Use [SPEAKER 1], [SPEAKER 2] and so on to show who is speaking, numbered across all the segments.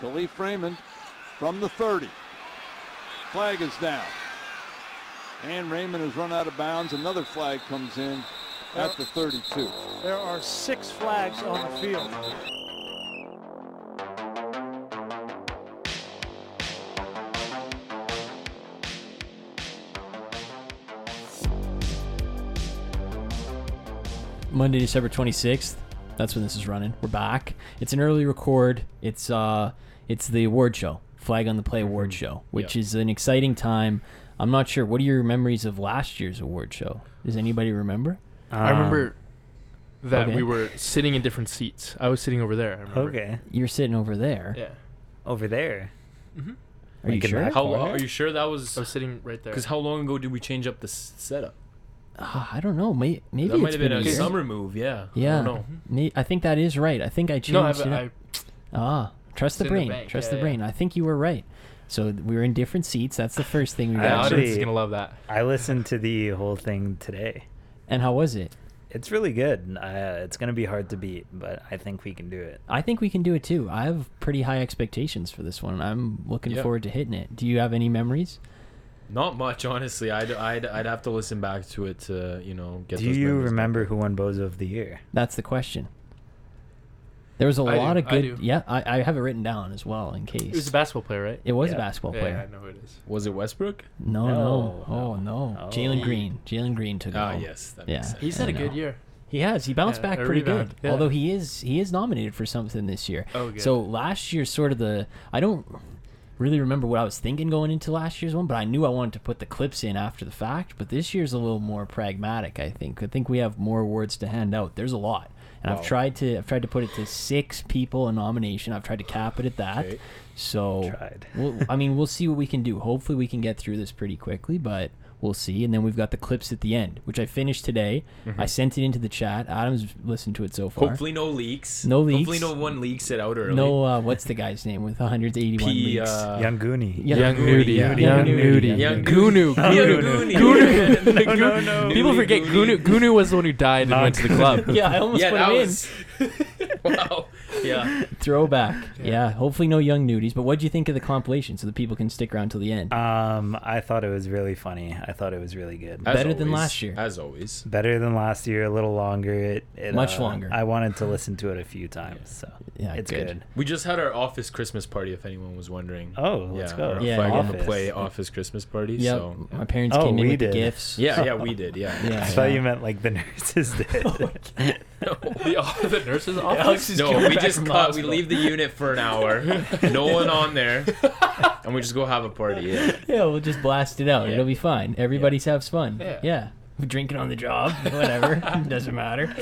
[SPEAKER 1] Khalif Raymond from the 30. Flag is down. And Raymond has run out of bounds. Another flag comes in at the 32.
[SPEAKER 2] There are six flags on the field.
[SPEAKER 3] Monday, December 26th. That's when this is running. We're back. It's an early record. It's uh it's the award show, Flag on the Play award show, which
[SPEAKER 4] Yeah.
[SPEAKER 3] is an exciting time. I'm not sure what are your memories of last year's award show? Does anybody remember?
[SPEAKER 4] I remember that
[SPEAKER 3] Um, okay.
[SPEAKER 4] we were sitting in different seats. I was sitting over there. I remember.
[SPEAKER 5] Okay.
[SPEAKER 3] You're sitting over there.
[SPEAKER 4] Yeah.
[SPEAKER 5] Over there.
[SPEAKER 3] Are you
[SPEAKER 5] Like in
[SPEAKER 3] sure?
[SPEAKER 5] that
[SPEAKER 4] uh,
[SPEAKER 6] How
[SPEAKER 5] corner?
[SPEAKER 6] long, are you sure that
[SPEAKER 4] I
[SPEAKER 6] was?
[SPEAKER 4] was sitting right there.
[SPEAKER 6] Because how long ago did we change up the s- setup?
[SPEAKER 3] Ah, I don't know. May, maybe
[SPEAKER 6] That might
[SPEAKER 3] it's
[SPEAKER 6] have been a
[SPEAKER 3] year.
[SPEAKER 6] summer move. Yeah.
[SPEAKER 3] Yeah.
[SPEAKER 6] I don't know.
[SPEAKER 3] May- I think that is right. I think I changed
[SPEAKER 4] no, I,
[SPEAKER 3] it up.
[SPEAKER 4] I,
[SPEAKER 3] Ah, trust the
[SPEAKER 4] It's in the
[SPEAKER 3] brain.
[SPEAKER 4] bank,
[SPEAKER 3] trust
[SPEAKER 4] yeah,
[SPEAKER 3] the
[SPEAKER 4] yeah.
[SPEAKER 3] brain. I think you were right. So th- we were in different seats. That's the first thing we
[SPEAKER 4] the
[SPEAKER 5] I
[SPEAKER 3] got.
[SPEAKER 4] audience is
[SPEAKER 5] actually-
[SPEAKER 4] gonna love that.
[SPEAKER 5] I listened to the whole thing today.
[SPEAKER 3] And how was it?
[SPEAKER 5] It's really good. Uh, it's gonna be hard to beat, but I think we can do it.
[SPEAKER 3] I think we can do it too. I have pretty high expectations for this one. I'm looking
[SPEAKER 6] Yeah.
[SPEAKER 3] forward to hitting it. Do you have any memories?
[SPEAKER 6] Not much, honestly. I'd, I'd, I'd have to listen back to it to, you know, get
[SPEAKER 5] do
[SPEAKER 6] those
[SPEAKER 5] you
[SPEAKER 6] memories.
[SPEAKER 5] remember who won Bozo of the Year?
[SPEAKER 3] That's the question. There was a
[SPEAKER 4] I
[SPEAKER 3] lot
[SPEAKER 4] do,
[SPEAKER 3] of
[SPEAKER 4] I
[SPEAKER 3] good.
[SPEAKER 4] do.
[SPEAKER 3] yeah, I, I have it written down as well in case.
[SPEAKER 4] It was a basketball player, right?
[SPEAKER 3] It was a
[SPEAKER 5] Yeah.
[SPEAKER 3] basketball player.
[SPEAKER 4] Yeah, I know who it is.
[SPEAKER 6] Was it Westbrook?
[SPEAKER 3] No, no,
[SPEAKER 5] No,
[SPEAKER 3] Oh, no.
[SPEAKER 5] no.
[SPEAKER 3] Jalen
[SPEAKER 5] Oh.
[SPEAKER 3] Green. Jalen Green took it.
[SPEAKER 6] Ah,
[SPEAKER 3] home.
[SPEAKER 6] yes. That
[SPEAKER 3] Yeah.
[SPEAKER 6] makes sense.
[SPEAKER 4] He's had
[SPEAKER 3] I
[SPEAKER 4] a good
[SPEAKER 3] know.
[SPEAKER 4] year.
[SPEAKER 3] He has. He bounced
[SPEAKER 4] Yeah,
[SPEAKER 3] back
[SPEAKER 4] a
[SPEAKER 3] pretty
[SPEAKER 4] rebound,
[SPEAKER 3] good.
[SPEAKER 4] yeah.
[SPEAKER 3] Although he is he is nominated for something this year.
[SPEAKER 4] Oh, good.
[SPEAKER 3] So last year's sort of the I don't really remember what I was thinking going into last year's one, but I knew I wanted to put the clips in after the fact. But this year's a little more pragmatic, I think. I think we have more awards to hand out. There's a lot. And I've tried to I've tried to put it to six people a nomination. I've tried to cap it at that.
[SPEAKER 6] Okay.
[SPEAKER 3] So
[SPEAKER 5] Tried.
[SPEAKER 3] we'll, I mean, we'll see what we can do. Hopefully, we can get through this pretty quickly, but we'll see. And then we've got the clips at the end, which I finished today. I sent it into the chat. Adam's listened to it so far.
[SPEAKER 6] Mm-hmm. Hopefully no leaks.
[SPEAKER 3] No
[SPEAKER 6] Hopefully
[SPEAKER 3] leaks.
[SPEAKER 6] no one leaks it out early.
[SPEAKER 3] no, uh, what's the guy's name with 181
[SPEAKER 6] P,
[SPEAKER 3] leaks?
[SPEAKER 6] uh,
[SPEAKER 5] Young Goonie.
[SPEAKER 3] Yeah.
[SPEAKER 4] Young
[SPEAKER 6] Nudie,
[SPEAKER 4] Nudie.
[SPEAKER 6] yeah.
[SPEAKER 3] Young
[SPEAKER 4] Young
[SPEAKER 3] Nudie.
[SPEAKER 4] Nudie.
[SPEAKER 6] Young
[SPEAKER 4] Gunu.
[SPEAKER 6] Gunu.
[SPEAKER 3] Oh,
[SPEAKER 4] No, no, no. People forget Gunu. Gunu was the one who died and
[SPEAKER 5] Not
[SPEAKER 4] went to the club.
[SPEAKER 3] yeah, I almost
[SPEAKER 6] Yeah,
[SPEAKER 3] put
[SPEAKER 6] that
[SPEAKER 3] him
[SPEAKER 6] was. wow.
[SPEAKER 3] in.
[SPEAKER 6] Yeah.
[SPEAKER 3] Throwback. Yeah. hopefully no young nudies. But what do you think of the compilation so that people can stick around till the
[SPEAKER 6] Uh,
[SPEAKER 3] end?
[SPEAKER 5] Um, I thought it was really funny. I thought it was really good.
[SPEAKER 3] Better than last year.
[SPEAKER 6] As always.
[SPEAKER 5] Better than last year, a little longer. It, it
[SPEAKER 3] Much
[SPEAKER 5] uh,
[SPEAKER 3] longer.
[SPEAKER 5] I wanted to listen to it a few times, so
[SPEAKER 3] Yeah,
[SPEAKER 5] it's
[SPEAKER 3] good.
[SPEAKER 5] good.
[SPEAKER 6] We just had our office Christmas party, if anyone was wondering.
[SPEAKER 5] Oh, let's go.
[SPEAKER 6] our
[SPEAKER 3] Yeah,
[SPEAKER 6] flag on the
[SPEAKER 5] office.
[SPEAKER 6] play office Christmas party.
[SPEAKER 3] yep.
[SPEAKER 6] So,
[SPEAKER 3] My parents
[SPEAKER 5] Oh,
[SPEAKER 3] came in
[SPEAKER 5] we
[SPEAKER 3] with the
[SPEAKER 5] did.
[SPEAKER 3] gifts.
[SPEAKER 6] yeah, yeah, we did. Yeah.
[SPEAKER 3] Yeah.
[SPEAKER 5] I thought you meant like the nurses did.
[SPEAKER 4] The, the nurse's
[SPEAKER 3] Alex
[SPEAKER 4] office.
[SPEAKER 3] is
[SPEAKER 6] No,
[SPEAKER 3] coming
[SPEAKER 6] we
[SPEAKER 3] back
[SPEAKER 6] just
[SPEAKER 3] from the
[SPEAKER 6] cut. We
[SPEAKER 3] hospital.
[SPEAKER 6] leave the unit for an hour. no one on there, and we just go have a party. Yeah.
[SPEAKER 3] Yeah, we'll just blast it out.
[SPEAKER 6] Yeah.
[SPEAKER 3] It'll be fine. Everybody's has fun.
[SPEAKER 4] Yeah.
[SPEAKER 3] yeah. We're Drinking on the job, whatever. Doesn't matter.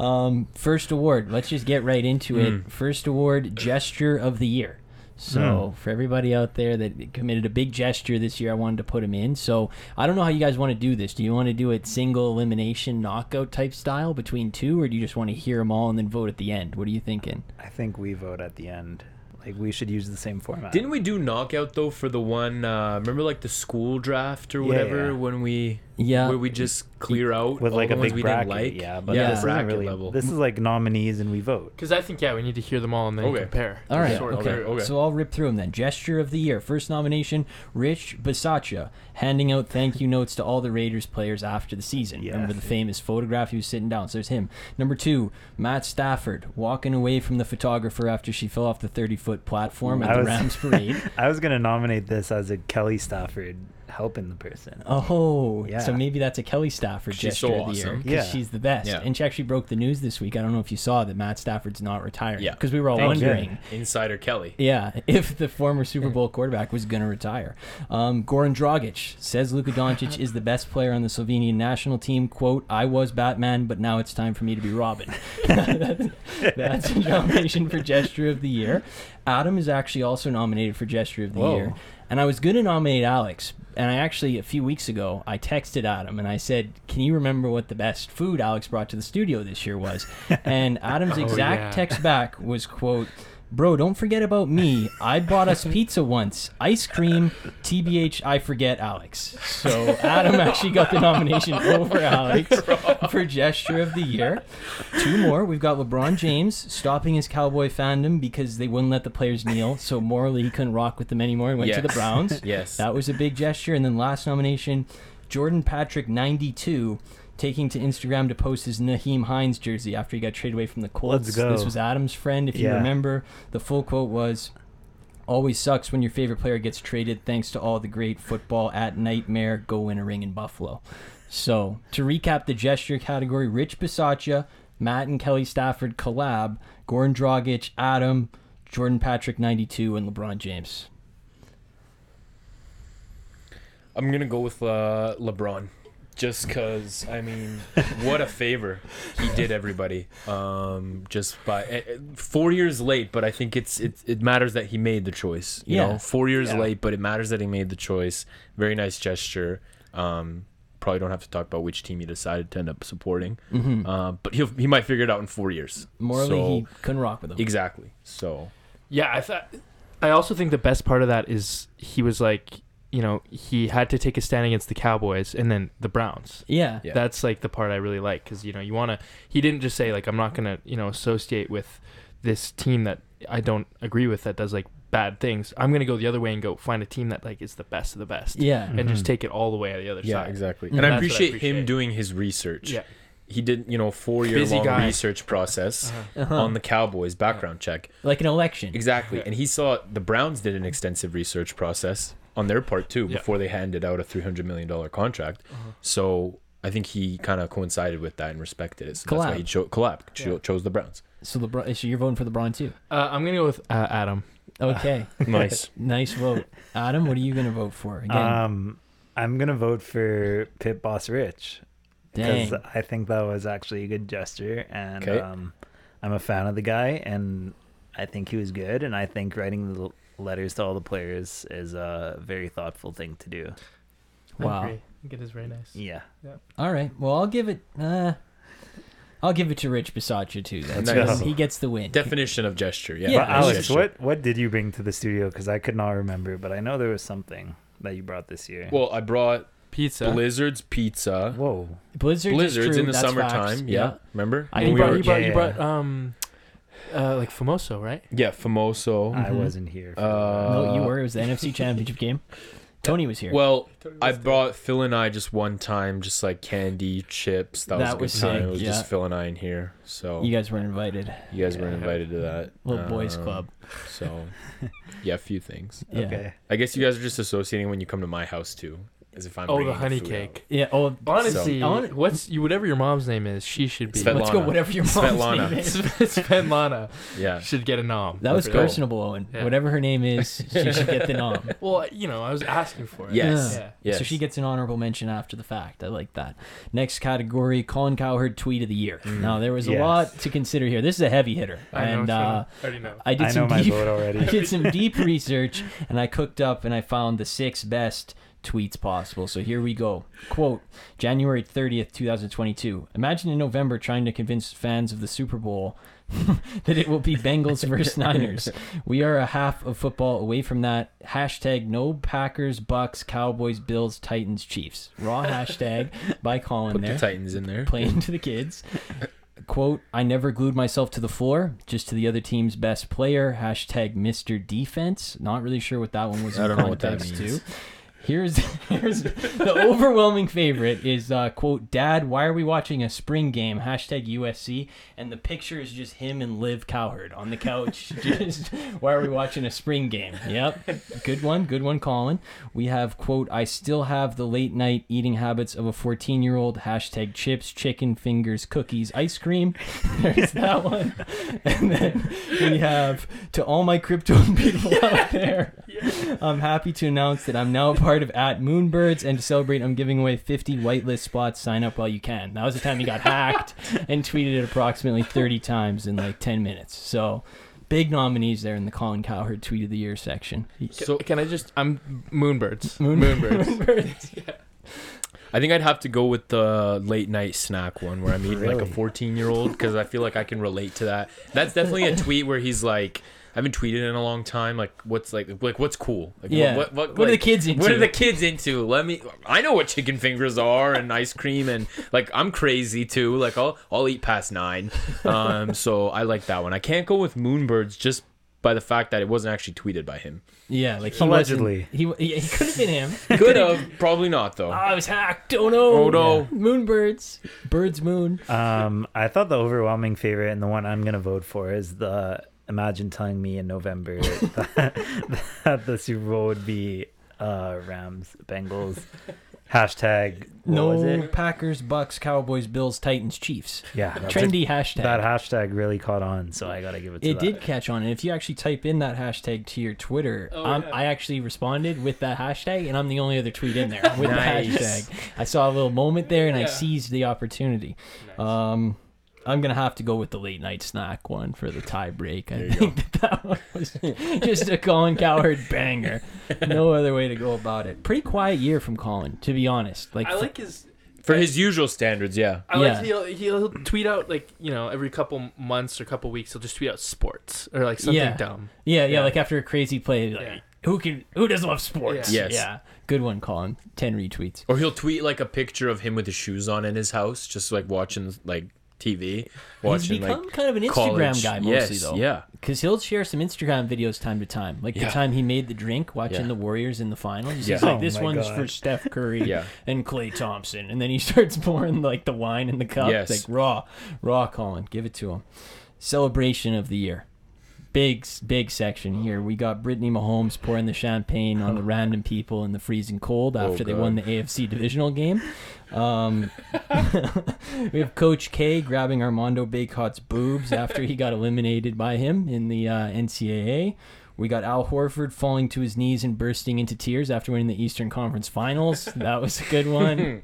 [SPEAKER 3] Um, first award. Let's just get right into
[SPEAKER 4] Hmm.
[SPEAKER 3] it. First award, gesture of the year. So
[SPEAKER 4] Hmm.
[SPEAKER 3] for everybody out there that committed a big gesture this year, I wanted to put them in. So I don't know how you guys want to do this. Do you want to do it single elimination knockout type style between two, or do you just want to hear them all and then vote at the end? What are you thinking?
[SPEAKER 5] I think we vote at the end. Like we should use the same format.
[SPEAKER 6] Didn't we do knockout though for the one? Uh, remember like the school draft or
[SPEAKER 5] Yeah,
[SPEAKER 6] whatever
[SPEAKER 5] yeah.
[SPEAKER 6] when we
[SPEAKER 3] Yeah.
[SPEAKER 6] where we just clear out
[SPEAKER 5] with
[SPEAKER 6] all
[SPEAKER 5] like
[SPEAKER 6] the
[SPEAKER 5] a
[SPEAKER 6] ones
[SPEAKER 5] big
[SPEAKER 6] we
[SPEAKER 5] bracket?
[SPEAKER 6] didn't like.
[SPEAKER 5] Yeah, but
[SPEAKER 3] Yeah.
[SPEAKER 5] this
[SPEAKER 6] bracket
[SPEAKER 5] isn't really.
[SPEAKER 6] level.
[SPEAKER 5] This is like nominees, and we vote.
[SPEAKER 4] Because I think, yeah, we need to hear them all and then
[SPEAKER 6] Okay.
[SPEAKER 4] compare.
[SPEAKER 3] All right.
[SPEAKER 4] Sort
[SPEAKER 3] okay.
[SPEAKER 4] through.
[SPEAKER 3] So I'll rip through them then. Gesture of the year. First nomination, Rich Bisaccia, handing out thank you notes to all the Raiders players after the season.
[SPEAKER 5] Yeah.
[SPEAKER 3] Remember the famous photograph he was sitting down. So there's him. Number two, Matt Stafford, walking away from the photographer after she fell off the 30 foot platform at
[SPEAKER 5] I
[SPEAKER 3] the
[SPEAKER 5] was-
[SPEAKER 3] Rams parade.
[SPEAKER 5] I was gonna nominate this as a Kelly Stafford helping the person.
[SPEAKER 3] Oh,
[SPEAKER 5] Yeah.
[SPEAKER 3] so maybe that's a Kelly Stafford
[SPEAKER 6] She's
[SPEAKER 3] gesture
[SPEAKER 6] so
[SPEAKER 3] of the year
[SPEAKER 6] awesome.
[SPEAKER 3] because
[SPEAKER 5] Yeah.
[SPEAKER 3] she's the best.
[SPEAKER 6] Yeah.
[SPEAKER 3] And she actually broke the news this week. I don't know if you saw that Matt Stafford's not retiring.
[SPEAKER 6] Yeah.
[SPEAKER 3] Because we were all
[SPEAKER 5] Thank you.
[SPEAKER 3] wondering.
[SPEAKER 6] Insider Kelly.
[SPEAKER 3] Yeah, if the former Super Bowl quarterback was going to retire. Um, Goran Dragic says Luka Doncic is the best player on the Slovenian national team. Quote, I was Batman, but now it's time for me to be Robin. That's a nomination for Gesture of the Year. Adam is actually also nominated for Gesture of the
[SPEAKER 5] Whoa.
[SPEAKER 3] Year. And I was going to nominate Alex. And I actually, a few weeks ago, I texted Adam and I said, Can you remember what the best food Alex brought to the studio this year was? And Adam's exact
[SPEAKER 4] yeah.
[SPEAKER 3] text back was, quote, Bro, don't forget about me. I bought us pizza once, ice cream, TBH, I forget Alex. So Adam actually got the nomination over Alex for gesture of the year. Two more. We've got LeBron James stopping his Cowboy fandom because they wouldn't let the players kneel. So morally, he couldn't rock with them anymore and went to the
[SPEAKER 6] Yes.
[SPEAKER 3] Browns.
[SPEAKER 6] Yes.
[SPEAKER 3] That was a big gesture. And then last nomination, Jordan Patrick, 92, taking to Instagram to post his Naheem Hines jersey after he got traded away from the Colts.
[SPEAKER 5] Let's go.
[SPEAKER 3] This was Adam's friend, if you
[SPEAKER 5] Yeah.
[SPEAKER 3] remember. The full quote was Always sucks when your favorite player gets traded. Thanks to all the great football at Nightmare. Go win a ring in Buffalo. So, to recap the gesture category, Rich Bisaccia, Matt and Kelly Stafford collab, Goran Dragic, Adam, Jordan Patrick 92, and LeBron James.
[SPEAKER 6] I'm gonna go with uh, LeBron, just cause I mean, what a favor he did everybody. Um, just by eh, eh, four years late, but I think it's it, it matters that he made the choice. You
[SPEAKER 3] Yeah.
[SPEAKER 6] know, four years
[SPEAKER 5] Yeah.
[SPEAKER 6] late, but it matters that he made the choice. Very nice gesture. Um, probably don't have to talk about which team he decided to end up supporting. Uh, but he he might figure it out in four years.
[SPEAKER 3] Morally,
[SPEAKER 6] So-
[SPEAKER 3] he couldn't rock with them.
[SPEAKER 6] exactly. So
[SPEAKER 4] Yeah, I thought. I also think the best part of that is he was like, you know, he had to take a stand against the Cowboys and then the Browns.
[SPEAKER 3] Yeah.
[SPEAKER 6] Yeah.
[SPEAKER 4] That's like the part I really like because you know you want to. He didn't just say like I'm not gonna you know associate with this team that I don't agree with that does like bad things. I'm gonna go the other way and go find a team that like is the best of the best.
[SPEAKER 3] Yeah.
[SPEAKER 4] and just take it all the way to the other
[SPEAKER 6] yeah,
[SPEAKER 4] side.
[SPEAKER 6] exactly.
[SPEAKER 4] Mhm.
[SPEAKER 6] And I
[SPEAKER 4] That's what I
[SPEAKER 6] appreciate, him
[SPEAKER 4] appreciate.
[SPEAKER 6] doing his research.
[SPEAKER 4] Yeah.
[SPEAKER 6] He did, you know, four year
[SPEAKER 4] Busy
[SPEAKER 6] long
[SPEAKER 4] guy. Uh-huh.
[SPEAKER 6] research process
[SPEAKER 3] Uh-huh.
[SPEAKER 6] on the Cowboys background check.
[SPEAKER 3] Like an election.
[SPEAKER 6] Exactly. And he saw the Browns did an extensive research process on their part too
[SPEAKER 4] Yeah. Uh-huh.
[SPEAKER 6] before they handed out a $300 million contract. So I think he kind of coincided with that and respected it. So that's why
[SPEAKER 3] Collab.
[SPEAKER 6] he cho- collab, cho- chose the Browns.
[SPEAKER 3] So LeBron, so you're voting for LeBron too.
[SPEAKER 4] Uh, I'm gonna go with uh, Adam.
[SPEAKER 3] Okay,
[SPEAKER 6] Nice.
[SPEAKER 3] nice vote, Adam. What are you gonna vote for again?
[SPEAKER 5] Um, I'm gonna vote for Pit Boss Rich
[SPEAKER 3] Dang,
[SPEAKER 5] I think that was actually a good gesture, and
[SPEAKER 6] 'Kay.
[SPEAKER 5] um, I'm a fan of the guy, and I think he was good, and I think writing the l- letters to all the players is a very thoughtful thing to do.
[SPEAKER 3] wow.
[SPEAKER 4] It is very nice.
[SPEAKER 5] Yeah,
[SPEAKER 3] All right, well I'll give it. Uh, I'll give it to Rich Bisaccia too. Then.
[SPEAKER 6] Let's
[SPEAKER 5] Nice.
[SPEAKER 6] go.
[SPEAKER 3] He gets the win.
[SPEAKER 6] Definition of gesture. Yeah.
[SPEAKER 3] Yeah.
[SPEAKER 5] but
[SPEAKER 3] it's
[SPEAKER 5] Alex,
[SPEAKER 6] Gesture.
[SPEAKER 5] what what did you bring to the studio? Because I could not remember, but I know there was something that you brought this year.
[SPEAKER 6] Well, I brought
[SPEAKER 4] Pizza.
[SPEAKER 6] Blizzard's pizza.
[SPEAKER 5] Whoa,
[SPEAKER 3] Blizzards, is
[SPEAKER 6] Blizzards
[SPEAKER 3] true,
[SPEAKER 6] in the
[SPEAKER 3] that's
[SPEAKER 6] summertime.
[SPEAKER 3] facts.
[SPEAKER 6] Yeah. Remember?
[SPEAKER 3] I
[SPEAKER 4] you,
[SPEAKER 3] think
[SPEAKER 4] brought,
[SPEAKER 3] we
[SPEAKER 4] you brought
[SPEAKER 5] yeah,
[SPEAKER 4] you
[SPEAKER 5] yeah.
[SPEAKER 4] brought um, uh, like Famoso, right?
[SPEAKER 6] Yeah. Famoso.
[SPEAKER 5] I wasn't here. For
[SPEAKER 6] Uh,
[SPEAKER 3] Mm-hmm. No, you were. It was the NFC Championship game. Tony was here.
[SPEAKER 6] Well, I brought Phil and I just one time, just like candy, chips. That,
[SPEAKER 3] That was
[SPEAKER 6] was a good time.
[SPEAKER 3] sick,
[SPEAKER 6] It was
[SPEAKER 3] yeah.
[SPEAKER 6] just Phil and I in here. So
[SPEAKER 3] you
[SPEAKER 6] you
[SPEAKER 3] guys weren't invited.
[SPEAKER 6] guys, weren't invited to that.
[SPEAKER 3] Little boys
[SPEAKER 6] Um,
[SPEAKER 3] club.
[SPEAKER 6] So, yeah, a few things.
[SPEAKER 3] Yeah.
[SPEAKER 5] Okay.
[SPEAKER 6] I guess you guys are just associating when you come to my house too, as if I'm.
[SPEAKER 4] oh,
[SPEAKER 6] bringing
[SPEAKER 4] the honey
[SPEAKER 6] food
[SPEAKER 4] cake.
[SPEAKER 3] Yeah. Oh,
[SPEAKER 4] Honestly,
[SPEAKER 3] So- Hon-
[SPEAKER 4] what's you, whatever your mom's name is, she should be.
[SPEAKER 6] Svetlana.
[SPEAKER 3] let's go. Whatever your mom's
[SPEAKER 6] Svetlana.
[SPEAKER 3] name is.
[SPEAKER 4] Svetlana
[SPEAKER 6] out. Yeah.
[SPEAKER 4] should get a nom.
[SPEAKER 3] That was
[SPEAKER 6] Let's go.
[SPEAKER 3] personable, Owen.
[SPEAKER 4] Yeah.
[SPEAKER 3] Whatever her name is, she should get the nom.
[SPEAKER 4] Well, you know, I was asking for it.
[SPEAKER 6] Yes.
[SPEAKER 4] Yeah.
[SPEAKER 6] Yes.
[SPEAKER 3] So she gets an honorable mention after the fact. I like that. Next category, Colin Cowherd tweet of the year. Now there was a
[SPEAKER 5] Yes.
[SPEAKER 3] lot to consider here. This is a heavy hitter.
[SPEAKER 4] I
[SPEAKER 3] and
[SPEAKER 4] know.
[SPEAKER 3] uh
[SPEAKER 4] I already know.
[SPEAKER 3] I did
[SPEAKER 5] I know
[SPEAKER 3] some
[SPEAKER 5] my
[SPEAKER 3] deep
[SPEAKER 5] vote
[SPEAKER 3] I
[SPEAKER 5] already.
[SPEAKER 3] did some deep research and I cooked up and I found the six best tweets possible. So here we go. Quote January 30th, 2022. Imagine in November trying to convince fans of the Super Bowl that it will be Bengals versus Niners. We are a half of football away from that. Hashtag no Packers, Bucks, Cowboys, Bills, Titans, Chiefs. Raw hashtag by Colin
[SPEAKER 6] Put
[SPEAKER 3] there
[SPEAKER 6] the Titans in there.
[SPEAKER 3] playing to the kids. Quote, I never glued myself to the floor, just to the other team's best player. Hashtag Mr. Defense. Not really sure what that one was.
[SPEAKER 6] I
[SPEAKER 3] in
[SPEAKER 6] don't know what that
[SPEAKER 3] context
[SPEAKER 6] means.
[SPEAKER 3] to. Here's, here's the overwhelming favorite is uh, quote dad why are we watching a spring game hashtag USC and the picture is just him and Liv Cowherd on the couch just why are we watching a spring game yep good one good one Colin we have quote I still have the late night eating habits of a 14 year old hashtag chips chicken fingers cookies ice cream there's that one and then we have to all my Krypton people out there I'm happy to announce that I'm now a part of at Moonbirds, and to celebrate, I'm giving away 50 whitelist spots. Sign up while you can. That was the time he got hacked and tweeted it approximately 30 times in like 10 minutes. So, big nominees there in the Colin Cowherd Tweet of the Year section.
[SPEAKER 6] So
[SPEAKER 4] Can I just? I'm Moonbirds.
[SPEAKER 3] Moon-
[SPEAKER 4] Moonbirds.
[SPEAKER 6] I think I'd have to go with the late night snack one where I'm eating like
[SPEAKER 5] Really?
[SPEAKER 6] a 14 year old because I feel like I can relate to that. That's definitely a tweet where he's like, I haven't tweeted in a long time. Like what's like like what's cool? Like,
[SPEAKER 3] Yeah.
[SPEAKER 6] What what,
[SPEAKER 3] What are the
[SPEAKER 6] like,
[SPEAKER 3] kids
[SPEAKER 6] What
[SPEAKER 3] into?
[SPEAKER 6] are the kids into? Let me. I know what chicken fingers are and ice cream and like I'm crazy too. Like I'll I'll eat past nine. Um. So I like that one. I can't go with Moonbirds just by the fact that it wasn't actually tweeted by him.
[SPEAKER 3] Yeah, like he
[SPEAKER 5] Allegedly.
[SPEAKER 3] wasn't, he, he he could have been him. Oh,
[SPEAKER 6] Could have probably not though.
[SPEAKER 3] I was hacked. Don't know.
[SPEAKER 6] Oh, no.
[SPEAKER 3] Moonbirds, birds, moon.
[SPEAKER 5] Um, I thought the overwhelming favorite and the one I'm gonna vote for is the Imagine telling me in November that, that the Super Bowl would be uh, Rams Bengals hashtag what was
[SPEAKER 3] no
[SPEAKER 5] it?
[SPEAKER 3] Packers, Bucks, Cowboys, Bills, Titans, Chiefs.
[SPEAKER 5] Yeah, that's it.
[SPEAKER 3] Trendy hashtag.
[SPEAKER 5] That hashtag really caught on, so I gotta give it to
[SPEAKER 3] it
[SPEAKER 5] that.
[SPEAKER 3] did catch on, and if you actually type in that hashtag to your Twitter,
[SPEAKER 4] Oh,
[SPEAKER 3] um, I actually responded with that hashtag, and I'm the only other tweet in there with
[SPEAKER 6] Nice.
[SPEAKER 3] the hashtag. I saw a little moment there, and I seized the opportunity. Um, I'm gonna have to go with the late night snack one for the tie break. I think that that one was just a Colin Cowherd banger. No other way to go about it. Pretty quiet year from Colin, to be honest. Like,
[SPEAKER 4] I like his.
[SPEAKER 6] For his usual standards, yeah.
[SPEAKER 4] I
[SPEAKER 3] Yeah.
[SPEAKER 4] like he'll, he'll tweet out like you know every couple months or couple weeks he'll just tweet out sports or like something
[SPEAKER 3] Yeah.
[SPEAKER 4] dumb.
[SPEAKER 3] yeah, yeah,
[SPEAKER 4] Yeah.
[SPEAKER 3] like after a crazy play, like,
[SPEAKER 4] Yeah.
[SPEAKER 3] who can who doesn't love sports?
[SPEAKER 6] Yeah. Yes.
[SPEAKER 3] yeah, good one, Colin. Ten retweets.
[SPEAKER 6] Or he'll tweet like a picture of him with his shoes on in his house, just like watching like TV,
[SPEAKER 3] He's
[SPEAKER 6] watching
[SPEAKER 3] become
[SPEAKER 6] like
[SPEAKER 3] kind of an Instagram
[SPEAKER 6] college.
[SPEAKER 3] guy mostly
[SPEAKER 6] Yes,
[SPEAKER 3] though.
[SPEAKER 6] yeah.
[SPEAKER 3] Because he'll share some Instagram videos time to time. Like the
[SPEAKER 6] Yeah.
[SPEAKER 3] time he made the drink watching
[SPEAKER 6] Yeah.
[SPEAKER 3] the Warriors in the finals. He's
[SPEAKER 6] Yeah.
[SPEAKER 3] like,
[SPEAKER 5] Oh
[SPEAKER 3] this
[SPEAKER 5] my
[SPEAKER 3] one's
[SPEAKER 5] God.
[SPEAKER 3] for Steph Curry
[SPEAKER 6] Yeah.
[SPEAKER 3] and Clay Thompson. And then he starts pouring like the wine in the cup.
[SPEAKER 6] Yes.
[SPEAKER 3] Like raw, raw Colin. Give it to him. Celebration of the year. Big, big section here. We got Brittany Mahomes pouring the champagne on the random people in the freezing cold after they
[SPEAKER 6] God.
[SPEAKER 3] won the AFC divisional game. Um, we have Coach K grabbing Armando Baycott's boobs after he got eliminated by him in the uh, NCAA. We got Al Horford falling to his knees and bursting into tears after winning the Eastern Conference Finals. That was a good one.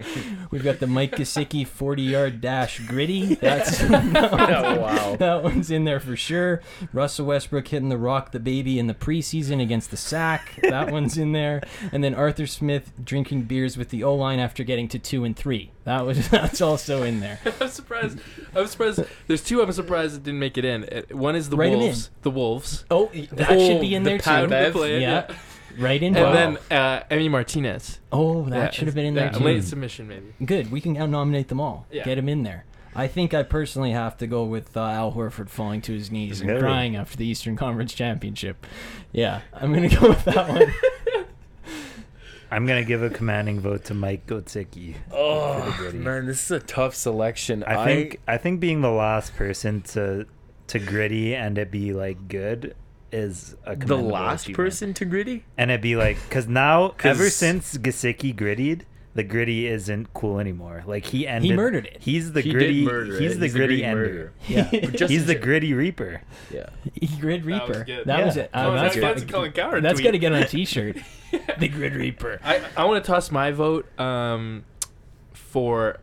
[SPEAKER 3] We've got the Mike Gesicki 40 yard dash gritty. That's
[SPEAKER 6] oh, wow.
[SPEAKER 3] that one's in there for sure. Russell Westbrook hitting the rock, the baby in the preseason against the sack. That one's in there. And then Arthur Smith drinking beers with the O line after getting to two and three. That was that's also in there.
[SPEAKER 4] I'm surprised. I'm surprised. There's two. I'm surprised it didn't make it in. Uh, One is the
[SPEAKER 3] Write 'em
[SPEAKER 4] wolves. The wolves.
[SPEAKER 3] Oh, that should be in
[SPEAKER 6] the
[SPEAKER 3] there
[SPEAKER 6] Pat
[SPEAKER 3] too.
[SPEAKER 4] Time to
[SPEAKER 6] Bev?
[SPEAKER 4] play it,
[SPEAKER 3] Yeah,
[SPEAKER 4] yeah.
[SPEAKER 3] right in.
[SPEAKER 4] And
[SPEAKER 3] Wow.
[SPEAKER 4] then uh, Emmy Martinez.
[SPEAKER 3] oh, that
[SPEAKER 4] Yeah,
[SPEAKER 3] should have been in there
[SPEAKER 4] yeah,
[SPEAKER 3] too.
[SPEAKER 4] Late submission maybe.
[SPEAKER 3] Good. We can now nominate them all.
[SPEAKER 4] Yeah.
[SPEAKER 3] Get them in there. I think I personally have to go with uh, Al Horford falling to his knees and
[SPEAKER 5] Really?
[SPEAKER 3] crying after the Eastern Conference Championship. Yeah, I'm gonna go with that one.
[SPEAKER 5] I'm gonna give a commanding vote to Mike Gotsicki.
[SPEAKER 6] Oh man, this is a tough selection.
[SPEAKER 5] I think I think being the last person to to gritty and it be like good is a
[SPEAKER 6] the
[SPEAKER 5] commendable
[SPEAKER 6] last
[SPEAKER 5] achievement.
[SPEAKER 6] person to gritty.
[SPEAKER 5] and it'd be like because now
[SPEAKER 6] 'Cause-
[SPEAKER 5] ever since Gasicki grittied. The gritty isn't cool anymore. Like he ended.
[SPEAKER 3] murdered it.
[SPEAKER 5] He's the
[SPEAKER 6] He did
[SPEAKER 5] gritty.
[SPEAKER 6] murder it.
[SPEAKER 5] he's the
[SPEAKER 6] He's a
[SPEAKER 5] gritty,
[SPEAKER 6] gritty
[SPEAKER 5] ender.
[SPEAKER 6] murderer.
[SPEAKER 3] Yeah.
[SPEAKER 6] Just
[SPEAKER 5] he's the gritty reaper.
[SPEAKER 6] Yeah.
[SPEAKER 3] Grid
[SPEAKER 4] That was
[SPEAKER 3] Reaper.
[SPEAKER 4] good.
[SPEAKER 3] That
[SPEAKER 5] Yeah.
[SPEAKER 3] was it.
[SPEAKER 5] That
[SPEAKER 3] Uh,
[SPEAKER 5] was
[SPEAKER 3] that's
[SPEAKER 5] good.
[SPEAKER 3] gotta-
[SPEAKER 4] Oh, That's a Colin Cowherd
[SPEAKER 3] That's
[SPEAKER 4] tweet.
[SPEAKER 3] got to get on a T-shirt. the Grid Reaper.
[SPEAKER 4] I, I want to toss my vote um, for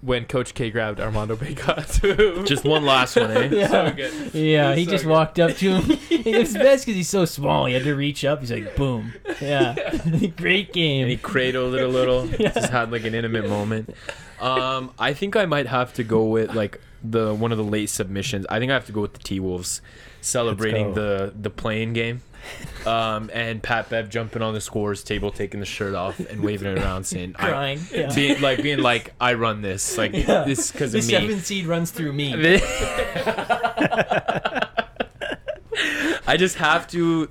[SPEAKER 4] when Coach K grabbed Armando Baycott. too.
[SPEAKER 6] Just one last one, eh?
[SPEAKER 3] Yeah,
[SPEAKER 4] so good.
[SPEAKER 3] yeah.
[SPEAKER 4] It's
[SPEAKER 3] He
[SPEAKER 4] so
[SPEAKER 3] just
[SPEAKER 4] good.
[SPEAKER 3] walked up to him. it's best because he's so small. He had to reach up. He's like, boom. Yeah, great
[SPEAKER 6] And he
[SPEAKER 3] game.
[SPEAKER 6] cradled it a little. Just had like an intimate moment. Um, I think I might have to go with like the one of the late submissions. I think I have to go with the T Wolves celebrating
[SPEAKER 5] go.
[SPEAKER 6] the the playing game. Um, and Pat Bev jumping on the scores table, taking the shirt off and waving it around, saying, I-
[SPEAKER 3] Crying. Yeah.
[SPEAKER 6] being like being like I run this, like
[SPEAKER 3] Yeah.
[SPEAKER 6] this because
[SPEAKER 3] The
[SPEAKER 6] of me.
[SPEAKER 3] seven seed runs through me.
[SPEAKER 6] I just have to.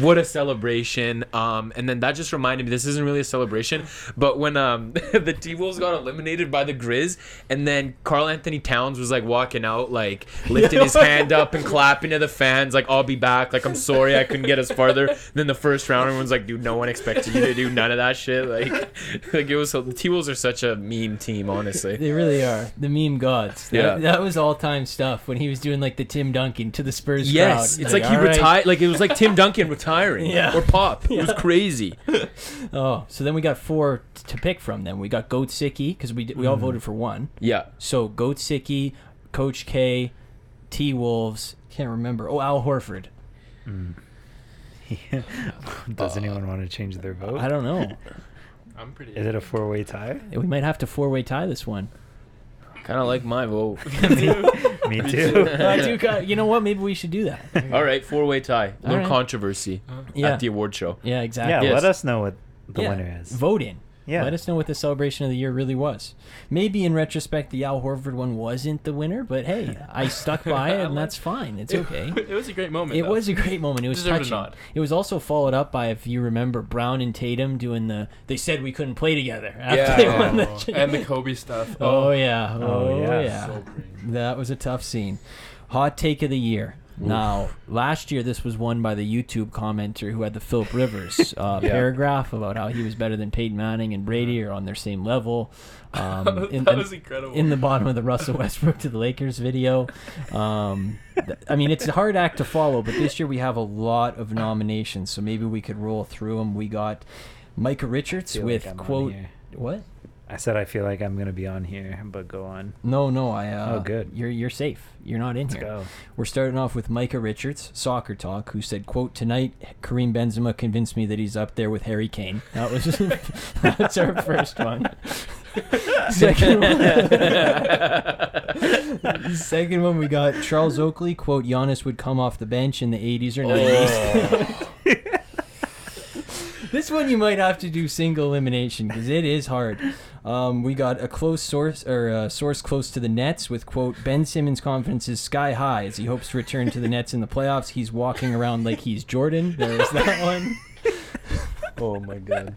[SPEAKER 6] What a celebration! Um, and then that just reminded me. This isn't really a celebration, but when um the T Wolves got eliminated by the Grizz, and then Carl Anthony Towns was like walking out, like lifting his hand up and clapping to the fans, like "I'll be back." Like I'm sorry I couldn't get us farther than the first round. Everyone's like, "Dude, no one expected you to do none of that shit." Like, like it was. so- The T Wolves are such a meme team, honestly.
[SPEAKER 3] They really are the meme gods. That,
[SPEAKER 6] Yeah.
[SPEAKER 3] that was all time stuff when he was doing like the Tim Duncan to the Spurs
[SPEAKER 6] Yes,
[SPEAKER 3] crowd.
[SPEAKER 6] it's like, he
[SPEAKER 3] "All right."
[SPEAKER 6] retired. Like it was like Tim Duncan retiring.
[SPEAKER 3] Yeah.
[SPEAKER 6] Or Pop. It was crazy.
[SPEAKER 3] Oh, so then we got four t- to pick from. Then we got Goat because we d- we all
[SPEAKER 6] Mm-hmm.
[SPEAKER 3] voted for one.
[SPEAKER 6] Yeah.
[SPEAKER 3] So Goat Sicky, Coach K, T Wolves. Can't remember. Oh, Al Horford. Mm.
[SPEAKER 5] Does anyone want to change their vote?
[SPEAKER 3] Uh, I don't know.
[SPEAKER 4] I'm pretty.
[SPEAKER 5] Is it a four-way tie?
[SPEAKER 3] we might have to four way tie this one.
[SPEAKER 6] Kind of like my vote.
[SPEAKER 5] Me too.
[SPEAKER 3] I do got, you know what? Maybe we should do that.
[SPEAKER 6] All right, four way tie. No
[SPEAKER 3] All right.
[SPEAKER 6] controversy
[SPEAKER 3] Yeah.
[SPEAKER 6] at the award show.
[SPEAKER 3] Yeah,
[SPEAKER 5] Yeah,
[SPEAKER 3] exactly.
[SPEAKER 6] Yes.
[SPEAKER 5] let us know what the
[SPEAKER 3] Yeah.
[SPEAKER 5] winner is.
[SPEAKER 3] Vote in.
[SPEAKER 5] Yeah.
[SPEAKER 3] Let us know what the celebration of the year really was. Maybe in retrospect, the Al Horford one wasn't the winner, but hey, I stuck by it, and that's fine. It's okay.
[SPEAKER 4] It was a great moment.
[SPEAKER 3] It
[SPEAKER 4] though.
[SPEAKER 3] was a great moment. It was
[SPEAKER 4] Deserved a
[SPEAKER 3] touching.
[SPEAKER 4] nod.
[SPEAKER 3] It was also followed up by, if you remember, Brown and Tatum doing the. They said we couldn't play together after they won the.
[SPEAKER 4] Oh, and the Kobe stuff.
[SPEAKER 3] Oh yeah. Oh,
[SPEAKER 5] yeah.
[SPEAKER 3] yeah.
[SPEAKER 4] so cringe.
[SPEAKER 3] That was a tough scene. Hot take of the year. Now, last year this was won by the YouTube commenter who had the Philip Rivers uh,
[SPEAKER 6] Yeah.
[SPEAKER 3] paragraph about how he was better than Peyton Manning and Brady or on their same level. Um, in-
[SPEAKER 4] that
[SPEAKER 3] in-
[SPEAKER 4] was incredible.
[SPEAKER 3] in the bottom of the Russell Westbrook to the Lakers video. Um, th- I mean, it's a hard act to follow, but this year we have a lot of nominations, so maybe we could roll through them. We got Micah Richards
[SPEAKER 5] Feel
[SPEAKER 3] with
[SPEAKER 5] like I'm on
[SPEAKER 3] quote
[SPEAKER 5] here.
[SPEAKER 3] what?
[SPEAKER 5] I said I feel like I'm gonna be on here, but go on.
[SPEAKER 3] No, no, I. Uh,
[SPEAKER 5] Oh, good.
[SPEAKER 3] You're you're safe. You're not in
[SPEAKER 5] Let's
[SPEAKER 3] here.
[SPEAKER 5] go.
[SPEAKER 3] We're starting off with Micah Richards, Soccer Talk, who said, "Quote tonight, Kareem Benzema convinced me that he's up there with Harry Kane." That was that's our first one. Second one, second one, we got Charles Oakley. Quote: Giannis would come off the bench in the '80s or '90s. This one you might have to do single elimination because it is hard. Um, we got a close source or a source close to the Nets with quote Ben Simmons' confidence is sky high as he hopes to return to the Nets in the playoffs. He's walking around like he's Jordan. There is that one.
[SPEAKER 6] Oh my god.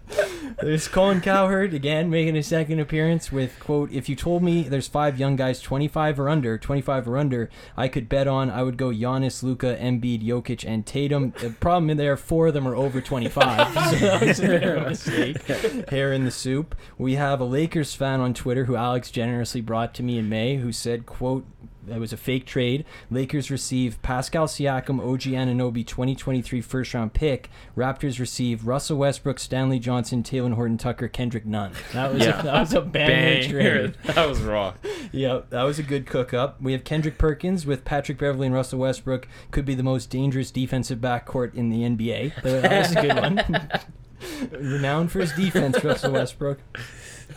[SPEAKER 3] There's Colin Cowherd again making a second appearance with quote If you told me there's five young guys 25 or under, 25 or under, I could bet on I would go Giannis, Luca, Embiid, Jokic, and Tatum. The problem in there, four of them are over 25. so that was a bit of a mistake. Hair in the soup. We have a Lakers fan on Twitter who Alex generously brought to me in May who said quote that was a fake trade. Lakers receive Pascal Siakam, OG Ananobi 2023 first round pick. Raptors receive Russell Westbrook, Stanley Johnson, Taylor Horton Tucker, Kendrick Nunn. That was
[SPEAKER 6] Yeah.
[SPEAKER 3] a, that was a banger
[SPEAKER 6] Bang.
[SPEAKER 3] trade.
[SPEAKER 6] That was raw.
[SPEAKER 3] Yeah, that was a good cook up. We have Kendrick Perkins with Patrick Beverly and Russell Westbrook could be the most dangerous defensive backcourt in the NBA. That was a good one. Renowned for his defense, Russell Westbrook.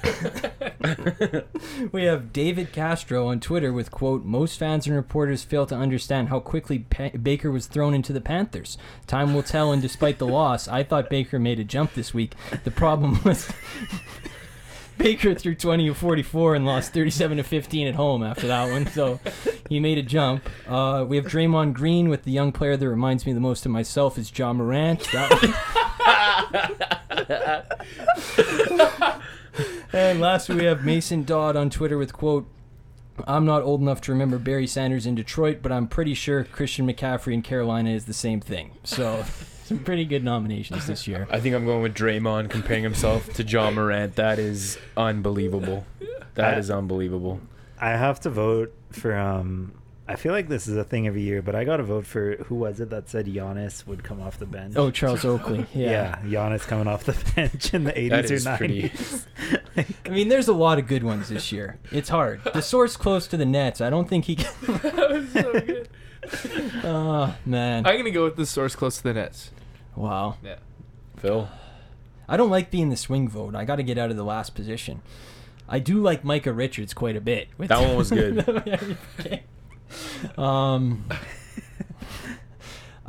[SPEAKER 3] we have David Castro on Twitter with quote, "Most fans and reporters fail to understand how quickly pa- Baker was thrown into the Panthers. Time will tell, and despite the loss, I thought Baker made a jump this week. The problem was." Baker threw 20 of 44 and lost 37 to 15 at home after that one. So he made a jump. Uh, we have Draymond Green with the young player that reminds me the most of myself is John Morant. That- and last we have Mason Dodd on Twitter with quote. I'm not old enough to remember Barry Sanders in Detroit, but I'm pretty sure Christian McCaffrey in Carolina is the same thing. So, some pretty good nominations this year.
[SPEAKER 6] I think I'm going with Draymond comparing himself to John Morant. That is unbelievable. That is unbelievable.
[SPEAKER 5] I have to vote for um I feel like this is a thing every year, but I gotta vote for who was it that said Giannis would come off the bench?
[SPEAKER 3] Oh, Charles Oakley. yeah.
[SPEAKER 5] yeah, Giannis coming off the bench in the
[SPEAKER 6] That
[SPEAKER 5] eighties
[SPEAKER 6] is
[SPEAKER 5] or
[SPEAKER 6] pretty.
[SPEAKER 5] nineties.
[SPEAKER 3] I mean, there's a lot of good ones this year. It's hard. The source close to the Nets. I don't think he. Can...
[SPEAKER 4] that was so good.
[SPEAKER 3] Oh man!
[SPEAKER 4] I'm gonna go with the source close to the Nets.
[SPEAKER 3] Wow.
[SPEAKER 4] Yeah.
[SPEAKER 6] Phil.
[SPEAKER 3] I don't like being the swing vote. I got to get out of the last position. I do like Micah Richards quite a bit. With-
[SPEAKER 6] That one was good.
[SPEAKER 3] Okay. um,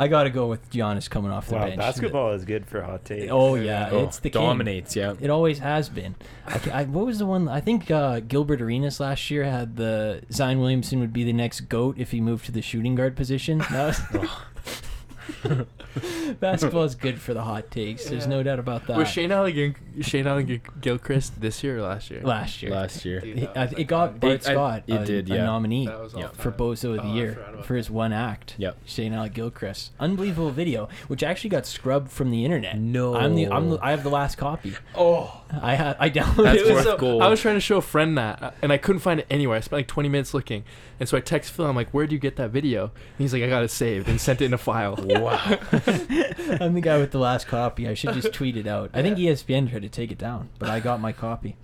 [SPEAKER 3] I got to go with Giannis coming off the
[SPEAKER 5] Wow,
[SPEAKER 3] bench.
[SPEAKER 5] basketball is good for hot takes.
[SPEAKER 3] Oh yeah,
[SPEAKER 6] Oh,
[SPEAKER 3] it's the king.
[SPEAKER 6] dominates, yeah.
[SPEAKER 3] It always has been. I, ca- I, what was the one? I think uh, Gilbert Arenas last year had the Zion Williamson would be the next goat if he moved to the shooting guard position. That was- Basketball is good for the hot takes. There's no doubt about that.
[SPEAKER 4] Was Shane Allen Shane Allen Gilchrist this year or last year?
[SPEAKER 3] last year,
[SPEAKER 6] Last year.
[SPEAKER 4] Dude,
[SPEAKER 3] He-
[SPEAKER 4] that
[SPEAKER 3] I-
[SPEAKER 4] was
[SPEAKER 3] it got
[SPEAKER 4] iconic.
[SPEAKER 3] Bart
[SPEAKER 6] I-
[SPEAKER 3] Scott
[SPEAKER 6] it
[SPEAKER 3] a,
[SPEAKER 6] did,
[SPEAKER 3] a
[SPEAKER 6] yeah.
[SPEAKER 3] nominee
[SPEAKER 4] That was all
[SPEAKER 3] for
[SPEAKER 4] time.
[SPEAKER 3] Bozo of the
[SPEAKER 4] Oh, I
[SPEAKER 3] Year
[SPEAKER 4] forgot about
[SPEAKER 3] for his one act.
[SPEAKER 6] Yep.
[SPEAKER 3] Shane Alec Gilchrist, unbelievable video, which actually got scrubbed from the internet.
[SPEAKER 6] No.
[SPEAKER 3] I'm the, I'm the I have the last copy.
[SPEAKER 4] Oh,
[SPEAKER 3] I ha- I downloaded
[SPEAKER 6] That's
[SPEAKER 3] it.
[SPEAKER 4] It was
[SPEAKER 6] worth
[SPEAKER 4] so-
[SPEAKER 6] gold.
[SPEAKER 4] I was trying to show a friend that, uh, and I couldn't find it anywhere. I spent like 20 minutes looking, and so I text Phil. I'm like, "Where do you get that video?" And he's like, "I got it saved and sent it in a file."
[SPEAKER 6] Wow.
[SPEAKER 3] I'm the guy with the last copy. I should just tweet it out. I think E ESPN tried to take it down, but I got my copy.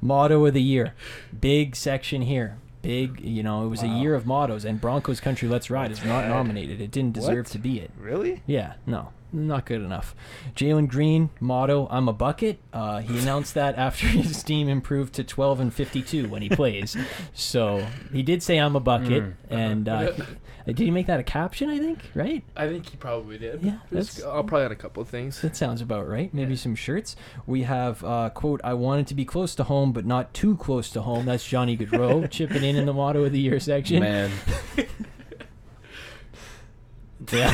[SPEAKER 3] Motto of the year. Big section here. Big, you know, it was a year of mottos, and Broncos Country Let's Ride is not nominated. It didn't deserve
[SPEAKER 5] What?
[SPEAKER 3] to be it.
[SPEAKER 5] Really?
[SPEAKER 3] Yeah, no. not good enough. Jalen Green motto: "I'm a bucket." Uh, he announced that after his team improved to 12 and 52 when he plays. So he did say, "I'm a bucket," and uh, did he make that a caption? I think right.
[SPEAKER 4] I think he probably did.
[SPEAKER 3] Yeah,
[SPEAKER 4] Just-
[SPEAKER 3] that's-
[SPEAKER 4] I'll probably add a couple of things.
[SPEAKER 3] That sounds about right. Maybe some shirts. We have uh, quote: "I wanted to be close to home, but not too close to home." That's Johnny Goodrow chipping in in the motto of the year section.
[SPEAKER 6] Man,
[SPEAKER 3] Yeah.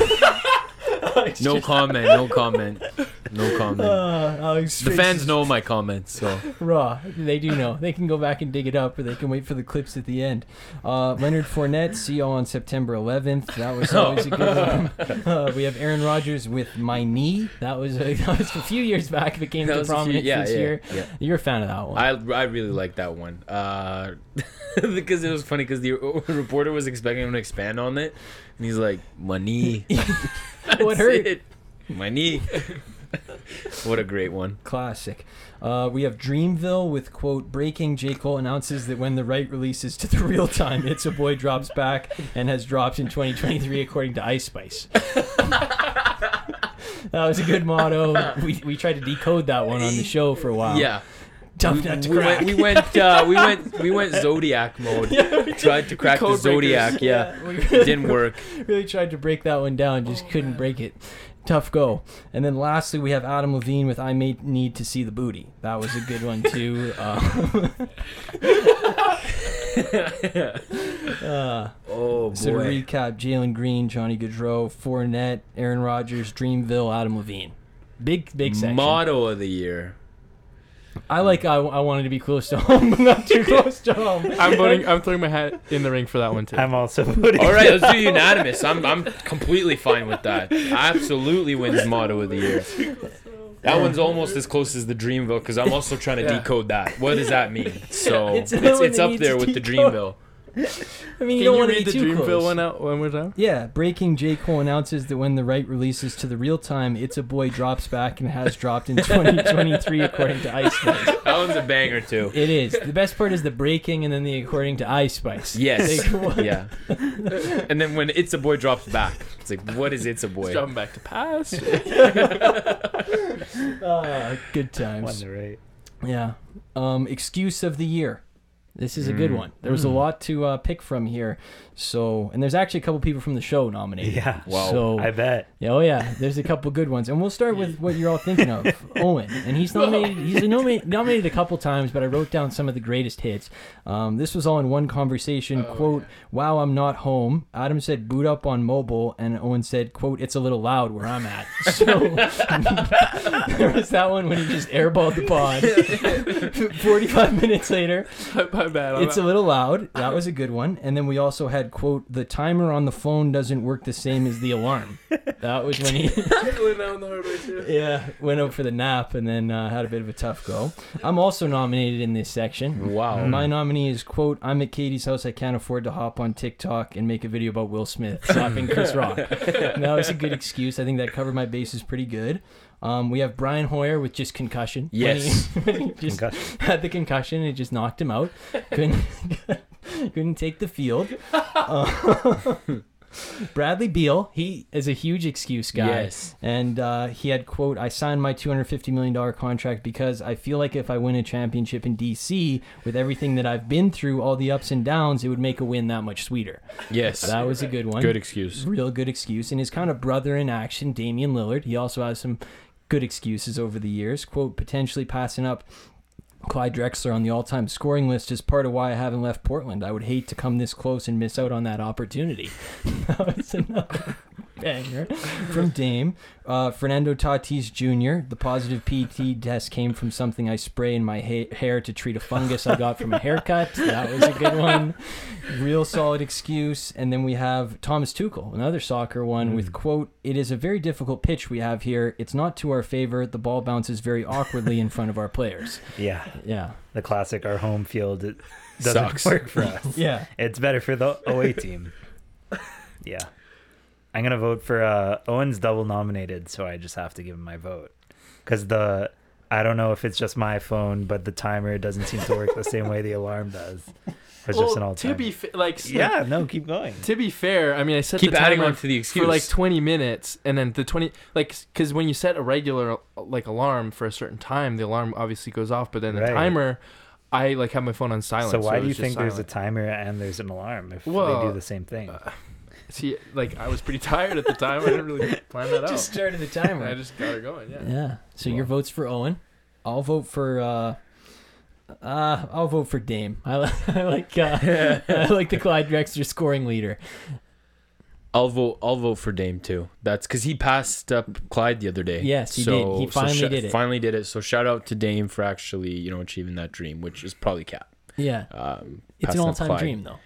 [SPEAKER 6] no comment, no comment, no comment.
[SPEAKER 3] Uh, Alex
[SPEAKER 6] The
[SPEAKER 3] Fitz
[SPEAKER 6] fans
[SPEAKER 3] is
[SPEAKER 6] know my comments, so
[SPEAKER 3] raw. They do know. They can go back and dig it up, or they can wait for the clips at the end. Uh, Leonard Fournette, see you on September 11th. That was
[SPEAKER 6] Oh.
[SPEAKER 3] always a good one. Uh, we have Aaron Rodgers with my knee. That was a, that was a few years back. That came
[SPEAKER 6] That
[SPEAKER 3] to
[SPEAKER 6] was a few-
[SPEAKER 3] prominence
[SPEAKER 6] yeah,
[SPEAKER 3] this
[SPEAKER 6] yeah,
[SPEAKER 3] year.
[SPEAKER 6] yeah.
[SPEAKER 3] You're a fan of that one.
[SPEAKER 6] I I really like that one. Uh, because it was funny because the reporter was expecting him to expand on it, and he's like, "My knee,
[SPEAKER 3] what
[SPEAKER 6] That's
[SPEAKER 3] hurt?
[SPEAKER 6] it. my knee." what a great one.
[SPEAKER 3] Classic. Uh, we have Dreamville with quote breaking. J Cole announces that when the right releases to the real time, it's a boy drops back and has dropped in 2023 according to Ice Spice. that was a good motto. We, we tried to decode that one on the show for a while.
[SPEAKER 6] Yeah,
[SPEAKER 3] tough
[SPEAKER 6] we,
[SPEAKER 3] nut to
[SPEAKER 6] we
[SPEAKER 3] crack.
[SPEAKER 6] went we went, uh, we went we went zodiac mode. Tried to crack the
[SPEAKER 4] code
[SPEAKER 6] zodiac.
[SPEAKER 4] breakers.
[SPEAKER 6] Yeah,
[SPEAKER 3] we
[SPEAKER 6] didn't work.
[SPEAKER 3] really tried to break that one down,
[SPEAKER 6] Oh,
[SPEAKER 3] just couldn't break it. Tough go. And then lastly, we have Adam Levine with "I may need to see the booty." That was a good one too. Uh, uh,
[SPEAKER 6] Oh boy.
[SPEAKER 3] so to recap: Jalen Green, Johnny Gaudreau, Fournette, Aaron Rodgers, Dreamville, Adam Levine. Big, big section.
[SPEAKER 6] Motto of the year.
[SPEAKER 3] I like. I, I wanted to be close to home, but not too close to home.
[SPEAKER 4] I'm voting. I'm throwing my hat in the ring for that one too.
[SPEAKER 5] I'm also putting.
[SPEAKER 6] All right, let's do unanimous. I'm I'm completely fine with that. Absolutely wins motto of the year. That one's almost as close as the Dreamville because I'm also trying to
[SPEAKER 4] Yeah.
[SPEAKER 6] decode that. What does that mean? So
[SPEAKER 3] It's
[SPEAKER 6] it's,
[SPEAKER 3] another
[SPEAKER 6] it's,
[SPEAKER 3] one that
[SPEAKER 6] up
[SPEAKER 3] needs
[SPEAKER 6] there
[SPEAKER 3] to
[SPEAKER 6] with the
[SPEAKER 3] decode.
[SPEAKER 6] Dreamville.
[SPEAKER 3] I mean, you
[SPEAKER 4] Can
[SPEAKER 3] don't
[SPEAKER 4] you
[SPEAKER 3] want to
[SPEAKER 4] read
[SPEAKER 3] be
[SPEAKER 4] the
[SPEAKER 3] too
[SPEAKER 4] Dreamville
[SPEAKER 3] close.
[SPEAKER 4] one out one more time?
[SPEAKER 3] Yeah, breaking J. Cole announces that when the right releases to the real time, It's a Boy drops back and has dropped in 2023, according to Ice Spice.
[SPEAKER 6] That one's a banger too.
[SPEAKER 3] It is. The best part is the breaking and then the according to Ice Spice.
[SPEAKER 6] Yes.
[SPEAKER 3] Like, what?
[SPEAKER 6] Yeah. And then when it's a boy drops back, it's like what is it's a
[SPEAKER 4] It's
[SPEAKER 6] boy?
[SPEAKER 4] Dropping back to pass.
[SPEAKER 3] Ah, good times.
[SPEAKER 5] Wonder, right?
[SPEAKER 3] Yeah. Um, excuse of the year. This is a good one. There was a lot to uh, pick from here. So, and there's actually a couple people from the show nominated.
[SPEAKER 5] Yeah.
[SPEAKER 6] Wow.
[SPEAKER 3] So,
[SPEAKER 5] I bet.
[SPEAKER 3] Yeah, Oh yeah, there's a couple good ones, and we'll start with what you're all thinking of, Owen. And he's nominated. He's nominated, nominated a couple times, but I wrote down some of the greatest hits. Um, this was all in one conversation. quote: "Wow, I'm not home." Adam said, "Boot up on mobile," and Owen said, "Quote, it's a little loud where I'm at." So there was that one when he just airballed the pod. Forty-five minutes later,
[SPEAKER 4] my bad. I'm
[SPEAKER 3] it's a little loud. That was a good one. And then we also had quote the timer on the phone doesn't work the same as the alarm. That was when he yeah went out for the nap and then uh, had a bit of a tough go. I'm also nominated in this section.
[SPEAKER 6] Wow.
[SPEAKER 3] My nominee is quote I'm at Katie's house. I can't afford to hop on TikTok and make a video about Will Smith slapping Chris Rock. And that was a good excuse. I think that covered my bases pretty good. Um, we have Brian Hoyer with just concussion. When
[SPEAKER 6] Yes.
[SPEAKER 3] he- when he just
[SPEAKER 5] Concussion.
[SPEAKER 3] had the concussion and it just knocked him out. Couldn't couldn't take the field. Uh, Bradley Beal, he is a huge excuse guy.
[SPEAKER 6] Yes.
[SPEAKER 3] And uh, he had quote, "I signed my 250 million dollar contract because I feel like if I win a championship in DC with everything that I've been through, all the ups and downs, it would make a win that much sweeter."
[SPEAKER 6] Yes.
[SPEAKER 3] That was a good one.
[SPEAKER 6] Good excuse.
[SPEAKER 3] Real good excuse. And his kind of brother in action, Damian Lillard. He also has some good excuses over the years. Quote, potentially passing up Clyde Drexler on the all time scoring list is part of why I haven't left Portland. I would hate to come this close and miss out on that opportunity. that was another banger from Dame. Uh, Fernando Tatis Jr., the positive PT test came from something I spray in my ha- hair to treat a fungus I got from a haircut. That was a good one. Real solid excuse. And then we have Thomas Tuchel, another soccer one, with quote, It is a very difficult pitch we have here. It's not to our favor. The ball bounces very awkwardly in front of our players.
[SPEAKER 5] Yeah.
[SPEAKER 3] Yeah.
[SPEAKER 5] The classic, our home field it doesn't
[SPEAKER 6] Sucks.
[SPEAKER 5] work for us.
[SPEAKER 3] Yeah.
[SPEAKER 5] It's better for the away team. Yeah. I'm gonna vote for uh, Owen's double nominated, so I just have to give him my vote because the I don't know if it's just my phone, but the timer doesn't seem to work the same way the alarm does. It's just an
[SPEAKER 4] Well,
[SPEAKER 5] all
[SPEAKER 4] to be fa- like
[SPEAKER 5] yeah, no, keep going.
[SPEAKER 4] to be fair, I mean, I set
[SPEAKER 6] Keep
[SPEAKER 4] the
[SPEAKER 6] adding
[SPEAKER 4] timer
[SPEAKER 6] on to the excuse.
[SPEAKER 4] for like 20 minutes, and then the 20 like because when you set a regular like alarm for a certain time, the alarm obviously goes off, but then the
[SPEAKER 5] Right.
[SPEAKER 4] timer, I like have my phone on silent.
[SPEAKER 5] So why
[SPEAKER 4] it
[SPEAKER 5] do you
[SPEAKER 4] was just
[SPEAKER 5] think there's a
[SPEAKER 4] silent.
[SPEAKER 5] timer and there's an alarm if they
[SPEAKER 4] Well, uh,
[SPEAKER 5] do the same thing?
[SPEAKER 4] See, like I was pretty tired at the time. I didn't really plan that out.
[SPEAKER 3] Just started the
[SPEAKER 4] And I
[SPEAKER 3] timer.
[SPEAKER 4] just got her going. Yeah.
[SPEAKER 3] yeah. So your vote's for Owen. I'll vote for. uh uh, I'll vote for Dame. I, li- I like uh, I like the Clyde Drexler scoring leader.
[SPEAKER 6] I'll vote. I'll vote for Dame too. That's because he passed up Clyde the other day.
[SPEAKER 3] Yes, he did. He finally
[SPEAKER 6] so
[SPEAKER 3] did it.
[SPEAKER 6] Finally did it. So shout out to Dame for actually, you know, achieving that dream, which is probably cap.
[SPEAKER 3] Yeah,
[SPEAKER 6] Um,
[SPEAKER 3] it's an
[SPEAKER 6] passing up
[SPEAKER 3] all-time
[SPEAKER 6] Clyde.
[SPEAKER 3] dream though.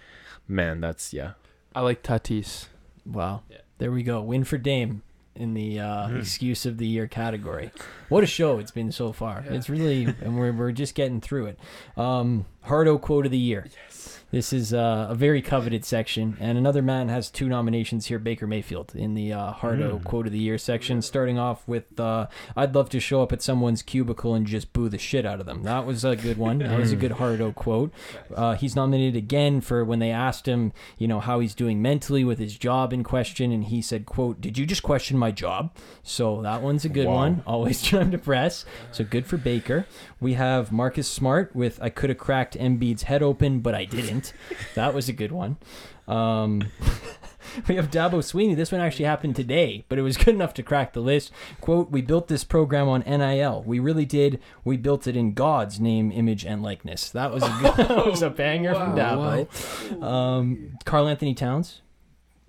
[SPEAKER 6] Man, that's yeah.
[SPEAKER 4] I like Tatis.
[SPEAKER 3] Wow.
[SPEAKER 4] Yeah.
[SPEAKER 3] There we go. Win for Dame in the uh, excuse of the year category. What a show it's been so far.
[SPEAKER 4] Yeah.
[SPEAKER 3] It's really, and we're, we're just getting through it. Um, Hardo quote of the year. Yes. This is uh, a very coveted section. And another man has two nominations here Baker Mayfield in the uh, Hardo quote of the year section. Starting off with uh, I'd love to show up at someone's cubicle and just boo the shit out of them. That was a good one. That was a good Hardo quote. Uh, he's nominated again for when they asked him, you know, how he's doing mentally with his job in question, and he said, "quote Did you just question my job?" So that one's a good
[SPEAKER 6] Wow.
[SPEAKER 3] one. Always trying to press. So good for Baker. We have Marcus Smart with, "I could have cracked Embiid's head open, but I didn't." that was a good one. Um, we have Dabo Sweeney. This one actually happened today, but it was good enough to crack the list. Quote, we built this program on NIL. We really did. We built it in God's name, image, and likeness. That was a, good, that was a banger from Dabo. Um, Carl Anthony Towns.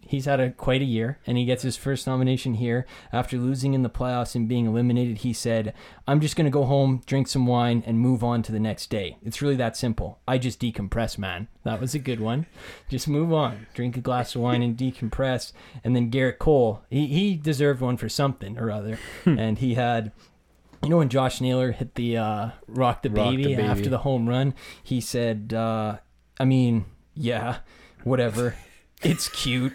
[SPEAKER 3] He's had a quite a year, and he gets his first nomination here after losing in the playoffs and being eliminated. He said, "I'm just gonna go home, drink some wine, and move on to the next day. It's really that simple. I just decompress, man. That was a good one. Just move on, drink a glass of wine, and decompress." And then Garrett Cole, he he deserved one for something or other,
[SPEAKER 6] Hmm.
[SPEAKER 3] and he had. You know when Josh Naylor hit the uh, rock, the,
[SPEAKER 6] Rock the
[SPEAKER 3] baby after
[SPEAKER 6] baby.
[SPEAKER 3] the home run, he said, uh, "I mean, yeah, whatever. it's cute.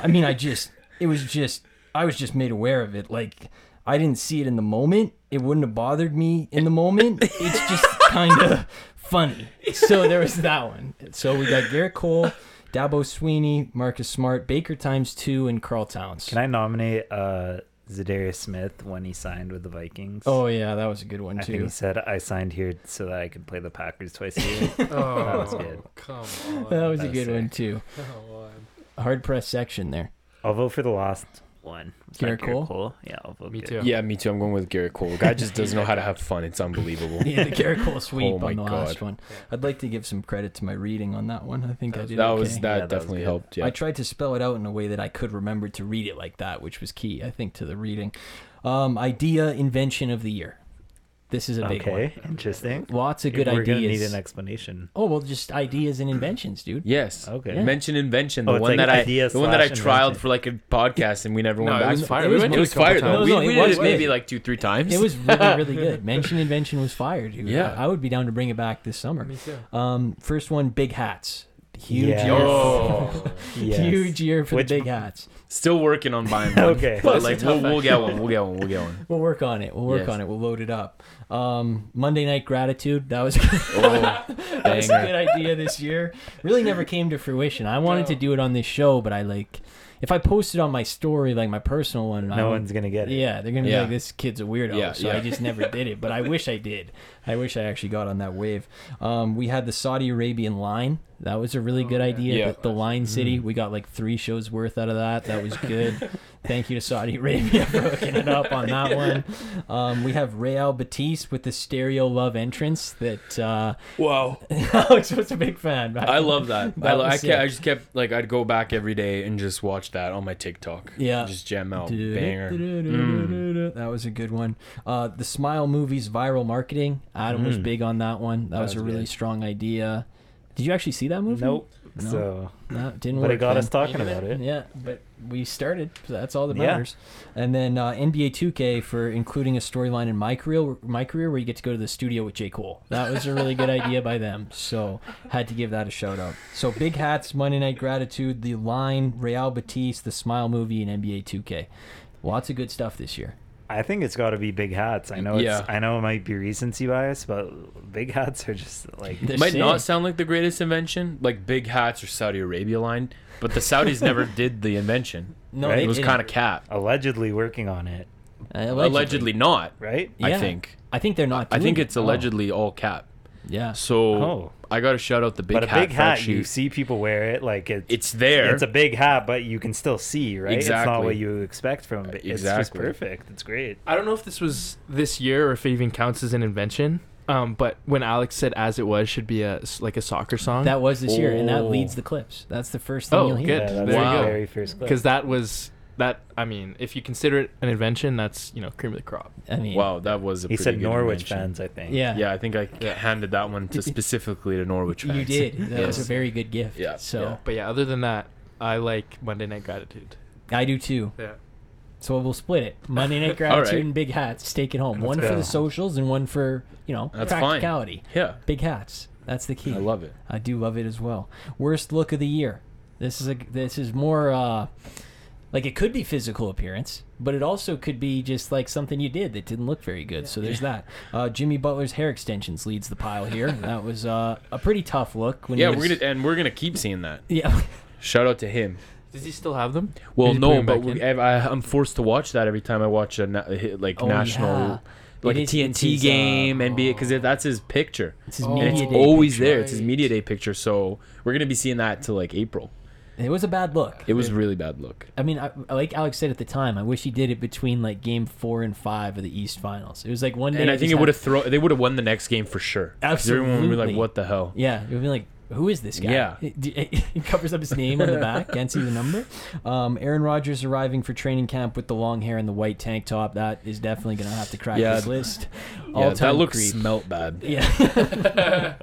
[SPEAKER 3] I mean, I just it was just I was just made aware of it. Like I didn't see it in the moment. It wouldn't have bothered me in the moment. It's just kind of funny. So there was that one. So we got Garrett Cole, Dabo Sweeney, Marcus Smart, Baker times two, and Carl Towns.
[SPEAKER 5] Can I nominate uh, Zadarius Smith when he signed with the Vikings?
[SPEAKER 3] Oh yeah, that was a good one
[SPEAKER 5] I
[SPEAKER 3] too.
[SPEAKER 5] think he said I signed here so that I could play the Packers twice a year.
[SPEAKER 4] Oh,
[SPEAKER 5] was good. e-
[SPEAKER 4] come
[SPEAKER 3] that
[SPEAKER 4] on.
[SPEAKER 3] was a
[SPEAKER 5] That's
[SPEAKER 3] good
[SPEAKER 5] sick.
[SPEAKER 3] one too.
[SPEAKER 4] Come on.
[SPEAKER 3] Hard press section there.
[SPEAKER 5] I'll vote for the last one. Was that
[SPEAKER 3] Garrett Cole?
[SPEAKER 5] Yeah, I'll vote
[SPEAKER 4] Me
[SPEAKER 5] Garrett
[SPEAKER 4] too.
[SPEAKER 6] yeah. me too. I'm going with Garrett Cole. Guy just doesn't know how to have fun. It's unbelievable.
[SPEAKER 3] Yeah, the Garrett Cole sweep
[SPEAKER 6] Oh, my
[SPEAKER 3] on the last
[SPEAKER 6] God.
[SPEAKER 3] one. I'd like to give some credit to my reading on that one. I think I did.
[SPEAKER 6] that
[SPEAKER 3] okay.
[SPEAKER 6] was that
[SPEAKER 5] Yeah, that was
[SPEAKER 6] definitely
[SPEAKER 5] good.
[SPEAKER 6] helped. Yeah.
[SPEAKER 3] I tried to spell it out in a way that I could remember to read it like that, which was key, I think, to the reading. Um, idea invention of the year. This is a big
[SPEAKER 5] okay, interesting.
[SPEAKER 3] one. Lots of good
[SPEAKER 5] We're gonna
[SPEAKER 3] ideas.
[SPEAKER 5] need an explanation.
[SPEAKER 3] oh well, just ideas and inventions, dude.
[SPEAKER 6] Yes.
[SPEAKER 5] Okay.
[SPEAKER 3] Oh, Yeah.
[SPEAKER 6] Mention invention.
[SPEAKER 5] Oh,
[SPEAKER 6] The one
[SPEAKER 5] it's like
[SPEAKER 6] that I,
[SPEAKER 5] idea
[SPEAKER 6] the one that I
[SPEAKER 5] slash
[SPEAKER 6] trialed
[SPEAKER 5] invention.
[SPEAKER 6] for like a podcast, and we never
[SPEAKER 4] No,
[SPEAKER 6] went
[SPEAKER 4] it
[SPEAKER 6] back.
[SPEAKER 4] was
[SPEAKER 6] to
[SPEAKER 4] fire.
[SPEAKER 6] it.
[SPEAKER 4] We went
[SPEAKER 6] It
[SPEAKER 4] to
[SPEAKER 6] was
[SPEAKER 4] a couple
[SPEAKER 6] fire though.
[SPEAKER 4] times.
[SPEAKER 6] we
[SPEAKER 3] No, no,
[SPEAKER 6] we
[SPEAKER 3] it
[SPEAKER 6] did
[SPEAKER 3] was
[SPEAKER 6] it maybe
[SPEAKER 3] good.
[SPEAKER 6] like two, three times.
[SPEAKER 3] It was really, really good. Mention invention was fire, dude.
[SPEAKER 6] Yeah.
[SPEAKER 3] I, I would be down to bring it back this summer.
[SPEAKER 4] Me too.
[SPEAKER 3] Um, first one, big hats. Huge
[SPEAKER 5] Yeah.
[SPEAKER 3] year.
[SPEAKER 6] Oh.
[SPEAKER 5] Yes.
[SPEAKER 3] Huge year for
[SPEAKER 5] Which-
[SPEAKER 3] the big hats.
[SPEAKER 6] Still working on buying one.
[SPEAKER 5] Okay.
[SPEAKER 6] But like we'll, we'll get one. We'll get one. We'll get one.
[SPEAKER 3] We'll work on it. We'll work
[SPEAKER 6] Yes.
[SPEAKER 3] on it. We'll load it up. Um, Monday night gratitude. That was
[SPEAKER 6] Oh,
[SPEAKER 3] that was a
[SPEAKER 6] banger.
[SPEAKER 3] good idea this year. Really never came to fruition. I wanted to do it on this show, but I like if I posted on my story, like my personal one, I
[SPEAKER 5] No
[SPEAKER 3] would-
[SPEAKER 5] one's gonna get it.
[SPEAKER 3] Yeah, they're gonna be
[SPEAKER 6] Yeah.
[SPEAKER 3] like, "This kid's a weirdo."
[SPEAKER 6] Yeah,
[SPEAKER 3] so I
[SPEAKER 6] yeah.
[SPEAKER 3] just never did it, but I wish I did. I wish I actually got on that wave. Um, we had the Saudi Arabian line. That was a really good idea.
[SPEAKER 6] Yeah.
[SPEAKER 3] The, the Line City. We got like three shows worth out of that. That was good. Thank you to Saudi Arabia for hooking it up on that one. Um, we have Real Batiste with the Stereo Love entrance. That uh,
[SPEAKER 6] Wow.
[SPEAKER 3] Alex was a big fan.
[SPEAKER 6] I love that. I,
[SPEAKER 3] That
[SPEAKER 6] lo-
[SPEAKER 3] was
[SPEAKER 6] I,
[SPEAKER 3] sick.
[SPEAKER 6] kept, I just kept like I'd go back every day and just watch that on my TikTok.
[SPEAKER 3] Yeah.
[SPEAKER 6] Just jam out Oh, banger. Mm.
[SPEAKER 3] That was a good one. Uh, the Smile movies viral marketing. Adam was big on that one. That, was,
[SPEAKER 6] was
[SPEAKER 3] a really
[SPEAKER 6] good.
[SPEAKER 3] strong idea. Did you actually see that movie?
[SPEAKER 5] Nope.
[SPEAKER 3] No.
[SPEAKER 5] So,
[SPEAKER 3] No, it didn't
[SPEAKER 5] but
[SPEAKER 3] work.
[SPEAKER 5] it got
[SPEAKER 3] then.
[SPEAKER 5] us talking about it.
[SPEAKER 3] Yeah, but we started. So that's all that
[SPEAKER 5] Yeah.
[SPEAKER 3] matters. And then uh, NBA 2K for including a storyline in my career, my career where you get to go to the studio with J. Cole. That was a really good idea by them. So had to give that a shout out. So big hats, Monday Night Gratitude, the line, Real Batiste, the Smile movie, and NBA 2K. Lots of good stuff this year.
[SPEAKER 5] I think it's got to be big hats. I know.
[SPEAKER 6] Yeah.
[SPEAKER 5] It's, I know it might be recency bias, but big hats are just like
[SPEAKER 3] They're
[SPEAKER 6] Might not
[SPEAKER 3] sick.
[SPEAKER 6] sound like the greatest invention, like big hats or Saudi Arabia line, but the Saudis never did the invention.
[SPEAKER 3] No,
[SPEAKER 5] Right?
[SPEAKER 3] they
[SPEAKER 6] It was
[SPEAKER 3] didn't.
[SPEAKER 6] kind of cap.
[SPEAKER 5] allegedly working on it,
[SPEAKER 3] allegedly.
[SPEAKER 6] Allegedly not.
[SPEAKER 5] right?
[SPEAKER 6] I
[SPEAKER 3] Yeah.
[SPEAKER 6] think.
[SPEAKER 3] I think they're not.
[SPEAKER 6] I
[SPEAKER 3] doing
[SPEAKER 6] think
[SPEAKER 3] it.
[SPEAKER 6] it's allegedly all cap.
[SPEAKER 3] Oh, yeah.
[SPEAKER 6] So
[SPEAKER 5] Oh.
[SPEAKER 6] I got to shout out the big
[SPEAKER 5] but a
[SPEAKER 6] hat.
[SPEAKER 5] big hat,
[SPEAKER 6] fact
[SPEAKER 5] you
[SPEAKER 6] sheet.
[SPEAKER 5] see people wear it. Like it's
[SPEAKER 6] It's there.
[SPEAKER 5] It's a big hat, but you can still see, right? It's not
[SPEAKER 6] Exactly.
[SPEAKER 5] what you expect from it. It's just
[SPEAKER 6] Exactly.
[SPEAKER 5] perfect. It's great.
[SPEAKER 4] I don't know if this was this year or if it even counts as an invention. Um, but when Alex said "as it was" should be a s- like a soccer song.
[SPEAKER 3] That was this year, and that
[SPEAKER 6] Oh.
[SPEAKER 3] leads the clips. That's the first thing
[SPEAKER 4] Oh,
[SPEAKER 3] you'll hear.
[SPEAKER 4] good.
[SPEAKER 5] Yeah, that's
[SPEAKER 4] There you
[SPEAKER 5] the
[SPEAKER 4] go.
[SPEAKER 5] very first clip.
[SPEAKER 4] because that was that. I mean, if you consider it an invention, that's you know cream of the crop.
[SPEAKER 3] I mean,
[SPEAKER 6] wow, that was a
[SPEAKER 5] he
[SPEAKER 6] pretty
[SPEAKER 5] said
[SPEAKER 6] good
[SPEAKER 5] Norwich
[SPEAKER 6] invention.
[SPEAKER 5] fans, I think.
[SPEAKER 3] Yeah,
[SPEAKER 6] Yeah, I think I handed that one to specifically to Norwich fans.
[SPEAKER 3] you did. That was a
[SPEAKER 6] Yes.
[SPEAKER 3] very good gift.
[SPEAKER 6] Yeah,
[SPEAKER 3] So
[SPEAKER 4] But yeah, other than that, I like Monday Night Gratitude.
[SPEAKER 3] I do too.
[SPEAKER 4] Yeah.
[SPEAKER 3] So we'll split it. Monday night gratitude
[SPEAKER 6] right.
[SPEAKER 3] and big hats. Take it home. one
[SPEAKER 5] go.
[SPEAKER 3] for the socials and one for you know
[SPEAKER 6] That's fine.
[SPEAKER 3] practicality.
[SPEAKER 6] Yeah,
[SPEAKER 3] Big hats. That's the key.
[SPEAKER 6] I love it.
[SPEAKER 3] I do love it as well. Worst look of the year. This is a this is more uh, like it could be physical appearance, but it also could be just like something you did that didn't look very good. So there's that. Uh, Jimmy Butler's hair extensions leads the pile here. That was uh, a pretty tough look. When he
[SPEAKER 6] Yeah,
[SPEAKER 3] was-
[SPEAKER 6] we're gonna and we're gonna keep seeing that.
[SPEAKER 3] yeah.
[SPEAKER 6] Shout out to him.
[SPEAKER 4] Does he still have them? Did
[SPEAKER 6] Well,
[SPEAKER 4] you put
[SPEAKER 6] no,
[SPEAKER 4] him
[SPEAKER 6] but
[SPEAKER 4] back
[SPEAKER 6] we,
[SPEAKER 4] in?
[SPEAKER 6] I, I'm forced to watch that every time I watch a na- a hit- like
[SPEAKER 3] Oh,
[SPEAKER 6] national,
[SPEAKER 3] yeah.
[SPEAKER 6] like
[SPEAKER 3] It
[SPEAKER 6] a
[SPEAKER 3] is- it's
[SPEAKER 6] TNT
[SPEAKER 3] his, uh,
[SPEAKER 6] game, NBA, because that's his picture.
[SPEAKER 3] It's his
[SPEAKER 4] Oh.
[SPEAKER 3] media
[SPEAKER 6] and it's
[SPEAKER 3] day
[SPEAKER 6] always
[SPEAKER 3] picture.
[SPEAKER 6] there. It's his
[SPEAKER 4] Right.
[SPEAKER 6] media day picture. So we're gonna be seeing that till like April.
[SPEAKER 3] It was a bad look.
[SPEAKER 6] It was a really bad look.
[SPEAKER 3] I mean, I, like Alex said at the time, I wish he did it between like game four and five of the East Finals. It was like one day.
[SPEAKER 6] And I think
[SPEAKER 3] just
[SPEAKER 6] it
[SPEAKER 3] had-
[SPEAKER 6] would have thrown. They would have won the next game for sure. 'Cause Everyone would be
[SPEAKER 3] Absolutely.
[SPEAKER 6] like, "What the hell?"
[SPEAKER 3] Yeah, it would be like, who is this guy?
[SPEAKER 6] Yeah.
[SPEAKER 3] He- he covers up his name on the back, can't see the number. Um, Aaron Rodgers arriving for training camp with the long hair and the white tank top. That is definitely going to have to crack
[SPEAKER 6] Yeah.
[SPEAKER 3] this list.
[SPEAKER 6] Yeah, that
[SPEAKER 3] All-time
[SPEAKER 6] looks
[SPEAKER 3] creep.
[SPEAKER 6] smelt bad.
[SPEAKER 3] Yeah.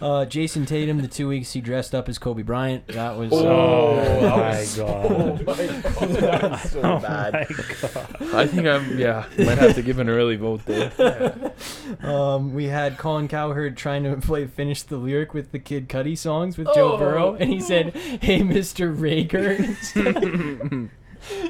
[SPEAKER 3] uh, Jason Tatum, the two weeks he dressed up as Kobe Bryant. That was. uh,
[SPEAKER 5] Oh my god.
[SPEAKER 3] Oh
[SPEAKER 6] so bad. I think I'm. Yeah, might have to give an early vote there.
[SPEAKER 3] Um, we had Colin Cowherd trying to play finish the lyric with the Kid Cudi songs with Joe Burrow, and he said, "Hey, Mr. Rager," instead of-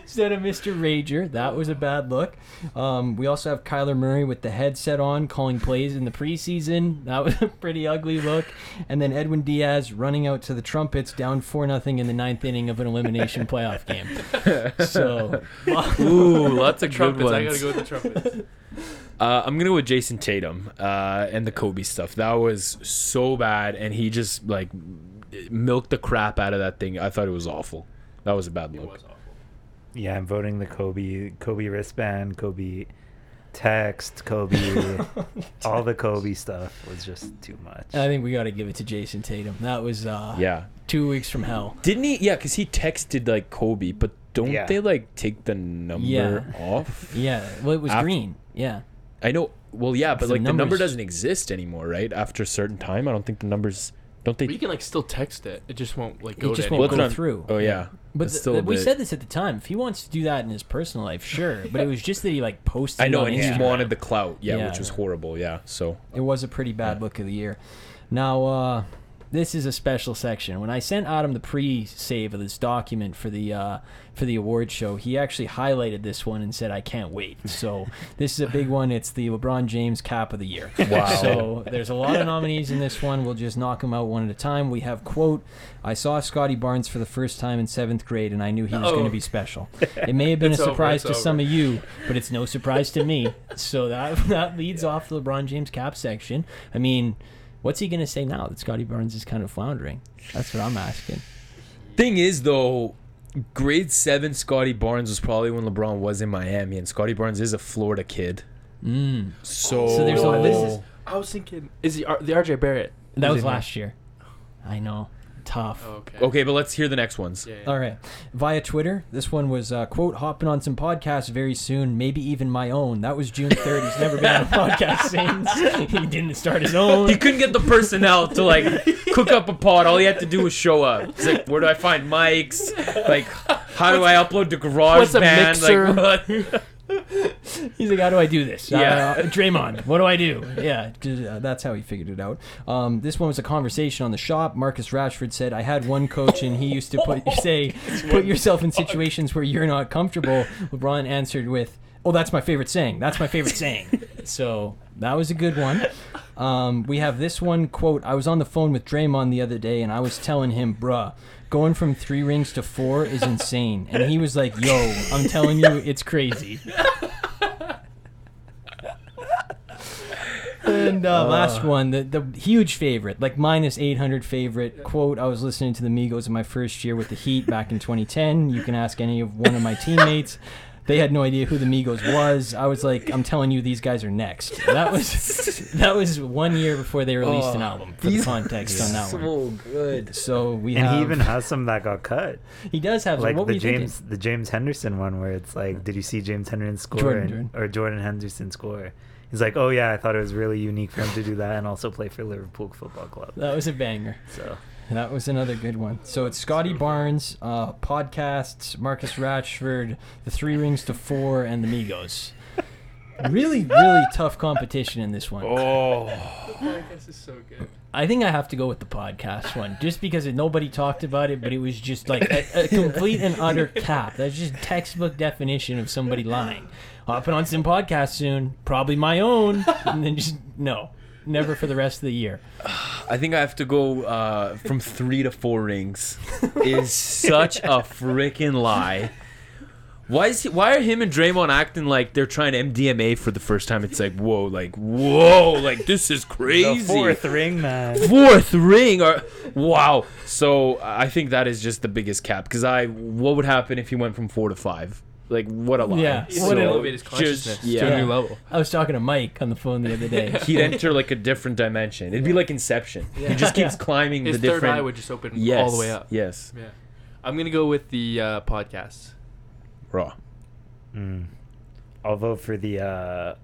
[SPEAKER 3] instead of Mr. Rager. That was a bad look. Um, we also have Kyler Murray with the headset on, calling plays in the preseason. That was a pretty ugly look. And then Edwin Diaz running out to the trumpets, down four nothing in the ninth inning of an elimination playoff game. So,
[SPEAKER 6] Ooh, lots of good ones.
[SPEAKER 4] with the trumpets.
[SPEAKER 6] Uh, I'm gonna go with Jason Tatum uh, and the Kobe stuff. That was so bad, and he just like milked the crap out of that thing. I thought it was awful. That was a bad look.
[SPEAKER 5] Yeah, I'm voting the Kobe Kobe wristband, Kobe text, Kobe all the Kobe stuff was just too much.
[SPEAKER 3] I think we got to give it to Jason Tatum. That was uh,
[SPEAKER 6] Yeah,
[SPEAKER 3] two weeks from hell.
[SPEAKER 6] didn't he? Yeah, because he texted like Kobe, but don't
[SPEAKER 5] Yeah.
[SPEAKER 6] they like take the number
[SPEAKER 3] Yeah.
[SPEAKER 6] off?
[SPEAKER 3] Yeah, well, it was
[SPEAKER 6] After-
[SPEAKER 3] green. Yeah,
[SPEAKER 6] I know. Well, yeah, but
[SPEAKER 3] The
[SPEAKER 6] like the number
[SPEAKER 3] numbers-
[SPEAKER 6] doesn't exist anymore, right? After a certain time, I don't think the numbers don't
[SPEAKER 4] You
[SPEAKER 6] they.
[SPEAKER 4] can like still text it. It just won't like go
[SPEAKER 3] it just
[SPEAKER 4] to
[SPEAKER 3] won't go
[SPEAKER 6] anyone. Well, it's not-
[SPEAKER 3] through.
[SPEAKER 6] Oh yeah,
[SPEAKER 3] but
[SPEAKER 6] It's
[SPEAKER 3] th-
[SPEAKER 6] still a
[SPEAKER 3] th- we
[SPEAKER 6] bit-
[SPEAKER 3] said this at the time. If he wants to do that in his personal life, sure. But it was just that he like posted.
[SPEAKER 6] I know,
[SPEAKER 3] it on
[SPEAKER 6] and he
[SPEAKER 3] Instagram.
[SPEAKER 6] wanted the clout, yeah,
[SPEAKER 3] Yeah.
[SPEAKER 6] which was horrible. Yeah, so
[SPEAKER 3] It was a pretty bad look of the year. Now, uh, this is a special section. When I sent Adam the pre-save of this document for the uh, for the award show, he actually highlighted this one and said, "I can't wait." So this is a big one. It's the LeBron James Cap of the Year.
[SPEAKER 6] Wow.
[SPEAKER 3] So there's a lot of nominees in this one. We'll just knock them out one at a time. We have quote: "I saw Scotty Barnes for the first time in seventh grade, and I knew he was going to
[SPEAKER 4] Oh.
[SPEAKER 3] be special. It may have been a
[SPEAKER 4] It's over,
[SPEAKER 3] surprise
[SPEAKER 4] it's
[SPEAKER 3] to some of you, but it's no surprise to me." So that that leads off the LeBron James Cap section. I mean. What's he going to say now that Scotty Barnes is kind of floundering? That's what I'm asking.
[SPEAKER 6] Thing is, though, grade seven Scotty Barnes was probably when LeBron was in Miami, and Scotty Barnes is a Florida kid.
[SPEAKER 3] Mm.
[SPEAKER 6] So,
[SPEAKER 3] So there's a- this is-
[SPEAKER 4] I was thinking, is the R- the RJ Barrett?
[SPEAKER 3] That
[SPEAKER 6] Who's
[SPEAKER 3] was
[SPEAKER 6] in there?
[SPEAKER 3] last year. I know. Tough.
[SPEAKER 4] Oh, Okay.
[SPEAKER 6] okay, but let's hear the next ones.
[SPEAKER 4] Yeah, yeah.
[SPEAKER 3] All right. Via Twitter, this one was, uh, quote, hopping on some podcasts very soon, maybe even my own. That was June 3rd. He's never been on a podcast since. He didn't start his
[SPEAKER 6] He
[SPEAKER 3] own.
[SPEAKER 6] couldn't get the personnel to like cook up a pod. All he had to do was show up. It's like, where do I find mics? Like, how do I upload to
[SPEAKER 4] what's a
[SPEAKER 6] GarageBand?
[SPEAKER 4] mixer?
[SPEAKER 6] Like, what?
[SPEAKER 3] He's like, how do I do this?
[SPEAKER 6] Yeah.
[SPEAKER 3] Uh, Draymond, what do I do? Yeah, just, uh, that's how he figured it out. Um, this one was a conversation on the shop. Marcus Rashford said, I had one coach and he used to put say, put yourself in situations where you're not comfortable. LeBron answered with, oh, that's my favorite saying. That's my favorite saying. So that was a good one. Um, we have this one quote. I was on the phone with Draymond the other day, and I was telling him, "Bruh, going from three rings to four is insane." And he was like, "Yo, I'm telling you, it's crazy." And uh, last one, the, the huge favorite, like minus 800 favorite quote. I was listening to the Migos in my first year with the Heat back in 2010. You can ask any of one of my teammates. They had no idea who the Migos was. I was like, I'm telling you, these guys are next. That was that was one year before they released an album. For the context on that one.
[SPEAKER 6] So good.
[SPEAKER 3] So we
[SPEAKER 5] And
[SPEAKER 3] have,
[SPEAKER 5] he even has some that got cut,
[SPEAKER 3] he does have
[SPEAKER 5] like
[SPEAKER 3] um, what were
[SPEAKER 5] the
[SPEAKER 3] you thinking?
[SPEAKER 5] James the James Henderson one, where it's like, did you see James Henderson score
[SPEAKER 3] Jordan,
[SPEAKER 5] and-
[SPEAKER 3] Jordan.
[SPEAKER 5] or Jordan Henderson score? He's like, oh yeah, I thought it was really unique for him to do that and also play for Liverpool Football Club.
[SPEAKER 3] That was a banger.
[SPEAKER 5] So
[SPEAKER 3] That was another good one. So it's Scotty Barnes, uh, podcasts, Marcus Ratchford, the Three Rings to Four, and the Migos. Really, really tough competition in this one.
[SPEAKER 6] Oh,
[SPEAKER 4] This is so good.
[SPEAKER 3] I think I have to go with the podcast one, just because it, nobody talked about it, but it was just like a, a complete and utter cap. That's just textbook definition of somebody lying. Hopping on some podcast soon, probably my own, and then just no, never for the rest of the year.
[SPEAKER 6] I think I have to go uh, from three to four rings. Is such a freaking lie. Why is he, why are him and Draymond acting like they're trying to MDMA for the first time? It's like whoa, like whoa, like this is
[SPEAKER 5] the
[SPEAKER 6] crazy.
[SPEAKER 5] fourth ring, man.
[SPEAKER 6] fourth ring or wow so i think that is just the biggest cap because i what would happen if he went from four to five like what a lie
[SPEAKER 3] Yeah.
[SPEAKER 4] He's
[SPEAKER 3] What
[SPEAKER 4] so,
[SPEAKER 3] an-
[SPEAKER 4] elevate his consciousness
[SPEAKER 6] just- yeah.
[SPEAKER 4] to a new level.
[SPEAKER 3] I was talking to Mike on the phone the other day.
[SPEAKER 6] he'd enter like a different dimension it'd be like inception he just keeps climbing
[SPEAKER 4] His
[SPEAKER 6] the
[SPEAKER 4] third
[SPEAKER 6] different
[SPEAKER 4] eye would just open
[SPEAKER 6] yes
[SPEAKER 4] all the way up.
[SPEAKER 6] yes
[SPEAKER 4] Yeah. I'm gonna go with the uh, podcasts.
[SPEAKER 6] raw
[SPEAKER 5] Mm. I'll vote for the. Uh,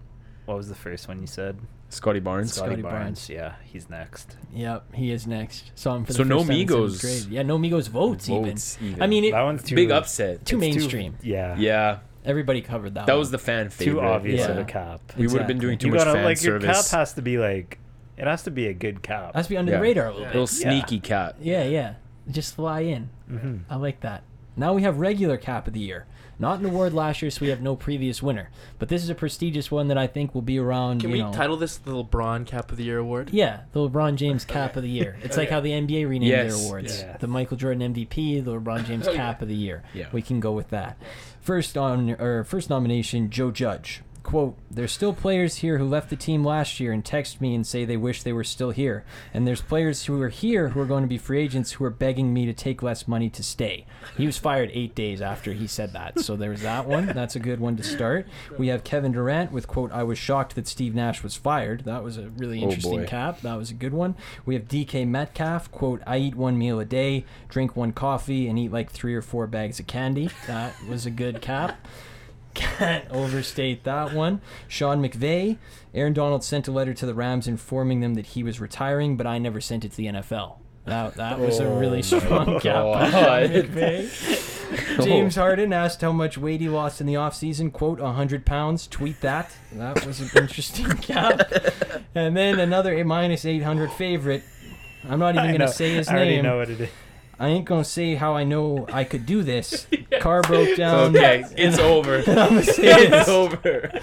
[SPEAKER 5] what was the first one you said?
[SPEAKER 6] scotty barnes
[SPEAKER 3] Scotty Barnes.
[SPEAKER 5] Yeah, he's next.
[SPEAKER 3] Yep, he is next. Saw him for
[SPEAKER 6] So
[SPEAKER 3] the
[SPEAKER 6] no
[SPEAKER 3] first time in seventh
[SPEAKER 6] Migos.
[SPEAKER 3] grade. Yeah, no Migos votes,
[SPEAKER 6] Votes
[SPEAKER 3] even.
[SPEAKER 6] even.
[SPEAKER 3] I mean, it,
[SPEAKER 5] That one's too
[SPEAKER 6] big upset
[SPEAKER 3] too Oh.
[SPEAKER 5] it's too-
[SPEAKER 3] mainstream.
[SPEAKER 5] Yeah,
[SPEAKER 6] yeah
[SPEAKER 3] Everybody covered that.
[SPEAKER 6] that
[SPEAKER 3] one.
[SPEAKER 6] was the fan favorite
[SPEAKER 5] Too obvious of
[SPEAKER 3] Yeah.
[SPEAKER 5] a cap.
[SPEAKER 6] we would have been
[SPEAKER 3] Exactly.
[SPEAKER 6] doing too
[SPEAKER 5] you
[SPEAKER 6] much
[SPEAKER 5] gotta
[SPEAKER 6] fan
[SPEAKER 5] like your
[SPEAKER 6] service
[SPEAKER 5] cap has to be like, it has to be a good cap.
[SPEAKER 3] Has to be under
[SPEAKER 6] Yeah.
[SPEAKER 3] the radar a little
[SPEAKER 6] little
[SPEAKER 3] bit.
[SPEAKER 6] sneaky cat
[SPEAKER 3] Yeah, yeah. Just fly in.
[SPEAKER 5] Mhm.
[SPEAKER 3] I like that. Now we have regular cap of the year. Not an award last year, so we have no previous winner. But this is a prestigious one that I think will be around.
[SPEAKER 4] Can
[SPEAKER 3] you
[SPEAKER 4] we
[SPEAKER 3] know-
[SPEAKER 4] title this the LeBron Cap of the Year Award?
[SPEAKER 3] Yeah, the LeBron James Cap of the Year. It's like how the NBA renamed
[SPEAKER 6] Yes.
[SPEAKER 3] their awards.
[SPEAKER 5] Yeah.
[SPEAKER 3] The Michael Jordan MVP, the LeBron James Cap of the Year.
[SPEAKER 6] Yeah.
[SPEAKER 3] We can go with that. First on or first nomination, Joe Judge. Quote, there's still players here who left the team last year and text me and say they wish they were still here. And there's players who are here who are going to be free agents who are begging me to take less money to stay. He was fired eight days after he said that. So there's that one. That's a good one to start. We have Kevin Durant with quote, I was shocked that Steve Nash was fired. That was a really
[SPEAKER 6] Oh,
[SPEAKER 3] interesting
[SPEAKER 6] boy.
[SPEAKER 3] cap. That was a good one. We have DK Metcalf, quote, I eat one meal a day, drink one coffee, and eat like three or four bags of candy. That was a good cap. Can't overstate that one. Sean McVay, Aaron Donald sent a letter to the Rams informing them that he was retiring, but I never sent it to the NFL. That, that was a really
[SPEAKER 6] Oh,
[SPEAKER 3] strong cap. by Sean
[SPEAKER 6] God.
[SPEAKER 3] McVay.
[SPEAKER 6] Oh.
[SPEAKER 3] James Harden asked how much weight he lost in the offseason. Quote, 100 pounds. Tweet that. That was an interesting cap. And then another a minus 800 favorite. I'm not even
[SPEAKER 5] I
[SPEAKER 3] going
[SPEAKER 5] know.
[SPEAKER 3] to say his
[SPEAKER 5] I already
[SPEAKER 3] name.
[SPEAKER 5] know what it is.
[SPEAKER 3] I ain't going to say how I know I could do this. Car broke down.
[SPEAKER 6] okay it's over
[SPEAKER 3] I'm gonna say
[SPEAKER 6] it's
[SPEAKER 3] this.
[SPEAKER 6] over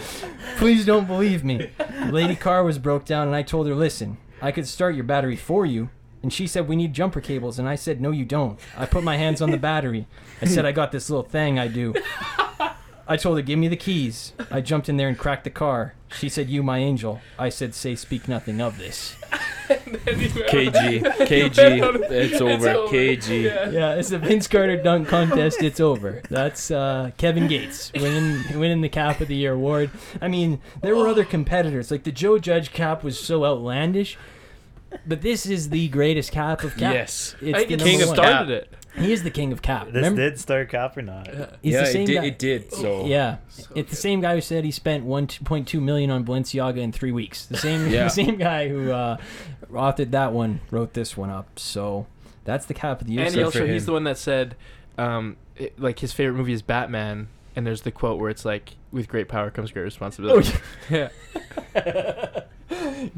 [SPEAKER 3] Please don't believe me. Lady Car was broke down, and I told her, listen, I could start your battery for you. And she said, we need jumper cables. And I said, no, you don't. I put my hands on the battery. I said, I got this little thing I do. I told her, give me the keys. I jumped in there and cracked the car. She said, you, my angel. I said, say, speak nothing of this.
[SPEAKER 6] KG, KG, it's over. KG.
[SPEAKER 3] Yeah, it's a Vince Carter dunk contest. It's over. That's uh, Kevin Gates winning winning the Cap of the Year award. I mean, there were other competitors. Like the Joe Judge Cap was so outlandish, but this is the greatest cap of caps.
[SPEAKER 6] Yes.
[SPEAKER 3] it's
[SPEAKER 4] I think
[SPEAKER 3] the
[SPEAKER 4] it's
[SPEAKER 3] king
[SPEAKER 4] king
[SPEAKER 3] of one.
[SPEAKER 6] of cap.
[SPEAKER 4] started it.
[SPEAKER 3] He is the king of cap.
[SPEAKER 5] This
[SPEAKER 3] Remember,
[SPEAKER 5] did start cap or not?
[SPEAKER 3] he's
[SPEAKER 6] yeah,
[SPEAKER 3] the same
[SPEAKER 6] it did.
[SPEAKER 3] guy.
[SPEAKER 6] It did. So
[SPEAKER 3] Yeah, it's the same guy who said he spent one point two million on Balenciaga in three weeks. The same,
[SPEAKER 6] Yeah.
[SPEAKER 3] the same guy who uh, authored that one wrote this one up. So that's the cap of the year.
[SPEAKER 4] And
[SPEAKER 3] So-
[SPEAKER 4] he
[SPEAKER 6] for
[SPEAKER 4] also he's
[SPEAKER 6] him.
[SPEAKER 4] the one that said, um, it- like his favorite movie is Batman, and there's the quote where it's like, "With great power comes great responsibility."
[SPEAKER 3] Oh,
[SPEAKER 4] yeah.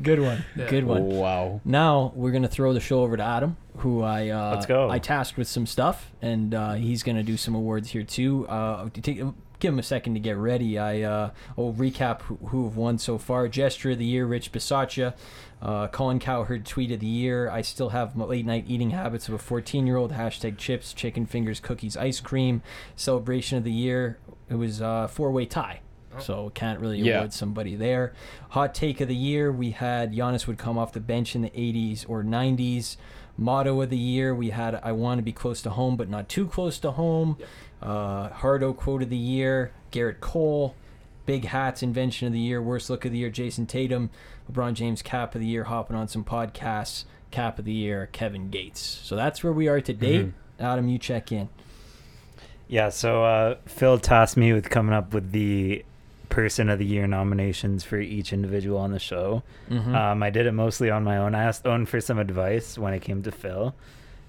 [SPEAKER 3] good one.
[SPEAKER 4] Yeah.
[SPEAKER 3] Good one.
[SPEAKER 6] wow.
[SPEAKER 3] Now we're gonna throw the show over to Adam, who I uh,
[SPEAKER 5] Let's go.
[SPEAKER 3] I tasked with some stuff, and uh, he's gonna do some awards here too. Uh, to take- give them a second to get ready. I uh, will recap who, who have won so far. Gesture of the year, Rich Bisaccia. Uh, Colin Cowherd tweet of the year. I still have my late night eating habits of a 14 year old. Hashtag chips, chicken fingers, cookies, ice cream. Celebration of the year. It was a four way tie. So can't really
[SPEAKER 6] Yeah.
[SPEAKER 3] award somebody there. Hot take of the year, we had Giannis would come off the bench in the 80s or 90s. Motto of the year, we had I want to be close to home but not too close to home. Uh, Hardo quote of the year, Garrett Cole. Big hats invention of the year, worst look of the year, Jason Tatum. LeBron James cap of the year, hopping on some podcasts. Cap of the year, Kevin Gates. So that's where we are to date. Adam, you check in.
[SPEAKER 5] Yeah, so uh, Phil tasked me with coming up with the person of the year nominations for each individual on the show.
[SPEAKER 4] Mm-hmm.
[SPEAKER 5] Um, I did it mostly on my own. I asked Owen for some advice when it came to Phil,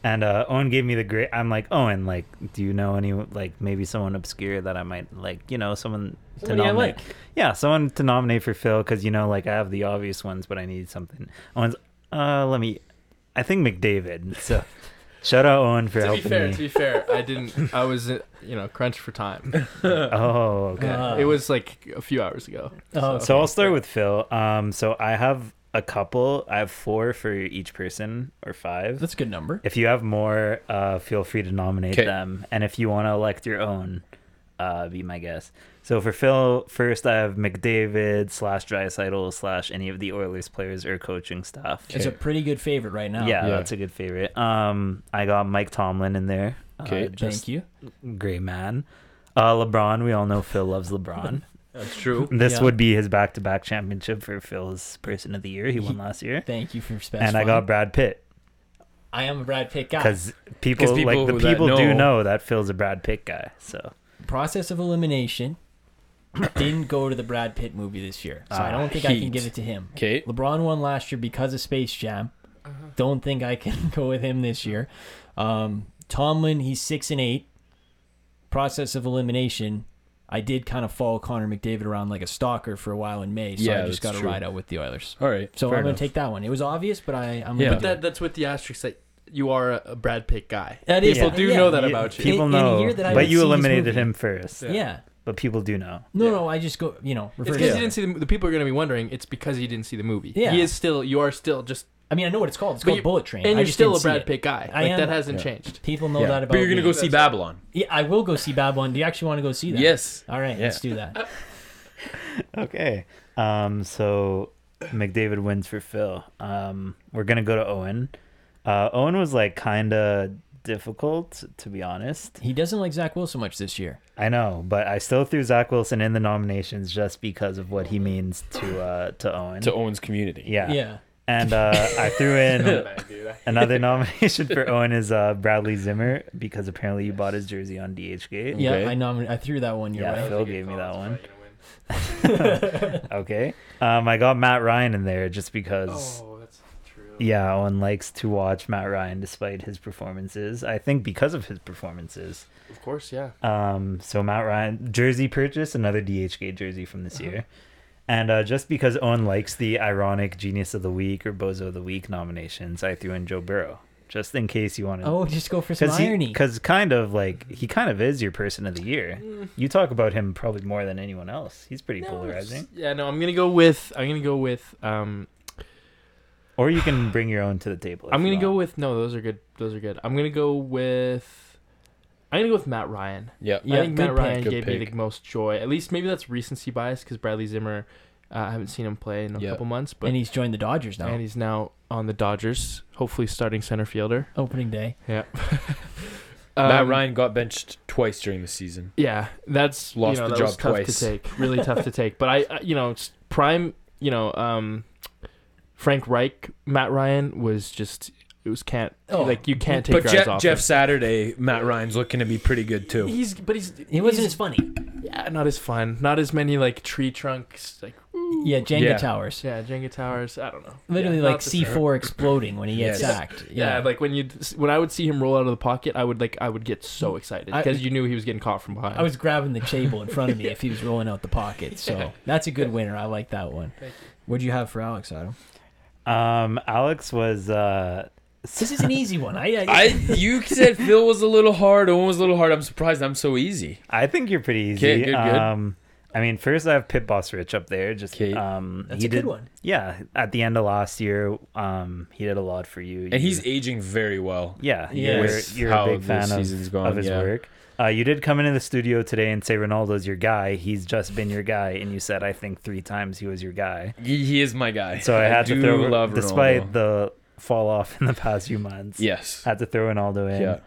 [SPEAKER 5] and uh, Owen gave me the great. I'm like, Owen, like, do you know any like maybe someone obscure that I might like? You know, someone to
[SPEAKER 3] Somebody I
[SPEAKER 5] nominate.
[SPEAKER 3] like.
[SPEAKER 5] Yeah, someone to nominate for Phil because you know, like, I have the obvious ones, but I need something. Owen's, uh, let me. I think McDavid. So, shout out Owen for
[SPEAKER 4] To be
[SPEAKER 5] helping
[SPEAKER 4] fair,
[SPEAKER 5] me.
[SPEAKER 4] to be fair, I didn't. I was, uh, you know, crunch for time.
[SPEAKER 5] oh, okay.
[SPEAKER 3] Ah.
[SPEAKER 4] it was like a few hours ago.
[SPEAKER 3] Oh,
[SPEAKER 5] So I'll start with Phil. Um, so I have a couple. I have four for each person or five.
[SPEAKER 3] That's a good number.
[SPEAKER 5] If you have more, uh, feel free to nominate
[SPEAKER 6] 'Kay.
[SPEAKER 5] them. And if you want to elect your own, uh, be my guest. So for Phil, first I have McDavid slash Drysital slash any of the Oilers players or coaching staff.
[SPEAKER 3] It's a pretty good favorite right now.
[SPEAKER 5] Yeah,
[SPEAKER 6] Yeah.
[SPEAKER 5] that's a good favorite. Um, I got Mike Tomlin in there. Uh,
[SPEAKER 6] Okay.
[SPEAKER 5] just
[SPEAKER 3] Thank you.
[SPEAKER 5] Gray man. Uh, LeBron. We all know Phil loves LeBron.
[SPEAKER 6] That's true.
[SPEAKER 5] This
[SPEAKER 3] Yeah.
[SPEAKER 5] would be his back-to-back championship for Phil's Person of the Year. He won last year,
[SPEAKER 3] Thank you for specifying.
[SPEAKER 5] and I got Brad Pitt
[SPEAKER 3] I am a Brad Pitt guy.
[SPEAKER 5] because people,
[SPEAKER 6] 'Cause people
[SPEAKER 5] like the
[SPEAKER 6] who that
[SPEAKER 5] people do
[SPEAKER 6] know-
[SPEAKER 5] know that Phil's a Brad Pitt guy. So
[SPEAKER 3] Process of elimination didn't go to the Brad Pitt movie this year, so I
[SPEAKER 5] Ah,
[SPEAKER 3] don't think I can
[SPEAKER 6] heat.
[SPEAKER 3] give it to him.
[SPEAKER 6] Okay.
[SPEAKER 3] LeBron won last year because of Space Jam.
[SPEAKER 4] Uh-huh.
[SPEAKER 3] Don't think I can go with him this year. Um, Tomlin, he's six and eight. Process of elimination. I did kind of follow Connor McDavid around like a stalker for a while in May, so
[SPEAKER 6] Yeah,
[SPEAKER 3] I just got
[SPEAKER 6] that's
[SPEAKER 3] to
[SPEAKER 6] true.
[SPEAKER 3] ride out with the Oilers.
[SPEAKER 6] All right.
[SPEAKER 3] So
[SPEAKER 6] fair
[SPEAKER 3] I'm going
[SPEAKER 6] enough.
[SPEAKER 3] to take that one. It was obvious, but I, I'm
[SPEAKER 6] Yeah.
[SPEAKER 3] going
[SPEAKER 4] But that, that's with the asterisk that you are a, a Brad Pitt guy.
[SPEAKER 3] That is-
[SPEAKER 4] people do
[SPEAKER 3] yeah.
[SPEAKER 4] know that
[SPEAKER 5] You-
[SPEAKER 4] about you.
[SPEAKER 5] people
[SPEAKER 3] In- in a
[SPEAKER 5] know,
[SPEAKER 3] year that I
[SPEAKER 5] but
[SPEAKER 3] haven't
[SPEAKER 5] you
[SPEAKER 3] seen his
[SPEAKER 5] eliminated
[SPEAKER 3] movie.
[SPEAKER 5] him first.
[SPEAKER 3] yeah.
[SPEAKER 5] But people do know.
[SPEAKER 3] No,
[SPEAKER 4] Yeah.
[SPEAKER 3] no, I just go, you know,
[SPEAKER 4] It's
[SPEAKER 3] reverse.
[SPEAKER 4] because
[SPEAKER 3] it.
[SPEAKER 4] you didn't see the, the people are going to be wondering. It's because you didn't see the movie.
[SPEAKER 3] Yeah.
[SPEAKER 4] He is still. You are still just.
[SPEAKER 3] I mean, I know what it's called. It's
[SPEAKER 4] But
[SPEAKER 3] called
[SPEAKER 4] you-
[SPEAKER 3] Bullet Train.
[SPEAKER 4] And
[SPEAKER 3] I
[SPEAKER 4] you're
[SPEAKER 3] just
[SPEAKER 4] still
[SPEAKER 3] didn't
[SPEAKER 4] a
[SPEAKER 3] see
[SPEAKER 4] Brad
[SPEAKER 3] it.
[SPEAKER 4] Pitt guy.
[SPEAKER 3] I
[SPEAKER 4] like
[SPEAKER 3] am-
[SPEAKER 4] that hasn't changed.
[SPEAKER 3] People know
[SPEAKER 6] Yeah.
[SPEAKER 3] that about.
[SPEAKER 6] But you're gonna
[SPEAKER 3] me.
[SPEAKER 6] go see Babylon.
[SPEAKER 3] Yeah, I will go see Babylon. Do you actually want to go see that?
[SPEAKER 6] Yes.
[SPEAKER 3] All right,
[SPEAKER 6] Yeah.
[SPEAKER 3] let's do that.
[SPEAKER 5] Okay. Um, so McDavid wins for Phil. Um, we're gonna go to Owen. Uh, Owen was like kind of difficult to be honest.
[SPEAKER 3] He doesn't like Zach Wilson much this year.
[SPEAKER 5] I know, but I still threw Zach Wilson in the nominations just because of what he means to uh, to Owen.
[SPEAKER 6] To Owen's community.
[SPEAKER 5] yeah.
[SPEAKER 3] Yeah.
[SPEAKER 5] And uh, I threw in another nomination for Owen is uh, Bradley Zimmer because apparently you bought his jersey on DHgate.
[SPEAKER 3] Yeah,
[SPEAKER 6] Okay.
[SPEAKER 3] I nominated. I threw that one. You're
[SPEAKER 5] Yeah.
[SPEAKER 3] right.
[SPEAKER 5] Phil gave me that one. Okay. Um, I got Matt Ryan in there just because.
[SPEAKER 4] Oh, that's true.
[SPEAKER 5] Yeah, Owen likes to watch Matt Ryan despite his performances. I think because of his performances.
[SPEAKER 4] Of course, yeah.
[SPEAKER 5] Um, so Matt Ryan jersey purchase, another DHK jersey from this
[SPEAKER 3] Uh-huh.
[SPEAKER 5] year, and uh, just because Owen likes the ironic Genius of the Week or Bozo of the Week nominations, I threw in Joe Burrow just in case you wanted.
[SPEAKER 3] Oh, just go for some irony.
[SPEAKER 5] because kind of like he kind of is your person of the year. You talk about him probably more than anyone else. He's pretty polarizing.
[SPEAKER 4] Yeah, Mm. no, I'm gonna go with I'm gonna go with um
[SPEAKER 5] Or you can bring your own to the table. if
[SPEAKER 4] I'm
[SPEAKER 5] you
[SPEAKER 4] gonna go
[SPEAKER 5] want.
[SPEAKER 4] with no, those are good. Those are good. I'm gonna go with I'm gonna go with Matt Ryan.
[SPEAKER 6] Yeah.
[SPEAKER 3] Yeah,
[SPEAKER 4] I think
[SPEAKER 3] good
[SPEAKER 4] Matt Ryan
[SPEAKER 3] pick.
[SPEAKER 6] Good
[SPEAKER 4] gave me
[SPEAKER 6] pick.
[SPEAKER 4] the most joy. At least maybe that's recency bias because Bradley Zimmer, uh, I haven't seen him play in a
[SPEAKER 6] Yeah.
[SPEAKER 4] couple months, but
[SPEAKER 3] and he's joined the Dodgers now.
[SPEAKER 4] and he's now on the Dodgers, hopefully starting center fielder.
[SPEAKER 3] Opening day.
[SPEAKER 4] Yeah.
[SPEAKER 6] Matt
[SPEAKER 4] Um,
[SPEAKER 6] Ryan got benched twice during the season.
[SPEAKER 4] Yeah, that's
[SPEAKER 6] Lost
[SPEAKER 4] you know,
[SPEAKER 6] the
[SPEAKER 4] that
[SPEAKER 6] job
[SPEAKER 4] was tough
[SPEAKER 6] twice.
[SPEAKER 4] to take. Really tough to take. But I, I- you know, it's prime, you know, um, Frank Reich, Matt Ryan was just it was can't
[SPEAKER 3] Oh.
[SPEAKER 4] like you can't take
[SPEAKER 6] But
[SPEAKER 4] your eyes
[SPEAKER 6] Jeff,
[SPEAKER 4] off
[SPEAKER 6] Jeff
[SPEAKER 4] him.
[SPEAKER 6] Saturday, Matt Ryan's looking to be pretty good too.
[SPEAKER 4] He's but he's
[SPEAKER 3] He wasn't
[SPEAKER 4] he's-
[SPEAKER 3] as funny.
[SPEAKER 4] yeah not as fun, not as many like tree trunks like
[SPEAKER 3] Yeah, Jenga
[SPEAKER 6] Yeah.
[SPEAKER 3] towers.
[SPEAKER 4] yeah Jenga towers. I don't know.
[SPEAKER 3] Literally
[SPEAKER 4] Yeah,
[SPEAKER 3] like
[SPEAKER 4] not the
[SPEAKER 3] C
[SPEAKER 4] same.
[SPEAKER 3] four exploding when he gets
[SPEAKER 6] Yes.
[SPEAKER 3] sacked.
[SPEAKER 4] Yeah.
[SPEAKER 3] Yeah.
[SPEAKER 4] like when you when I would see him roll out of the pocket, I would like I would get so excited
[SPEAKER 3] Mm. I-
[SPEAKER 4] because you knew he was getting caught from behind.
[SPEAKER 3] I was grabbing the table in front of me if he was rolling out the pocket. So that's a good winner. I like that one. What'd you have for Alex, Adam?
[SPEAKER 5] Um, Alex was uh,
[SPEAKER 3] This is an easy one. I, I,
[SPEAKER 6] I you said Phil was a little hard. Owen was a little hard. I'm surprised I'm so easy.
[SPEAKER 5] I think you're pretty easy.
[SPEAKER 6] Okay, good, good.
[SPEAKER 5] Um, I mean, first I have Pit Boss Rich up there. Just
[SPEAKER 6] Okay.
[SPEAKER 5] um,
[SPEAKER 3] That's a good one.
[SPEAKER 5] Yeah, at the end of last year, um, he did a lot for you.
[SPEAKER 6] And he's
[SPEAKER 5] You-
[SPEAKER 6] aging very well.
[SPEAKER 5] yeah,
[SPEAKER 3] Yeah.
[SPEAKER 5] you're,
[SPEAKER 6] With
[SPEAKER 5] you're
[SPEAKER 6] how
[SPEAKER 5] a big
[SPEAKER 6] the
[SPEAKER 5] fan
[SPEAKER 6] season's
[SPEAKER 5] of,
[SPEAKER 6] gone,
[SPEAKER 5] of his
[SPEAKER 6] yeah.
[SPEAKER 5] work. Uh, you did come into the studio today and say Ronaldo's your guy. He's just been your guy, and you said I think three times he was your guy.
[SPEAKER 6] He, he is my guy.
[SPEAKER 5] So I had to
[SPEAKER 6] do
[SPEAKER 5] throw,
[SPEAKER 6] love
[SPEAKER 5] despite
[SPEAKER 6] Ronaldo.
[SPEAKER 5] the fall off in the past few months.
[SPEAKER 6] yes.
[SPEAKER 5] I had to throw Ronaldo in.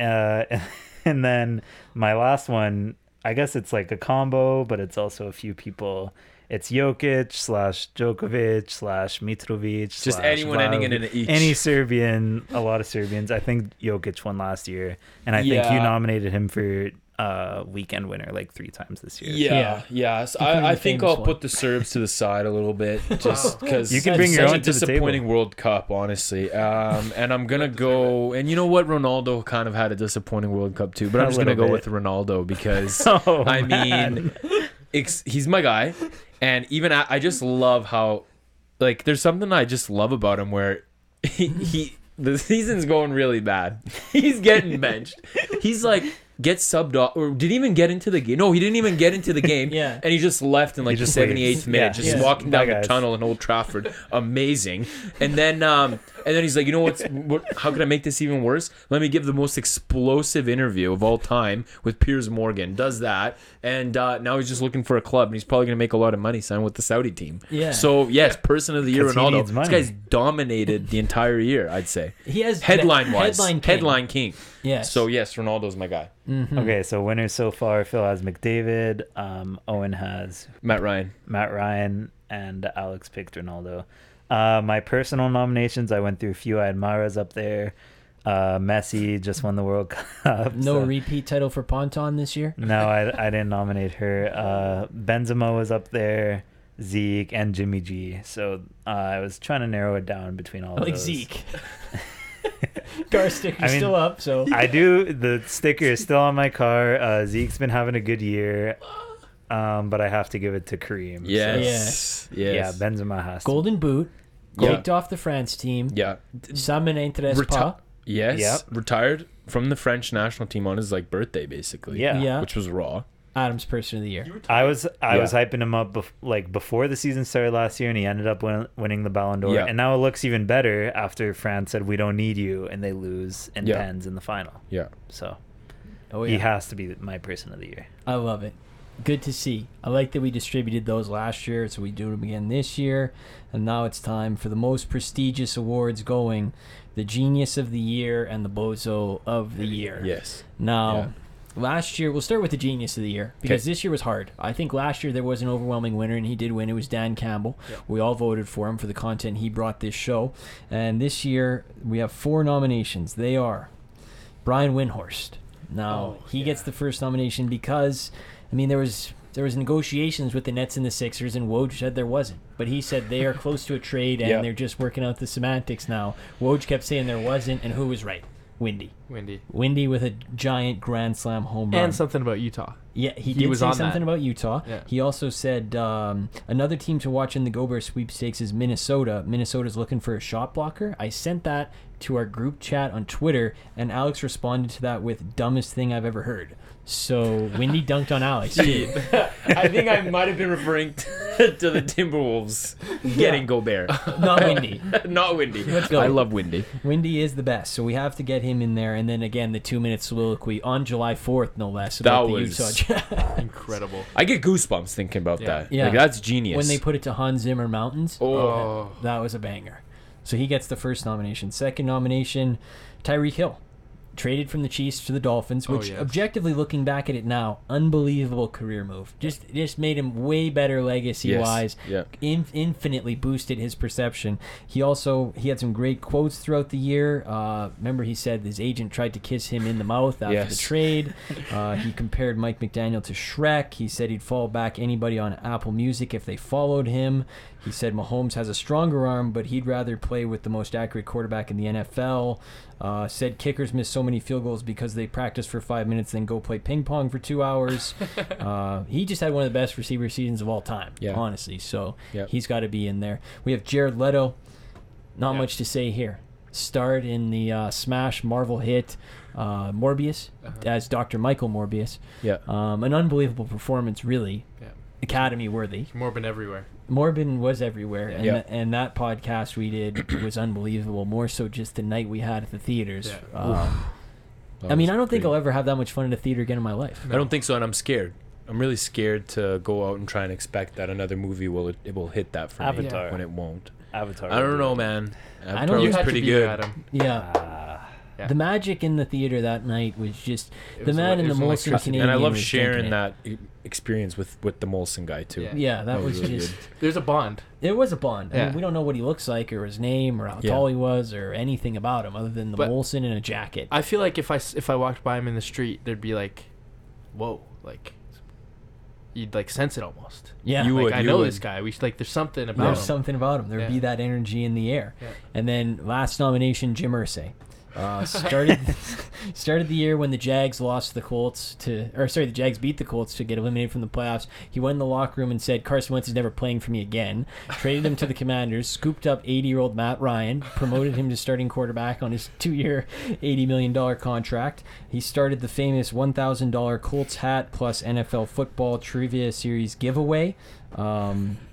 [SPEAKER 6] Yeah.
[SPEAKER 5] Uh, and then my last one, I guess it's like a combo, but it's also a few people. It's Jokic slash Djokovic slash Mitrovic.
[SPEAKER 6] Just
[SPEAKER 5] slash
[SPEAKER 6] anyone ending in
[SPEAKER 5] Vlahovic.
[SPEAKER 6] an each.
[SPEAKER 5] Any Serbian, a lot of Serbians. I think Jokic won last year, and I think you
[SPEAKER 6] Yeah.
[SPEAKER 5] nominated him for uh, weekend winner like three times this year.
[SPEAKER 6] Yeah,
[SPEAKER 3] Yeah.
[SPEAKER 6] yeah. So
[SPEAKER 3] Including
[SPEAKER 6] I, I
[SPEAKER 3] the
[SPEAKER 6] think
[SPEAKER 3] famous
[SPEAKER 6] I'll
[SPEAKER 3] one.
[SPEAKER 6] put the Serbs to the side a little bit, just because
[SPEAKER 5] You can bring your
[SPEAKER 6] such
[SPEAKER 5] own
[SPEAKER 6] a
[SPEAKER 5] to the table.
[SPEAKER 6] disappointing World Cup, honestly. Um, and I'm gonna go. And you know what? Ronaldo kind of had a disappointing World Cup too, but
[SPEAKER 5] A
[SPEAKER 6] I'm just gonna
[SPEAKER 5] little
[SPEAKER 6] go
[SPEAKER 5] bit.
[SPEAKER 6] with Ronaldo because
[SPEAKER 5] Oh,
[SPEAKER 6] I mean, ex- he's my guy, and even I, I just love how, like, there's something I just love about him where he, he the season's going really bad. He's getting benched. He's like gets subbed off, or didn't even get into the game. No, he didn't even get into the game.
[SPEAKER 3] Yeah.
[SPEAKER 6] and he just left in like
[SPEAKER 5] just
[SPEAKER 6] the
[SPEAKER 5] leaves.
[SPEAKER 6] 78th
[SPEAKER 5] Yeah.
[SPEAKER 6] minute, just
[SPEAKER 3] Yeah.
[SPEAKER 6] walking down
[SPEAKER 5] Bye,
[SPEAKER 6] the
[SPEAKER 5] guys.
[SPEAKER 6] tunnel in Old Trafford. Amazing. And then, um, and then he's like, you know what's? What, how can I make this even worse? Let me give the most explosive interview of all time with Piers Morgan. Does that, and uh, now he's just looking for a club, and he's probably gonna make a lot of money signing with the Saudi team.
[SPEAKER 3] Yeah.
[SPEAKER 6] So yes, person of the year
[SPEAKER 5] 'Cause he
[SPEAKER 6] Ronaldo.
[SPEAKER 5] needs
[SPEAKER 6] This
[SPEAKER 5] money.
[SPEAKER 6] guy's dominated the entire year. I'd say.
[SPEAKER 3] He has
[SPEAKER 6] Headline wise,
[SPEAKER 3] Headline
[SPEAKER 6] headline
[SPEAKER 3] king.
[SPEAKER 6] king.
[SPEAKER 3] Yes.
[SPEAKER 6] So yes, Ronaldo's my guy.
[SPEAKER 5] okay. So winners so far: Phil has McDavid, um, Owen has
[SPEAKER 6] Matt Ryan.
[SPEAKER 5] Matt Ryan and Alex picked Ronaldo. Uh, my personal nominations, I went through a few. I had Mares up there. Uh, Messi just won the World Cup.
[SPEAKER 3] no
[SPEAKER 5] so-
[SPEAKER 3] repeat title for Ponton this year.
[SPEAKER 5] No, I, I didn't nominate her. Uh, Benzema was up there, Zeke, and Jimmy G. So uh, I was trying to narrow it down between all of
[SPEAKER 3] Like
[SPEAKER 5] those.
[SPEAKER 3] Zeke. Garstick, you're
[SPEAKER 5] I mean-
[SPEAKER 3] still up, so
[SPEAKER 5] I do. The sticker is still on my car. Uh, Zeke's been having a good year, um, but I have to give it to Kareem.
[SPEAKER 6] Yes.
[SPEAKER 5] So,
[SPEAKER 6] Yes.
[SPEAKER 5] Yeah, Benzema has to.
[SPEAKER 3] Golden Boot,
[SPEAKER 6] Yeah.
[SPEAKER 3] kicked off the France team.
[SPEAKER 6] Yeah.
[SPEAKER 3] Salmon Interest
[SPEAKER 6] Reti-
[SPEAKER 3] Pa.
[SPEAKER 6] Yes.
[SPEAKER 5] Yep.
[SPEAKER 6] Retired from the French national team on his like birthday, basically.
[SPEAKER 5] Yeah.
[SPEAKER 3] Yeah.
[SPEAKER 6] Which was raw.
[SPEAKER 3] Adams Person of the Year.
[SPEAKER 5] I was I
[SPEAKER 6] Yeah.
[SPEAKER 5] was hyping him up bef- like before the season started last year, and he ended up win- winning the Ballon d'Or.
[SPEAKER 6] Yeah.
[SPEAKER 5] And now it looks even better after France said we don't need you, and they lose and
[SPEAKER 6] Yeah.
[SPEAKER 5] pens in the final.
[SPEAKER 6] Yeah.
[SPEAKER 5] So
[SPEAKER 3] Oh
[SPEAKER 5] he
[SPEAKER 3] yeah,
[SPEAKER 5] has to be my person of the year.
[SPEAKER 3] I love it. Good to see. I like that we distributed those last year, so we do them again this year. And now it's time for the most prestigious awards going, the Genius of the Year and the Bozo of the Year.
[SPEAKER 6] Yes.
[SPEAKER 3] Now, last year, we'll start with the genius of the year because
[SPEAKER 6] Okay.
[SPEAKER 3] this year was hard. I think last year there was an overwhelming winner, and he did win. It was Dan Campbell. We all voted for him for the content he brought this show. And this year, we have four nominations. They are Brian Windhorst.
[SPEAKER 6] Oh,
[SPEAKER 3] Now, he gets the first nomination because, I mean, there was. There was negotiations with the Nets and the Sixers, and Woj said there wasn't. But he said they are close to a trade, and
[SPEAKER 6] Yeah.
[SPEAKER 3] they're just working out the semantics now. Woj kept saying there wasn't, and who was right? Windy.
[SPEAKER 4] Windy.
[SPEAKER 3] Windy with a giant grand slam home run.
[SPEAKER 4] And something about Utah.
[SPEAKER 3] yeah, he,
[SPEAKER 4] he
[SPEAKER 3] did
[SPEAKER 4] was
[SPEAKER 3] say
[SPEAKER 4] on
[SPEAKER 3] something
[SPEAKER 4] that.
[SPEAKER 3] about Utah.
[SPEAKER 4] Yeah.
[SPEAKER 3] He also said um, another team to watch in the Gobert sweepstakes is Minnesota. Minnesota's looking for a shot blocker. I sent that to our group chat on Twitter, and Alex responded to that with dumbest thing I've ever heard. So Windy dunked on Alex. too.
[SPEAKER 6] I think I might have been referring to, to the Timberwolves getting Gobert,
[SPEAKER 3] Not Windy.
[SPEAKER 6] not Windy.
[SPEAKER 3] go.
[SPEAKER 6] I love Windy.
[SPEAKER 3] Windy is the best, so we have to get him in there. And then again, the two-minute soliloquy on July 4th, no less, about
[SPEAKER 6] That
[SPEAKER 3] the
[SPEAKER 6] was-
[SPEAKER 3] Utah Jazz.
[SPEAKER 4] Incredible.
[SPEAKER 6] I get goosebumps thinking about that.
[SPEAKER 3] Yeah.
[SPEAKER 6] Like, that's genius.
[SPEAKER 3] when they put it to Hans Zimmer Mountains.
[SPEAKER 4] Oh.
[SPEAKER 3] That was a banger. So he gets the first nomination. Second nomination, Tyreek Hill. Traded from the Chiefs to the Dolphins,
[SPEAKER 4] Oh,
[SPEAKER 3] which
[SPEAKER 4] yes.
[SPEAKER 3] objectively looking back at it now, unbelievable career move. Just just made him way better legacy wise.
[SPEAKER 6] Yeah.
[SPEAKER 3] In, infinitely boosted his perception. He also he had some great quotes throughout the year. Uh, remember, he said his agent tried to kiss him in the mouth after the
[SPEAKER 6] Yes.
[SPEAKER 3] trade. Uh, he compared Mike McDaniel to Shrek. He said he'd follow back anybody on Apple Music if they followed him. He said Mahomes has a stronger arm, but he'd rather play with the most accurate quarterback in the NFL. Uh, said kickers miss so many field goals because they practice for five minutes, then go play ping pong for two hours. uh, he just had one of the best receiver seasons of all time,
[SPEAKER 6] Yeah.
[SPEAKER 3] honestly. So
[SPEAKER 6] Yep.
[SPEAKER 3] he's got to be in there. We have Jared Leto. Not
[SPEAKER 4] Yeah.
[SPEAKER 3] much to say here. starred in the uh, Smash Marvel hit uh, Morbius as Dr. Michael Morbius.
[SPEAKER 6] Yeah.
[SPEAKER 3] Um, an unbelievable performance, really.
[SPEAKER 4] Yeah.
[SPEAKER 3] Academy worthy.
[SPEAKER 4] Morbin everywhere.
[SPEAKER 3] Morbin was everywhere, and,
[SPEAKER 6] Yeah.
[SPEAKER 3] tha- and that podcast we did was unbelievable. More so, just the night we had at the theaters.
[SPEAKER 4] Yeah.
[SPEAKER 3] Um,
[SPEAKER 6] That
[SPEAKER 3] I mean,
[SPEAKER 6] was
[SPEAKER 3] I don't think
[SPEAKER 6] pretty-
[SPEAKER 3] I'll ever have that much fun in a theater again in my life.
[SPEAKER 6] I don't think so, and I'm scared. I'm really scared to go out and try and expect that another movie will it will hit that for
[SPEAKER 5] Avatar.
[SPEAKER 6] me when it won't.
[SPEAKER 5] Avatar.
[SPEAKER 6] I don't know, man.
[SPEAKER 3] I
[SPEAKER 6] Avatar
[SPEAKER 3] don't
[SPEAKER 6] was
[SPEAKER 3] think-
[SPEAKER 6] pretty good.
[SPEAKER 4] Adam.
[SPEAKER 3] Yeah,
[SPEAKER 5] Ah.
[SPEAKER 4] Yeah.
[SPEAKER 3] the magic in the theater that night was just
[SPEAKER 4] It
[SPEAKER 3] the
[SPEAKER 4] was
[SPEAKER 3] man
[SPEAKER 4] ele-
[SPEAKER 3] in the
[SPEAKER 4] it was
[SPEAKER 3] Molson
[SPEAKER 4] electricity.
[SPEAKER 3] Canadian.
[SPEAKER 6] and I love
[SPEAKER 3] was
[SPEAKER 6] sharing
[SPEAKER 3] thinking it.
[SPEAKER 6] that e- experience with with the Molson guy too.
[SPEAKER 4] Yeah.
[SPEAKER 3] Yeah, that
[SPEAKER 6] That
[SPEAKER 3] was
[SPEAKER 6] was really
[SPEAKER 3] just
[SPEAKER 4] There's a bond.
[SPEAKER 3] it was a bond. I
[SPEAKER 4] Yeah.
[SPEAKER 3] mean, we don't know what he looks like or his name or how
[SPEAKER 6] Yeah.
[SPEAKER 3] tall he was or anything about him other than the
[SPEAKER 4] But-
[SPEAKER 3] Molson and a jacket.
[SPEAKER 4] I feel like if I s- if I walked by him in the street, there'd be like, whoa, like you'd like sense it almost.
[SPEAKER 3] yeah,
[SPEAKER 6] you
[SPEAKER 4] like
[SPEAKER 6] would,
[SPEAKER 4] I know
[SPEAKER 6] would.
[SPEAKER 4] this guy. We should, like there's something about
[SPEAKER 3] There's
[SPEAKER 4] him.
[SPEAKER 3] something about him. There'd be
[SPEAKER 4] Yeah.
[SPEAKER 3] that energy in the air.
[SPEAKER 4] Yeah.
[SPEAKER 3] And then last nomination, Jim Irsay. Uh, started started the year when the Jags lost the Colts to, or sorry, the Jags beat the Colts to get eliminated from the playoffs. He went in the locker room and said, "Carson Wentz is never playing for me again." Traded him to the Commanders, scooped up 80 year old Matt Ryan, promoted him to starting quarterback on his two year, 80 million dollar contract. He started the famous 1,000 dollar Colts hat plus NFL football trivia series giveaway. Um,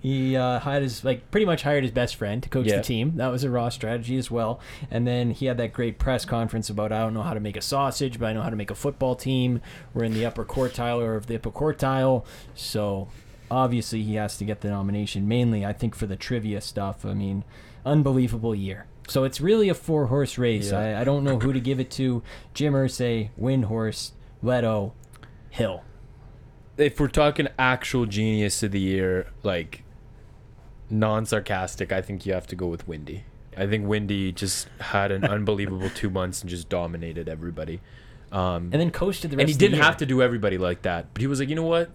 [SPEAKER 3] he uh, hired his like pretty much hired his best friend to coach
[SPEAKER 6] Yeah.
[SPEAKER 3] the team. That was a raw strategy as well. And then he had that great press conference about I don't know how to make a sausage, but I know how to make a football team. We're in the upper quartile or of the upper quartile, so obviously he has to get the nomination. Mainly, I think for the trivia stuff. I mean, unbelievable year. So it's really a four horse race.
[SPEAKER 6] Yeah.
[SPEAKER 3] I, I don't know who to give it to. Jim Irsay, Windhorse, Leto, Hill.
[SPEAKER 6] If we're talking actual genius of the year, like non-sarcastic, I think you have to go with Wendy. I think Wendy just had an unbelievable two months and just dominated everybody. Um,
[SPEAKER 3] And then coasted the rest
[SPEAKER 6] and he
[SPEAKER 3] of
[SPEAKER 6] didn't
[SPEAKER 3] the year.
[SPEAKER 6] have to do everybody like that. But he was like, you know what?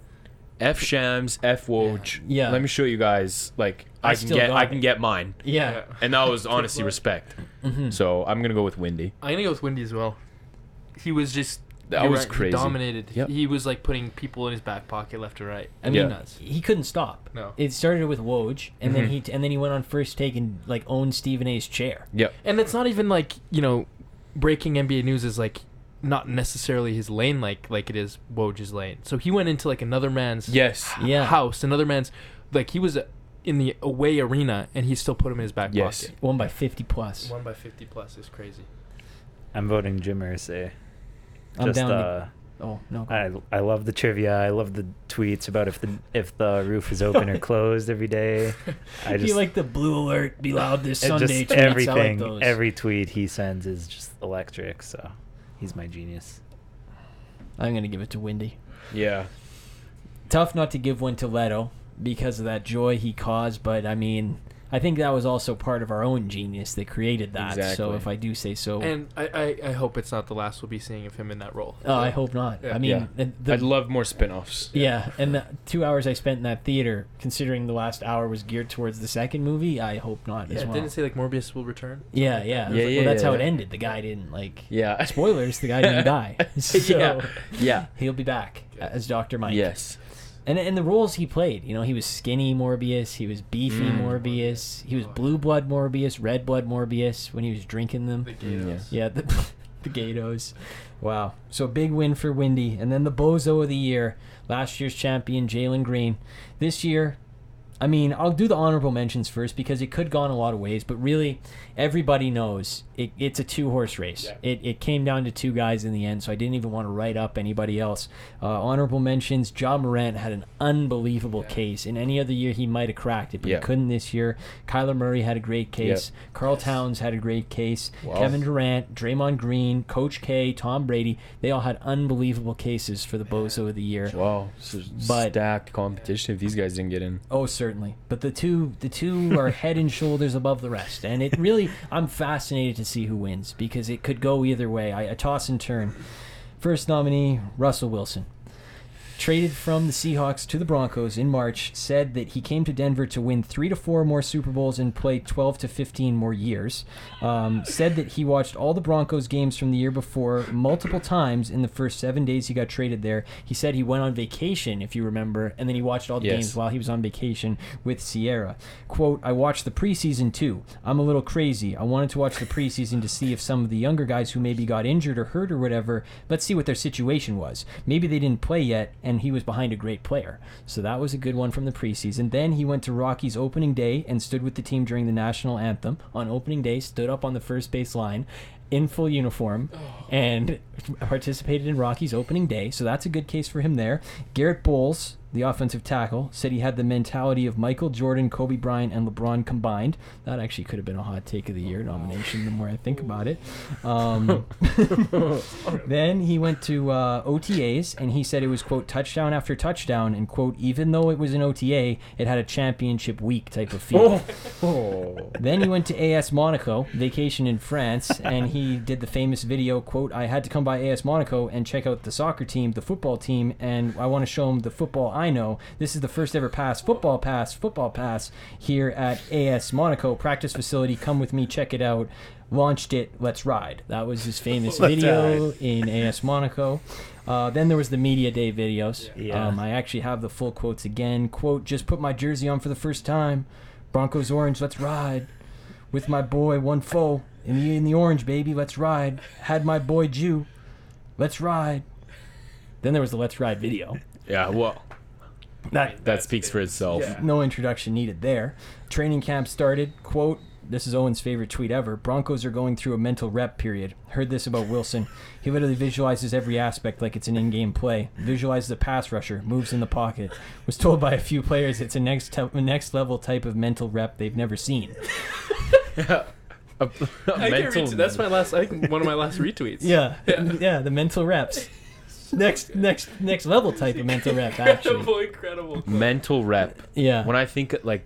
[SPEAKER 6] F Shams, F Woj.
[SPEAKER 3] Yeah.
[SPEAKER 6] Let me show you guys. Like
[SPEAKER 3] I
[SPEAKER 6] I, can
[SPEAKER 3] still
[SPEAKER 6] get,
[SPEAKER 3] got
[SPEAKER 6] I
[SPEAKER 3] it."
[SPEAKER 6] can get mine.
[SPEAKER 3] yeah.
[SPEAKER 6] And that was honestly respect.
[SPEAKER 3] Mm-hmm.
[SPEAKER 6] So I'm gonna go with Wendy.
[SPEAKER 4] I'm gonna go with Wendy as well. He was just
[SPEAKER 6] That
[SPEAKER 4] you're
[SPEAKER 6] was
[SPEAKER 4] right, he
[SPEAKER 6] crazy.
[SPEAKER 4] dominated.
[SPEAKER 6] Yep.
[SPEAKER 4] He was like putting people in his back pocket left to right.
[SPEAKER 3] I
[SPEAKER 6] Yeah.
[SPEAKER 3] mean,
[SPEAKER 4] nuts.
[SPEAKER 3] he couldn't stop.
[SPEAKER 4] No.
[SPEAKER 3] It started with Woj,
[SPEAKER 5] Mm-hmm.
[SPEAKER 3] and then he and then he went on first take and like owned Stephen A's chair.
[SPEAKER 6] Yep.
[SPEAKER 4] And it's not even like you know, breaking NBA news is like not necessarily his lane like like it is Woj's lane. So he went into like another man's
[SPEAKER 6] Yes.
[SPEAKER 3] Yeah.
[SPEAKER 4] house, another man's like he was uh, in the away arena, and he still put him in his back
[SPEAKER 6] Yes.
[SPEAKER 4] pocket.
[SPEAKER 3] One by fifty plus.
[SPEAKER 4] One by fifty plus is crazy.
[SPEAKER 5] I'm voting Jim Irsay.
[SPEAKER 3] I'm
[SPEAKER 5] Just
[SPEAKER 3] down.
[SPEAKER 5] uh,
[SPEAKER 3] oh no.
[SPEAKER 5] I I love the trivia. I love the tweets about if the if the roof is open or closed every day. I
[SPEAKER 3] If
[SPEAKER 5] just
[SPEAKER 3] you like the blue alert, be loud this
[SPEAKER 5] it
[SPEAKER 3] Sunday.
[SPEAKER 5] just
[SPEAKER 3] tweets, I like
[SPEAKER 5] everything
[SPEAKER 3] those.
[SPEAKER 5] every tweet he sends is just electric. So he's my genius.
[SPEAKER 3] I'm gonna give it to Wendy.
[SPEAKER 6] Yeah.
[SPEAKER 3] Tough not to give one to Leto because of that joy he caused, but I mean, I think that was also part of our own genius that created that. So
[SPEAKER 6] Exactly.
[SPEAKER 3] if I do say so,
[SPEAKER 4] And I, I I hope it's not the last we'll be seeing of him in that role.
[SPEAKER 3] oh, I hope not.
[SPEAKER 4] Yeah.
[SPEAKER 3] I mean,
[SPEAKER 6] Yeah.
[SPEAKER 3] the- the,
[SPEAKER 6] I'd love more spin-offs.
[SPEAKER 3] Yeah, and the two hours I spent in that theater, considering the last hour was geared towards the second movie, I hope not
[SPEAKER 4] Yeah,
[SPEAKER 3] as well.
[SPEAKER 4] didn't it say like Morbius will return.
[SPEAKER 3] yeah, yeah.
[SPEAKER 6] Yeah,
[SPEAKER 3] Well,
[SPEAKER 6] yeah,
[SPEAKER 3] that's
[SPEAKER 6] yeah,
[SPEAKER 3] how it
[SPEAKER 6] yeah.
[SPEAKER 3] ended. The guy didn't like.
[SPEAKER 6] Yeah.
[SPEAKER 3] Spoilers: the guy didn't die, so
[SPEAKER 6] Yeah. Yeah.
[SPEAKER 3] he'll be back as Doctor Mike.
[SPEAKER 6] Yes.
[SPEAKER 3] and and the roles he played, you know, he was skinny Morbius, he was beefy
[SPEAKER 6] Mm.
[SPEAKER 3] Morbius, he was blue blood Morbius, red blood Morbius when he was drinking them.
[SPEAKER 4] The Gatos.
[SPEAKER 3] Mm, Yeah, the, the Gatos. Wow. So big win for Windy. And then the Bozo of the year, last year's champion, Jalen Green. This year, I mean, I'll do the honorable mentions first because it could go in a lot of ways, but really, everybody knows it, it's a two horse race. It, it came down to two guys in the end, so I didn't even want to write up anybody else. Uh, honorable mentions John Morant had an unbelievable case. In any other year, he might have cracked it, but
[SPEAKER 6] Yeah.
[SPEAKER 3] he couldn't this year. Kyler Murray had a great case. Carl Towns had a great case. Kevin Durant, Draymond Green, Coach K, Tom Brady, they all had unbelievable cases for the Bozo of the year.
[SPEAKER 6] Wow. So
[SPEAKER 3] But-
[SPEAKER 6] stacked competition if these guys didn't get in.
[SPEAKER 3] Oh, certainly. But the two, the two are head and shoulders above the rest, and it really, I'm fascinated to see who wins because it could go either way. I, I toss and turn. First nominee, Russell Wilson. traded from the Seahawks to the Broncos in March, said that he came to Denver to win three to four more Super Bowls and play 12 to 15 more years. Um, said that he watched all the Broncos games from the year before multiple times in the first seven days he got traded there. He said he went on vacation, if you remember, and then he watched all the
[SPEAKER 6] Yes.
[SPEAKER 3] games while he was on vacation with Sierra. Quote, I watched the preseason too. I'm a little crazy. I wanted to watch the preseason to see if some of the younger guys who maybe got injured or hurt or whatever, let's see what their situation was. Maybe they didn't play yet and he was behind a great player. So that was a good one from the preseason. Then he went to Rockies opening day and stood with the team during the national anthem. On opening day, stood up on the first base line in full uniform and participated in Rocky's opening day, so that's a good case for him there. Garrett Bowles, the offensive tackle, said he had the mentality of Michael Jordan, Kobe Bryant, and LeBron combined. That actually could have been a hot take of the year nomination the more I think about it. Um, then he went to uh, OTAs and he said it was, quote, touchdown after touchdown, and, quote, even though it was an OTA, it had a championship week type of feel. Then he went to AS Monaco, vacation in France, and he did the famous video quote, "I had to come by AS Monaco and check out the soccer team, the football team, and I want to show them the football I know. This is the first ever pass, football pass, football pass here at AS Monaco practice facility. Come with me, check it out." Launched it, let's ride. That was his famous video in AS Monaco. Uh, then there was the media day videos.
[SPEAKER 5] Yeah.
[SPEAKER 3] Um, I actually have the full quotes again. Quote, just put my jersey on for the first time. Broncos orange, let's ride. With my boy one foe in the in the orange baby, let's ride. Had my boy Jew, let's ride. Then there was the let's ride video.
[SPEAKER 6] Yeah, well,
[SPEAKER 3] That
[SPEAKER 6] that speaks for itself.
[SPEAKER 3] no introduction needed there. Training camp started. Quote. This is Owen's favorite tweet ever. Broncos are going through a mental rep period. Heard this about Wilson. He literally visualizes every aspect like it's an in game play. Visualizes the pass rusher, moves in the pocket. Was told by a few players it's a next, te- next level type of mental rep they've never seen.
[SPEAKER 6] A, a
[SPEAKER 4] I
[SPEAKER 6] mental.
[SPEAKER 4] retweet. That's my last. I think one of my last retweets.
[SPEAKER 3] Yeah, yeah, the mental reps. Next, next, next level type of mental rep, actually.
[SPEAKER 4] Incredible, incredible.
[SPEAKER 6] mental rep.
[SPEAKER 3] Yeah.
[SPEAKER 6] When I think like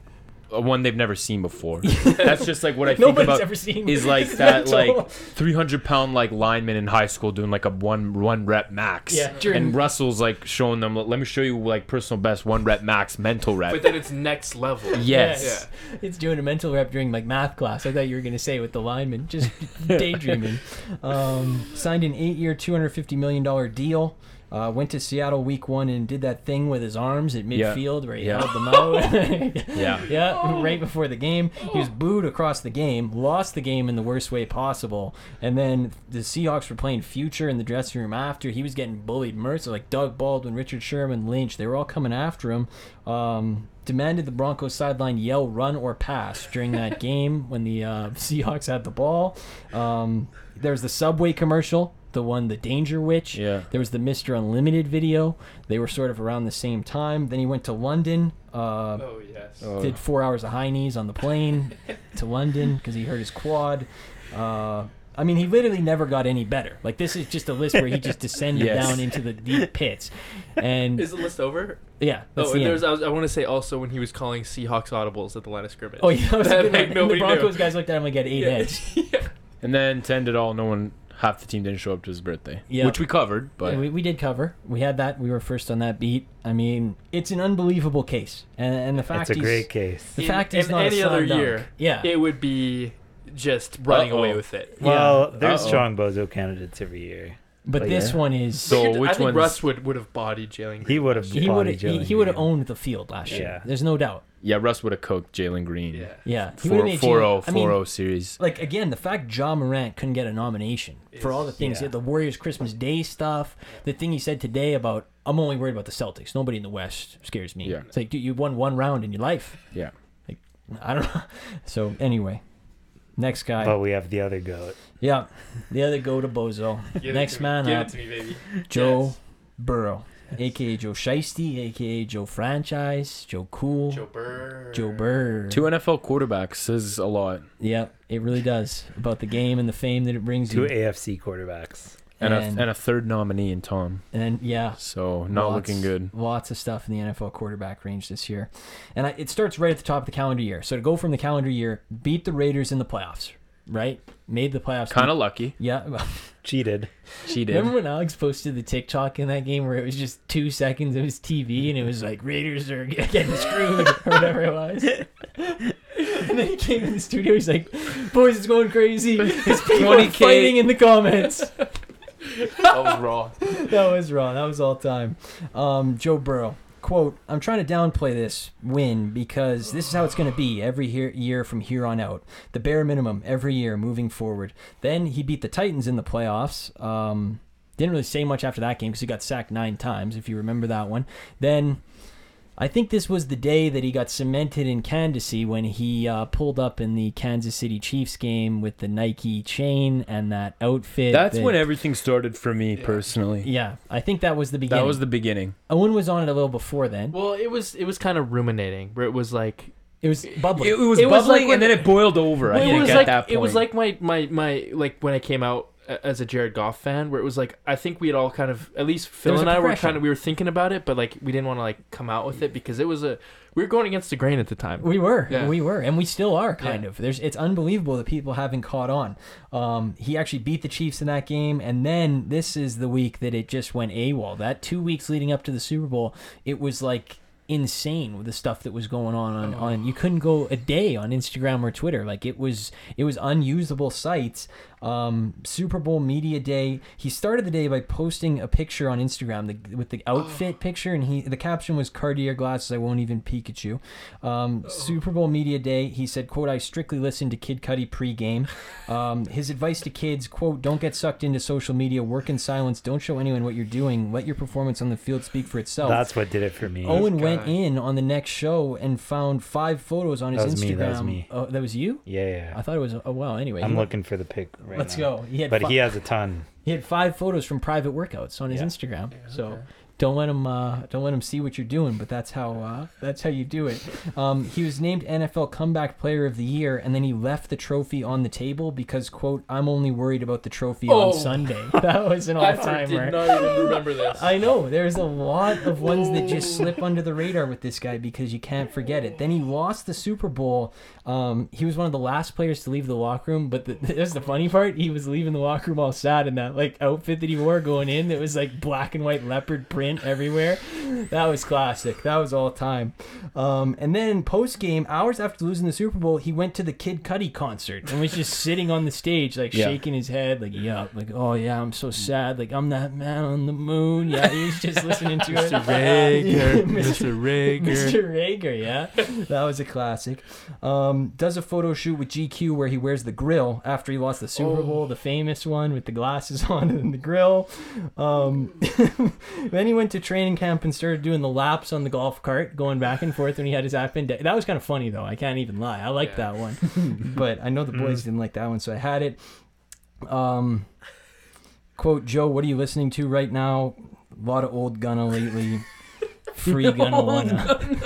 [SPEAKER 6] uh, one they've never seen before, that's just like what I think
[SPEAKER 3] Nobody's
[SPEAKER 6] about.
[SPEAKER 3] ever seen
[SPEAKER 6] is like that
[SPEAKER 3] mental.
[SPEAKER 6] like 300 pound like lineman in high school doing like a one one rep max.
[SPEAKER 3] Yeah.
[SPEAKER 6] And Russell's like showing them. Let me show you like personal best one rep max mental rep.
[SPEAKER 4] But then it's next level.
[SPEAKER 6] yes.
[SPEAKER 3] It's doing a mental rep during like math class. I thought you were gonna say with the lineman, just daydreaming. Um, signed an eight-year, two hundred fifty million dollar deal. Uh, went to Seattle week one and did that thing with his arms at
[SPEAKER 6] Yeah.
[SPEAKER 3] midfield where he
[SPEAKER 6] Yeah.
[SPEAKER 3] held them out.
[SPEAKER 6] Yeah.
[SPEAKER 3] yeah, right before the game. He was booed across the game, lost the game in the worst way possible. And then the Seahawks were playing Future in the dressing room after. He was getting bullied mercilessly, like Doug Baldwin, Richard Sherman, Lynch. They were all coming after him. Um, demanded the Broncos sideline yell run or pass during that game when the uh, Seahawks had the ball. Um, there was the Subway commercial. The one, the Danger Witch.
[SPEAKER 6] Yeah.
[SPEAKER 3] There was the Mr. Unlimited video. They were sort of around the same time. Then he went to London. Uh,
[SPEAKER 4] Oh yes.
[SPEAKER 3] did four hours of high knees on the plane to London because he hurt his quad. Uh, I mean, he literally never got any better. Like this is just a list where he just descended
[SPEAKER 6] Yes.
[SPEAKER 3] down into the deep pits, and
[SPEAKER 4] Is the list over?
[SPEAKER 3] yeah, that's
[SPEAKER 4] oh,
[SPEAKER 3] the
[SPEAKER 4] and
[SPEAKER 3] end.
[SPEAKER 4] there's. I, was, I want to say also when he was calling Seahawks audibles at the line of scrimmage.
[SPEAKER 3] oh yeah, that was a good
[SPEAKER 4] That, like,
[SPEAKER 3] one. And the
[SPEAKER 4] nobody knew.
[SPEAKER 3] Broncos guys looked at him like he had eight
[SPEAKER 4] Yeah.
[SPEAKER 3] heads.
[SPEAKER 6] And then to end it all, no one half the team didn't show up to his birthday,
[SPEAKER 3] Yeah.
[SPEAKER 6] which we covered. But
[SPEAKER 3] we, we did cover. We had that. We were first on that beat. I mean, it's an unbelievable case, and, and the fact
[SPEAKER 5] It's a
[SPEAKER 3] he's,
[SPEAKER 5] great case.
[SPEAKER 3] The
[SPEAKER 4] In-
[SPEAKER 3] fact he's
[SPEAKER 4] in
[SPEAKER 3] not a
[SPEAKER 4] any other
[SPEAKER 3] slam dunk.
[SPEAKER 4] year,
[SPEAKER 3] Yeah,
[SPEAKER 4] It would be just running
[SPEAKER 6] Uh-oh.
[SPEAKER 4] away with it.
[SPEAKER 5] Well, there's
[SPEAKER 6] Uh-oh.
[SPEAKER 5] strong bozo candidates every year.
[SPEAKER 3] but
[SPEAKER 5] but
[SPEAKER 3] this
[SPEAKER 5] yeah.
[SPEAKER 3] one is
[SPEAKER 6] Oh, So
[SPEAKER 4] Figured- I
[SPEAKER 6] which
[SPEAKER 4] think
[SPEAKER 6] one's-
[SPEAKER 4] Russ would, would have bodied Jalen Green.
[SPEAKER 5] He would have.
[SPEAKER 3] he would have he, he would have owned the field last
[SPEAKER 5] Yeah.
[SPEAKER 3] year. There's no doubt.
[SPEAKER 6] yeah, Russ would have cooked Jalen Green.
[SPEAKER 4] Yeah.
[SPEAKER 3] Yeah, he would've
[SPEAKER 6] Four-
[SPEAKER 3] made
[SPEAKER 6] 4-0,
[SPEAKER 3] Jalen- I mean,
[SPEAKER 6] 4-0 series.
[SPEAKER 3] like again, the fact Ja Morant couldn't get a nomination for all the things
[SPEAKER 5] Yeah.
[SPEAKER 3] the Warriors Christmas Day stuff, the thing he said today about I'm only worried about the Celtics. Nobody in the West scares me.
[SPEAKER 6] Yeah.
[SPEAKER 3] It's like dude, you won one round in your life.
[SPEAKER 6] Yeah.
[SPEAKER 3] I don't know. So anyway, next guy.
[SPEAKER 5] But we have the other goat.
[SPEAKER 3] Yeah, the other go to Bozo. next man
[SPEAKER 4] Give
[SPEAKER 3] up,
[SPEAKER 4] it to me, baby.
[SPEAKER 3] Joe Burrow, aka Joe Shiesty, aka Joe Franchise, Joe Cool,
[SPEAKER 4] Joe
[SPEAKER 3] Joe,
[SPEAKER 4] Burr.
[SPEAKER 3] Burr.
[SPEAKER 6] Two NFL quarterbacks says a lot.
[SPEAKER 3] Yep, it really does about the game and the fame that it brings
[SPEAKER 5] Two
[SPEAKER 3] you.
[SPEAKER 5] AFC quarterbacks.
[SPEAKER 6] And,
[SPEAKER 3] And-
[SPEAKER 6] a, and a third nominee in Tom.
[SPEAKER 3] And yeah,
[SPEAKER 6] So not
[SPEAKER 3] Lots-
[SPEAKER 6] looking good.
[SPEAKER 3] Lots of stuff in the NFL quarterback range this year, and I, it starts right at the top of the calendar year. So to go from the calendar year, beat the Raiders in the playoffs, right? Made the playoffs.
[SPEAKER 6] Kind of lucky.
[SPEAKER 3] Yeah. well,
[SPEAKER 5] Cheated.
[SPEAKER 6] She did.
[SPEAKER 3] Remember when Alex posted the TikTok in that game where it was just two seconds of his TV and it was like Raiders are g- getting screwed or whatever it was. and then he came in the studio. He's like, "Boys, it's going crazy. It's people are
[SPEAKER 6] 20K.
[SPEAKER 3] fighting in the comments."
[SPEAKER 6] that was raw.
[SPEAKER 3] that was wrong. That was all time. Um, Joe Burrow. Quote, I'm trying to downplay this win because this is how it's going to be every he- year from here on out. The bare minimum every year moving forward. Then he beat the Titans in the playoffs. Um, didn't really say much after that game because he got sacked nine times, if you remember that one. Then I think this was the day that he got cemented in candidacy when he uh, pulled up in the Kansas City Chiefs game with the Nike chain and that outfit.
[SPEAKER 6] That's
[SPEAKER 3] that-
[SPEAKER 6] when everything started for me personally.
[SPEAKER 3] Yeah, I think that was the beginning.
[SPEAKER 6] That was the beginning.
[SPEAKER 3] Owen was on it a little before then.
[SPEAKER 4] Well, it was it was kind of ruminating where it was like
[SPEAKER 3] It was bubbly.
[SPEAKER 6] It, was
[SPEAKER 4] It was
[SPEAKER 6] bubbling
[SPEAKER 4] like when-
[SPEAKER 6] and then it boiled over. I
[SPEAKER 4] Well, it
[SPEAKER 6] think
[SPEAKER 4] was
[SPEAKER 6] at
[SPEAKER 4] like
[SPEAKER 6] that point.
[SPEAKER 4] it was like my my my like when I came out a- as a Jared Goff fan, where it was like I think we had all kind of at least Phil
[SPEAKER 3] was
[SPEAKER 4] and
[SPEAKER 3] a
[SPEAKER 4] I were
[SPEAKER 3] progression.
[SPEAKER 4] kind of we were thinking about it, but like we didn't want to like come out with it because it was a we were going against the grain at the time.
[SPEAKER 3] we were,
[SPEAKER 4] Yeah.
[SPEAKER 3] we were, and we still are kind
[SPEAKER 4] Yeah.
[SPEAKER 3] of. There's, it's unbelievable that people haven't caught on. Um, he actually beat the Chiefs in that game, and then this is the week that it just went AWOL. That two weeks leading up to the Super Bowl, it was like insane with the stuff that was going on
[SPEAKER 4] Oh.
[SPEAKER 3] on, on you couldn't go a day on Instagram or Twitter like it was it was unusable sites um Super Bowl media day he started the day by posting a picture on Instagram the, with the outfit picture and he the caption was Cartier glasses I won't even Pikachu um Super Bowl media day he said quote I strictly listen to Kid Cudi pregame um his advice to kids quote don't get sucked into social media work in silence don't show anyone what you're doing let your performance on the field speak for itself
[SPEAKER 5] That's what did it for me.
[SPEAKER 3] Oh. Owen went
[SPEAKER 4] guy.
[SPEAKER 3] in on the next show and found five photos on his
[SPEAKER 5] That was
[SPEAKER 3] Instagram.
[SPEAKER 5] me, that was me.
[SPEAKER 3] Oh, that was you?
[SPEAKER 5] yeah,
[SPEAKER 3] I
[SPEAKER 5] yeah.
[SPEAKER 3] thought it was. Oh wow. Anyway,
[SPEAKER 5] I'm
[SPEAKER 3] he-
[SPEAKER 5] looking for the pic right
[SPEAKER 3] Let's
[SPEAKER 5] now.
[SPEAKER 3] go. He had
[SPEAKER 5] But
[SPEAKER 3] fi-
[SPEAKER 5] he has a ton.
[SPEAKER 3] he had five photos from private workouts on his
[SPEAKER 5] Yeah.
[SPEAKER 3] Instagram. so don't let him uh, don't let him see what you're doing. But that's how uh, that's how you do it. Um, he was named NFL Comeback Player of the Year, and then he left the trophy on the table because quote I'm only worried about the trophy
[SPEAKER 4] Oh.
[SPEAKER 3] on Sunday. That was an all timer.
[SPEAKER 4] not even remember this.
[SPEAKER 3] I know. There's a lot of ones that just slip under the radar with this guy because you can't forget it. Then he lost the Super Bowl. Um, he was one of the last players to leave the locker room, but the, that's the funny part. He was leaving the locker room all sad in that like outfit that he wore going in. That was like black and white leopard print everywhere. That was classic. That was all time. Um, and then post game, hours after losing the Super Bowl, he went to the Kid Cudi concert and was just sitting on the stage, like
[SPEAKER 6] Yeah.
[SPEAKER 3] shaking his head, like yup, like oh yeah, I'm so sad, like I'm that man on the moon. Yeah, he's just listening to it.
[SPEAKER 4] Mr. Rager,
[SPEAKER 3] Mr.
[SPEAKER 4] Mr. Rager.
[SPEAKER 3] Mr. Rager, yeah, that was a classic. Um, does a photo shoot with GQ where he wears the grill after he lost the Super Bowl, the famous one with the glasses on and the grill. Um, then he went to training camp and started doing the laps on the golf cart, going back and forth when he had his appendix. That was kind of funny though. I can't even lie. I liked
[SPEAKER 4] Yeah.
[SPEAKER 3] that one, but I know the boys didn't like that one, so I had it. Um, quote Joe, what are you listening to right now? A lot of old Gunna lately. Free Gunna Wanna.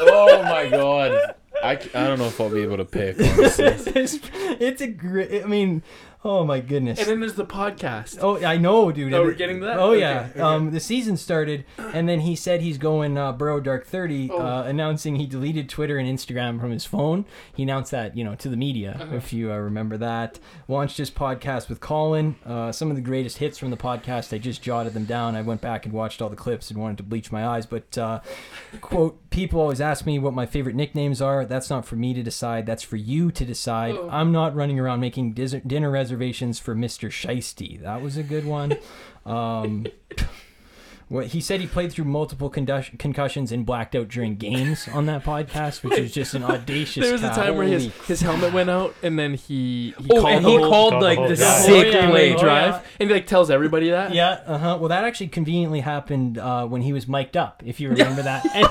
[SPEAKER 6] oh my god. I, c- I don't know if I'll be able to pick. Honestly.
[SPEAKER 3] it's, it's a great. I mean, oh my goodness.
[SPEAKER 4] And then there's the podcast.
[SPEAKER 3] Oh, I know, dude.
[SPEAKER 4] Oh,
[SPEAKER 3] And
[SPEAKER 4] we're
[SPEAKER 3] it-
[SPEAKER 4] getting to that?
[SPEAKER 3] Oh,
[SPEAKER 4] Okay,
[SPEAKER 3] yeah.
[SPEAKER 4] okay.
[SPEAKER 3] Um, the season started, and then he said he's going uh, Burrow Dark 30,
[SPEAKER 4] Oh.
[SPEAKER 3] uh, announcing he deleted Twitter and Instagram from his phone. He announced that, you know, to the media,
[SPEAKER 4] Uh-huh.
[SPEAKER 3] if you uh, remember that. Launched his podcast with Colin. Uh, some of the greatest hits from the podcast, I just jotted them down. I went back and watched all the clips and wanted to bleach my eyes. But, uh, quote, people always ask me what my favorite nicknames are. That's not for me to decide. That's for you to decide. I'm not running around making dis- dinner reservations for Mr. Shiesty. That was a good one. Um, what he said he played through multiple condush- concussions and blacked out during games on that podcast, which is just an audacious.
[SPEAKER 4] There was a
[SPEAKER 3] cow.
[SPEAKER 4] time where his,
[SPEAKER 3] Holy
[SPEAKER 4] his helmet went out, and then he he
[SPEAKER 6] oh,
[SPEAKER 4] called,
[SPEAKER 6] and
[SPEAKER 4] the
[SPEAKER 6] he
[SPEAKER 4] whole
[SPEAKER 6] called
[SPEAKER 5] called
[SPEAKER 6] like
[SPEAKER 5] the
[SPEAKER 6] the
[SPEAKER 5] whole guy.
[SPEAKER 6] sick
[SPEAKER 3] Oh, yeah,
[SPEAKER 6] play
[SPEAKER 3] yeah.
[SPEAKER 6] drive.
[SPEAKER 4] and he like tells everybody that.
[SPEAKER 3] Yeah, uh huh. Well, that actually conveniently happened uh, when he was mic'd up, if you remember that. And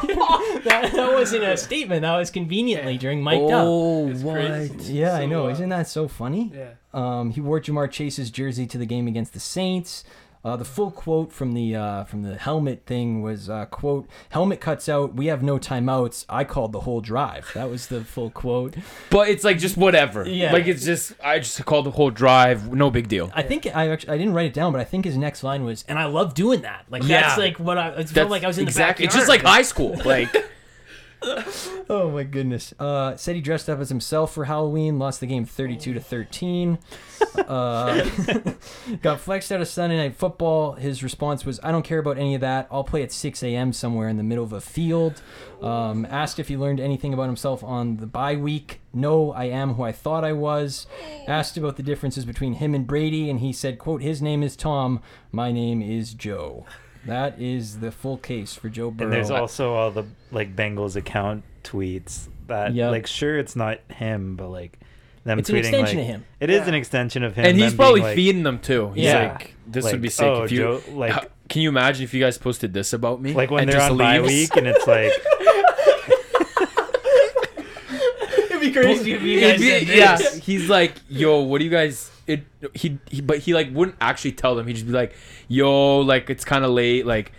[SPEAKER 3] that. That wasn't a statement. That was conveniently during mic'd up.
[SPEAKER 6] Oh,
[SPEAKER 4] It's
[SPEAKER 6] what?
[SPEAKER 4] crazy.
[SPEAKER 3] Yeah, I
[SPEAKER 4] So,
[SPEAKER 3] know.
[SPEAKER 4] uh,
[SPEAKER 3] Isn't that so funny?
[SPEAKER 4] Yeah.
[SPEAKER 3] Um, he wore Jamar Chase's jersey to the game against the Saints. Uh, the full quote from the uh, from the helmet thing was uh, quote helmet cuts out we have no timeouts I called the whole drive that was the full quote
[SPEAKER 6] But it's like just whatever.
[SPEAKER 3] Yeah.
[SPEAKER 6] Like it's just I just called the whole drive. No big deal.
[SPEAKER 3] I think I actually I didn't write it down but I think his next line was and I love doing that like that's
[SPEAKER 6] Yeah.
[SPEAKER 3] like what I it felt
[SPEAKER 6] That's
[SPEAKER 3] like I was in
[SPEAKER 6] exactly.
[SPEAKER 3] the
[SPEAKER 6] It's just like high school. Like
[SPEAKER 3] Oh my goodness. Uh, said he dressed up as himself for Halloween, lost the game 32 to 13. Uh, got flexed out of Sunday Night Football. His response was, I don't care about any of that. I'll play at 6 a.m. somewhere in the middle of a field. Um, asked if he learned anything about himself on the bye week. No, I am who I thought I was. Asked about the differences between him and Brady, and he said, quote, his name is Tom, my name is Joe. That is the full case for Joe Burrow.
[SPEAKER 5] And there's also all the like Bengals account tweets that
[SPEAKER 3] Yep.
[SPEAKER 5] like sure it's not him, but like them
[SPEAKER 3] It's an
[SPEAKER 5] tweeting
[SPEAKER 3] extension
[SPEAKER 5] like,
[SPEAKER 3] of him.
[SPEAKER 5] It is an extension of him.
[SPEAKER 6] and he's
[SPEAKER 5] them being
[SPEAKER 6] probably
[SPEAKER 5] like,
[SPEAKER 6] feeding them too. He's
[SPEAKER 3] Yeah.
[SPEAKER 6] like, this would
[SPEAKER 5] Like,
[SPEAKER 6] be sick
[SPEAKER 5] oh,
[SPEAKER 6] if you
[SPEAKER 5] Joe, like-
[SPEAKER 6] How- Can you imagine if you guys posted this about me?
[SPEAKER 5] like when
[SPEAKER 6] And
[SPEAKER 5] they're
[SPEAKER 6] just
[SPEAKER 5] on bye
[SPEAKER 6] leaves?
[SPEAKER 5] week and it's like
[SPEAKER 3] It'd be crazy if you
[SPEAKER 6] He'd be- yeah, he's like, yo, what do you guys? It he, he but he like wouldn't actually tell them. He'd just be like, yo, like it's kind of late. Like,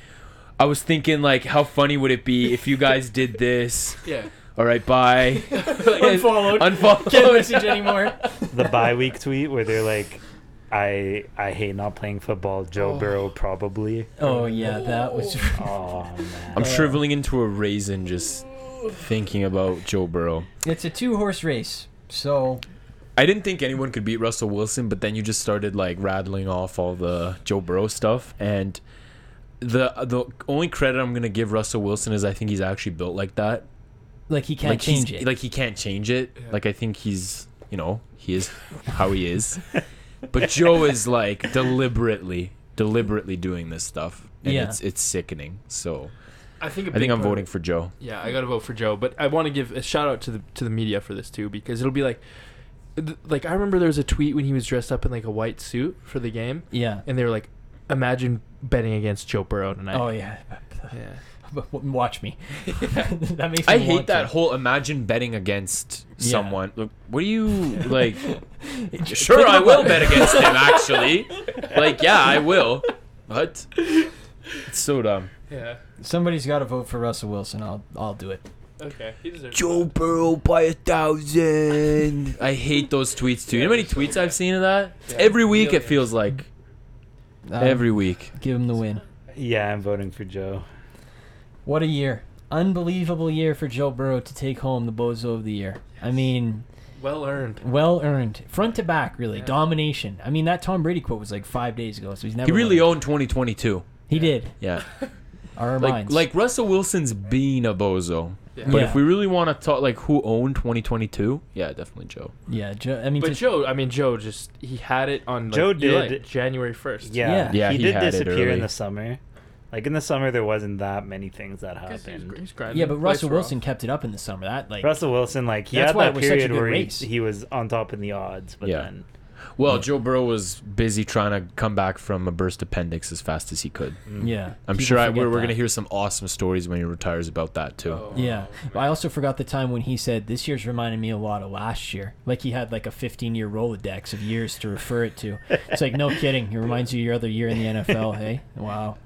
[SPEAKER 6] I was thinking like, how funny would it be if you guys did this?
[SPEAKER 4] Yeah.
[SPEAKER 6] All right, bye.
[SPEAKER 3] Unfollowed.
[SPEAKER 6] Unfollowed.
[SPEAKER 3] Can't message anymore.
[SPEAKER 5] the bye week tweet where they're like, I I hate not playing football. Joe Burrow probably.
[SPEAKER 3] Oh yeah, that was.
[SPEAKER 5] Oh man.
[SPEAKER 6] I'm shriveling into a raisin just thinking about Joe Burrow.
[SPEAKER 3] It's a two-horse race, so
[SPEAKER 6] I didn't think anyone could beat Russell Wilson, but then you just started like rattling off all the Joe Burrow stuff and the the only credit I'm gonna give Russell Wilson is I think he's actually built like that.
[SPEAKER 3] like he can't
[SPEAKER 6] like he's-
[SPEAKER 3] change it.
[SPEAKER 6] Like he can't change it. Like I think he's you know he is how he is. but Joe is like deliberately deliberately doing this stuff, and
[SPEAKER 3] Yeah.
[SPEAKER 6] it's it's sickening. So
[SPEAKER 4] I think. a
[SPEAKER 6] I
[SPEAKER 4] big
[SPEAKER 6] think I'm
[SPEAKER 4] part-
[SPEAKER 6] voting for Joe.
[SPEAKER 4] Yeah, I gotta vote for Joe, but I want to give a shout out to the to the media for this too because it'll be like, th- like I remember there was a tweet when he was dressed up in like a white suit for the game,
[SPEAKER 3] yeah.
[SPEAKER 4] and they were like, imagine betting against Joe Burrow tonight.
[SPEAKER 3] Oh yeah.
[SPEAKER 4] yeah.
[SPEAKER 3] But w- Watch me. that makes. Me
[SPEAKER 6] I hate
[SPEAKER 3] want
[SPEAKER 6] that
[SPEAKER 3] to.
[SPEAKER 6] whole imagine betting against
[SPEAKER 3] Yeah.
[SPEAKER 6] someone. Look, What do you like?
[SPEAKER 3] Think
[SPEAKER 6] Sure, I
[SPEAKER 3] about
[SPEAKER 6] will
[SPEAKER 3] it.
[SPEAKER 6] bet against him. Actually, like yeah, I will. What? It's so dumb.
[SPEAKER 4] Yeah.
[SPEAKER 3] Somebody's got to vote for Russell Wilson. I'll I'll do it.
[SPEAKER 4] Okay. He deserves.
[SPEAKER 6] Joe Burrow by a thousand. I hate those tweets too. you know how many tweets I've seen of that? Every week it feels like.
[SPEAKER 3] Um,
[SPEAKER 6] Every week.
[SPEAKER 3] give him the win.
[SPEAKER 5] Yeah, I'm voting for Joe.
[SPEAKER 3] What a year! Unbelievable year for Joe Burrow to take home the Bozo of the Year. I mean,
[SPEAKER 4] Well earned.
[SPEAKER 3] well earned, front to back, really domination. I mean, that Tom Brady quote was like five days ago, so he's never.
[SPEAKER 6] He really
[SPEAKER 3] won.
[SPEAKER 6] owned 2022.
[SPEAKER 3] He did.
[SPEAKER 6] Yeah.
[SPEAKER 3] Our
[SPEAKER 6] Like
[SPEAKER 3] minds.
[SPEAKER 6] like Russell Wilson's being a bozo.
[SPEAKER 4] Yeah.
[SPEAKER 6] But
[SPEAKER 3] Yeah.
[SPEAKER 6] if we really want to talk like who owned 2022, yeah, definitely Joe.
[SPEAKER 3] yeah. Joe, I mean,
[SPEAKER 4] But
[SPEAKER 3] just-
[SPEAKER 4] Joe, I mean Joe, just he had it on. Like,
[SPEAKER 5] Joe
[SPEAKER 4] you're
[SPEAKER 5] did-
[SPEAKER 4] right, January first.
[SPEAKER 5] Yeah,
[SPEAKER 3] Yeah.
[SPEAKER 6] Yeah,
[SPEAKER 5] he,
[SPEAKER 6] he
[SPEAKER 5] did
[SPEAKER 6] had it
[SPEAKER 5] disappear
[SPEAKER 6] early.
[SPEAKER 5] in the summer. Like in the summer, there wasn't that many things that happened.
[SPEAKER 3] yeah, but Russell Wilson kept it up in the summer. That like
[SPEAKER 5] Russell Wilson, like he
[SPEAKER 3] That's
[SPEAKER 5] had
[SPEAKER 3] why it
[SPEAKER 5] that
[SPEAKER 3] was such a
[SPEAKER 5] period
[SPEAKER 3] good
[SPEAKER 5] where he,
[SPEAKER 3] race.
[SPEAKER 5] he was on top in the odds, but
[SPEAKER 6] Yeah.
[SPEAKER 5] then
[SPEAKER 6] Well, Joe Burrow was busy trying to come back from a burst appendix as fast as he could.
[SPEAKER 3] Yeah.
[SPEAKER 6] Mm. I'm
[SPEAKER 3] people
[SPEAKER 6] sure I,
[SPEAKER 3] forget
[SPEAKER 6] we're, we're
[SPEAKER 3] that.
[SPEAKER 6] going to hear some awesome stories when he retires about that too.
[SPEAKER 3] Yeah. But I also forgot the time when he said, This year's reminding me a lot of last year. Like he had like a 15 year Rolodex of years to refer it to. It's like, no kidding. It reminds you of your other year in the NFL. Hey, wow.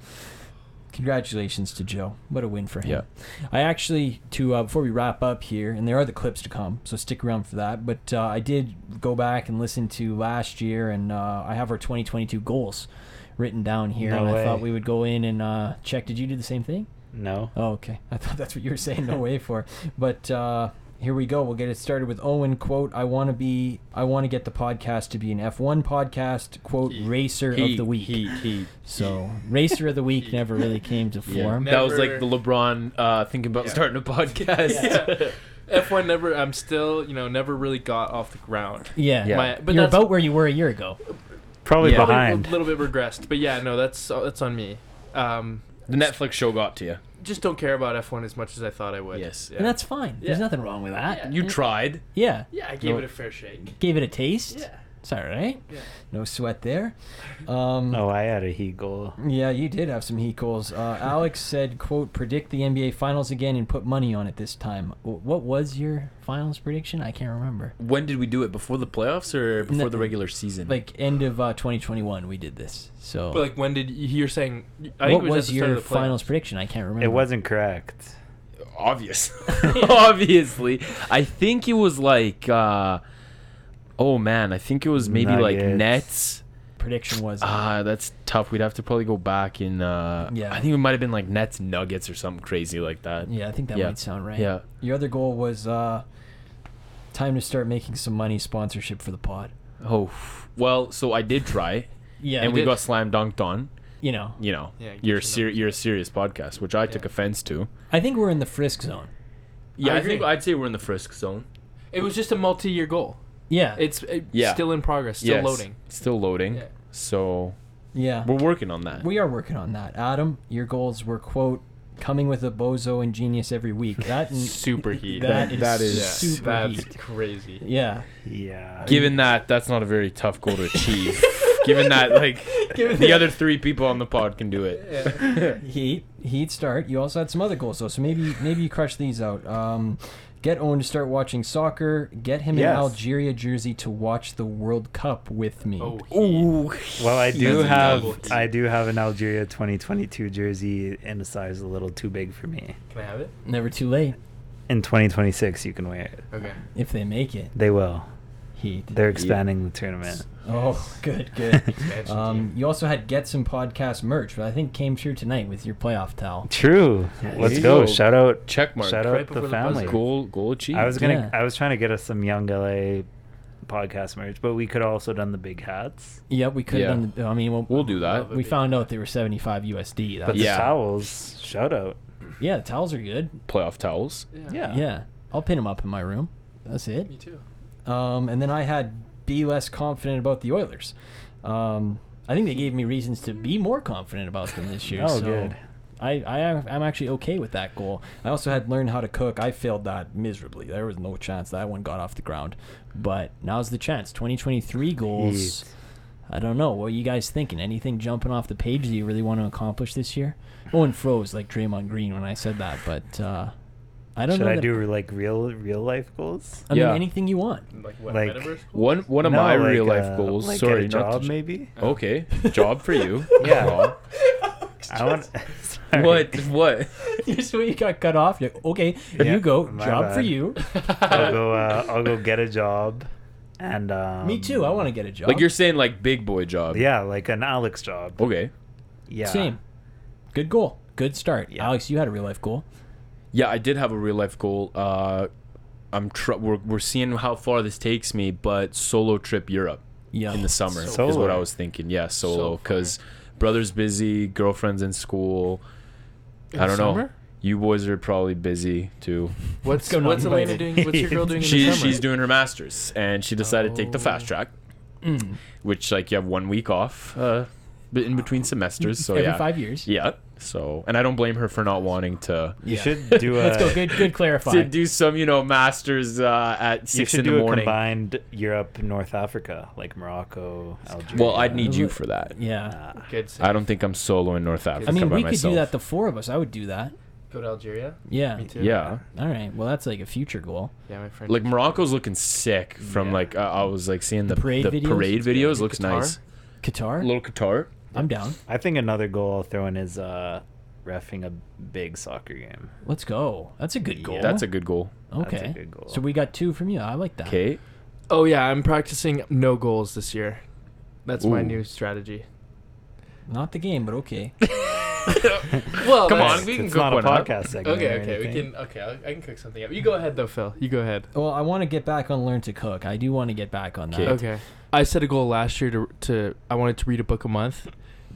[SPEAKER 3] Congratulations to Joe. What a win for him. I actually, to uh, before we wrap up here, and there are the clips to come, so stick around for that. But uh, I did go back and listen to last year, and uh, I have our 2022 goals written down here.
[SPEAKER 5] No
[SPEAKER 3] and I
[SPEAKER 5] way.
[SPEAKER 3] thought we would go in and uh, check. Did you do the same thing?
[SPEAKER 5] no.
[SPEAKER 3] Oh, okay. I thought that's what you were saying. No way for. But uh, here we go. We'll get it started with Owen. Quote: I want to be. I want to get the podcast to be an F1 podcast. Quote: Racer of the week.
[SPEAKER 6] He, he,
[SPEAKER 3] so racer of the week never really came to form.
[SPEAKER 4] Never-
[SPEAKER 6] That was like the LeBron uh, thinking about starting a podcast.
[SPEAKER 4] F1 never. I'm still, you know, never really got off the ground.
[SPEAKER 3] Yeah.
[SPEAKER 6] Yeah.
[SPEAKER 4] My- but
[SPEAKER 3] You're
[SPEAKER 4] that's-
[SPEAKER 3] about where you were a year ago.
[SPEAKER 5] Probably
[SPEAKER 6] Yeah.
[SPEAKER 4] Probably
[SPEAKER 5] behind.
[SPEAKER 4] a little bit regressed, but yeah, no, that's uh, that's on me. Um,
[SPEAKER 6] The Netflix show got to you.
[SPEAKER 4] just don't care about F1 as much as I thought I would.
[SPEAKER 6] Yes.
[SPEAKER 3] And that's fine. There's
[SPEAKER 4] Yeah.
[SPEAKER 3] nothing wrong with that.
[SPEAKER 6] You tried.
[SPEAKER 3] Yeah.
[SPEAKER 4] Yeah, I gave it a fair shake.
[SPEAKER 3] Gave it a taste.
[SPEAKER 4] Yeah.
[SPEAKER 3] It's all right.
[SPEAKER 4] Yeah.
[SPEAKER 3] No sweat there. Um,
[SPEAKER 5] Oh, I had a he goal.
[SPEAKER 3] Yeah, you did have some heat goals. Uh, Alex said, "quote Predict the NBA Finals again and put money on it this time." W- What was your finals prediction? I can't remember.
[SPEAKER 6] When did we do it? Before the playoffs or before
[SPEAKER 3] No.
[SPEAKER 6] the regular season?
[SPEAKER 3] Like end of uh, 2021, we did this. So,
[SPEAKER 4] But like, when did you, you're saying? I think
[SPEAKER 3] what was,
[SPEAKER 4] it was, at the start
[SPEAKER 3] your
[SPEAKER 4] of the playoffs.
[SPEAKER 3] finals prediction? I can't
[SPEAKER 6] Mm.
[SPEAKER 3] remember.
[SPEAKER 5] It wasn't correct.
[SPEAKER 6] obvious. Obviously. I think it was like uh oh man, I think it was maybe like
[SPEAKER 5] Nuggets.
[SPEAKER 6] Nets
[SPEAKER 3] prediction was. uh,
[SPEAKER 6] Ah, that's tough. We'd have to probably go back in. Uh,
[SPEAKER 3] Yeah.
[SPEAKER 6] I think it might have been like Nets Nuggets or something crazy like that.
[SPEAKER 3] yeah, I think that
[SPEAKER 6] yeah.
[SPEAKER 3] might sound right.
[SPEAKER 6] Yeah.
[SPEAKER 3] Your other goal was uh, time to start making some money sponsorship for the pod.
[SPEAKER 6] Oh, well. So I did try,
[SPEAKER 3] Yeah,
[SPEAKER 6] and we got slam dunked on.
[SPEAKER 3] you know.
[SPEAKER 6] You know,
[SPEAKER 4] Yeah, you
[SPEAKER 6] you're a
[SPEAKER 4] should
[SPEAKER 6] ser- you're a serious podcast, which I took
[SPEAKER 4] Yeah.
[SPEAKER 6] offense to.
[SPEAKER 3] I think we're in the frisk zone.
[SPEAKER 6] Yeah,
[SPEAKER 4] I
[SPEAKER 6] I, think
[SPEAKER 4] agree.
[SPEAKER 6] I'd say we're in the frisk zone.
[SPEAKER 4] It was just a multi-year goal.
[SPEAKER 3] Yeah,
[SPEAKER 4] It's uh,
[SPEAKER 6] Yeah.
[SPEAKER 4] still in progress, still
[SPEAKER 6] Yes,
[SPEAKER 4] loading.
[SPEAKER 6] Still loading.
[SPEAKER 4] Yeah.
[SPEAKER 6] So
[SPEAKER 3] yeah.
[SPEAKER 6] we're working on that.
[SPEAKER 3] We are working on that, Adam. Your goals were quote coming with a bozo and genius every week. That and
[SPEAKER 4] Super heat.
[SPEAKER 3] that is,
[SPEAKER 1] that is-
[SPEAKER 3] super heat.
[SPEAKER 4] crazy.
[SPEAKER 3] Yeah,
[SPEAKER 5] Yeah.
[SPEAKER 6] Given that, that's not a very tough goal to achieve. Given that, like the other three people on the pod can do it.
[SPEAKER 3] heat, heat start. You also had some other goals though, so maybe maybe you crush these out. Um, get Owen to start watching soccer. Get him an
[SPEAKER 5] Yes.
[SPEAKER 3] Algeria jersey to watch the World Cup with me.
[SPEAKER 4] Oh,
[SPEAKER 6] Ooh,
[SPEAKER 5] Well, I do
[SPEAKER 6] That's a
[SPEAKER 5] have
[SPEAKER 6] double
[SPEAKER 4] heat.
[SPEAKER 5] I do have an Algeria 2022 jersey, and the size is a little too big for me.
[SPEAKER 4] can I have it?
[SPEAKER 3] Never too late
[SPEAKER 5] In 2026, you can wear it.
[SPEAKER 4] Okay.
[SPEAKER 3] if they make it.
[SPEAKER 5] They will.
[SPEAKER 3] Heat.
[SPEAKER 5] They're expanding the tournament.
[SPEAKER 3] Oh, good, good.
[SPEAKER 4] Expansion
[SPEAKER 3] um,
[SPEAKER 4] team.
[SPEAKER 3] you also had get some podcast merch, but I think came true tonight with your playoff towel.
[SPEAKER 5] True. Let's go.
[SPEAKER 6] Yo.
[SPEAKER 5] Shout out.
[SPEAKER 6] check mark.
[SPEAKER 5] Shout
[SPEAKER 4] Right
[SPEAKER 5] out
[SPEAKER 4] before
[SPEAKER 5] the
[SPEAKER 4] the buzzer.
[SPEAKER 5] family.
[SPEAKER 6] Goal, goal achieved.
[SPEAKER 5] I was gonna.
[SPEAKER 3] Yeah.
[SPEAKER 5] I was trying to get us some young LA podcast merch, but we could also done the big hats.
[SPEAKER 3] Yep, we could
[SPEAKER 6] Yeah.
[SPEAKER 3] have done. The, I mean, well,
[SPEAKER 6] We'll do that.
[SPEAKER 4] Love it.
[SPEAKER 3] Uh, we found out they were 75 USD. That
[SPEAKER 5] But
[SPEAKER 3] was-
[SPEAKER 5] the
[SPEAKER 6] Yeah.
[SPEAKER 5] towels. Shout out.
[SPEAKER 3] yeah, the towels are good.
[SPEAKER 6] Playoff towels.
[SPEAKER 5] Yeah.
[SPEAKER 3] Yeah, I'll pin them up in my room. That's it.
[SPEAKER 4] Me too.
[SPEAKER 3] Um, and then I had be less confident about the Oilers. Um, I think they gave me reasons to be more confident about them this year.
[SPEAKER 5] Oh,
[SPEAKER 3] so
[SPEAKER 5] good.
[SPEAKER 3] I, I am- I'm actually okay with that goal. I also had learned how to cook. I failed that miserably. There was no chance that one got off the ground. But now's the chance. 2023 goals.
[SPEAKER 5] Yeet.
[SPEAKER 3] I don't know. What are you guys thinking? Anything jumping off the page that you really want to accomplish this year? Owen froze like Draymond Green when I said that, but uh, I don't
[SPEAKER 5] Should
[SPEAKER 3] know.
[SPEAKER 5] I
[SPEAKER 3] that-
[SPEAKER 5] do like real real life goals?
[SPEAKER 3] I
[SPEAKER 6] Yeah.
[SPEAKER 3] mean, anything you want.
[SPEAKER 4] Like what?
[SPEAKER 5] Like-
[SPEAKER 4] metaverse?
[SPEAKER 6] One one of
[SPEAKER 5] No,
[SPEAKER 6] my
[SPEAKER 5] like,
[SPEAKER 6] real life
[SPEAKER 5] uh,
[SPEAKER 6] goals.
[SPEAKER 5] like
[SPEAKER 6] sorry,
[SPEAKER 5] a
[SPEAKER 6] not
[SPEAKER 5] job
[SPEAKER 6] to- Oh.
[SPEAKER 5] maybe.
[SPEAKER 6] Okay, job for you.
[SPEAKER 5] Yeah.
[SPEAKER 6] Job.
[SPEAKER 5] I want. Sorry.
[SPEAKER 6] What? What?
[SPEAKER 3] Just when you got cut off, you're like, okay,
[SPEAKER 5] Yeah,
[SPEAKER 3] you go.
[SPEAKER 5] my
[SPEAKER 3] Job for
[SPEAKER 5] bad.
[SPEAKER 3] you.
[SPEAKER 5] I'll go. Uh, I'll go get a job, and um,
[SPEAKER 3] Me too. I want to get a job.
[SPEAKER 6] Like you're saying, like big boy job.
[SPEAKER 5] Yeah, like an Alex job.
[SPEAKER 6] Okay.
[SPEAKER 5] Yeah.
[SPEAKER 3] same. Good goal. Good start.
[SPEAKER 5] Yeah.
[SPEAKER 3] Alex, you had a real life goal.
[SPEAKER 6] Yeah, I did have a real life goal. Uh, I'm tr- we're we're seeing how far this takes me, but solo trip Europe
[SPEAKER 3] Yeah.
[SPEAKER 6] in the summer is
[SPEAKER 5] Solo.
[SPEAKER 6] what I was thinking. Yeah, solo
[SPEAKER 4] So far.
[SPEAKER 6] because brother's busy, girlfriend's in school.
[SPEAKER 4] In
[SPEAKER 6] I don't know.
[SPEAKER 4] summer?
[SPEAKER 6] You boys are probably busy too.
[SPEAKER 4] What's
[SPEAKER 3] going on
[SPEAKER 4] what's
[SPEAKER 3] in
[SPEAKER 4] Elena
[SPEAKER 3] Biden?
[SPEAKER 4] doing? What's your girl doing? in
[SPEAKER 6] She
[SPEAKER 4] the summer?
[SPEAKER 6] she's doing her masters, and she decided to take the fast
[SPEAKER 4] Oh.
[SPEAKER 6] track, which like you have one week off, uh, b- in between semesters. So
[SPEAKER 3] Every
[SPEAKER 6] yeah,
[SPEAKER 3] five years.
[SPEAKER 6] yeah. So and I don't blame her for not wanting to.
[SPEAKER 5] You
[SPEAKER 3] Yeah.
[SPEAKER 5] should do a.
[SPEAKER 3] Let's go. Good. Good. Clarify.
[SPEAKER 6] To do some, you know, masters uh, at
[SPEAKER 5] You
[SPEAKER 6] six
[SPEAKER 5] should
[SPEAKER 6] in the
[SPEAKER 5] do a
[SPEAKER 6] morning.
[SPEAKER 5] combined Europe North Africa like Morocco. Algeria.
[SPEAKER 6] Well, I'd need you for that.
[SPEAKER 3] yeah.
[SPEAKER 5] Uh,
[SPEAKER 4] Good. save.
[SPEAKER 6] I don't think I'm solo in North Africa
[SPEAKER 3] I mean,
[SPEAKER 6] by
[SPEAKER 3] we could
[SPEAKER 6] myself.
[SPEAKER 3] do that. The four of us. I would do that.
[SPEAKER 4] Go to Algeria.
[SPEAKER 3] Yeah.
[SPEAKER 4] Me too.
[SPEAKER 6] yeah,
[SPEAKER 3] All right. Well, that's like a future goal.
[SPEAKER 4] Yeah, my friend.
[SPEAKER 6] like Morocco's looking sick from
[SPEAKER 4] Yeah.
[SPEAKER 6] like uh, I was like seeing the,
[SPEAKER 3] The
[SPEAKER 6] the parade
[SPEAKER 3] parade videos?
[SPEAKER 6] videos.
[SPEAKER 4] Yeah,
[SPEAKER 6] looks
[SPEAKER 4] Qatar.
[SPEAKER 6] nice.
[SPEAKER 3] Qatar.
[SPEAKER 6] Little Qatar.
[SPEAKER 3] I'm down.
[SPEAKER 5] I think another goal I'll throw in is uh, refing a big soccer game.
[SPEAKER 3] Let's go. That's a good goal.
[SPEAKER 6] That's a good goal.
[SPEAKER 3] okay.
[SPEAKER 5] that's a good goal.
[SPEAKER 3] So we got two from you. I like that.
[SPEAKER 6] Okay.
[SPEAKER 4] Oh yeah, I'm practicing no goals this year. That's my
[SPEAKER 6] Ooh.
[SPEAKER 4] new strategy.
[SPEAKER 3] Not the game, but okay.
[SPEAKER 4] Well,
[SPEAKER 6] Come
[SPEAKER 4] that's-
[SPEAKER 6] on, we can
[SPEAKER 5] it's
[SPEAKER 6] cook
[SPEAKER 5] not a
[SPEAKER 6] one up.
[SPEAKER 5] podcast segment.
[SPEAKER 4] Okay,
[SPEAKER 5] or
[SPEAKER 4] okay, we
[SPEAKER 5] anything.
[SPEAKER 4] can. Okay, I, I can cook something up. You go ahead though, Phil. You go ahead.
[SPEAKER 3] Well, I want to get back on learn to cook. I do want to get back on that.
[SPEAKER 6] Okay.
[SPEAKER 4] Okay. I set a goal last year to to I wanted to read a book a month,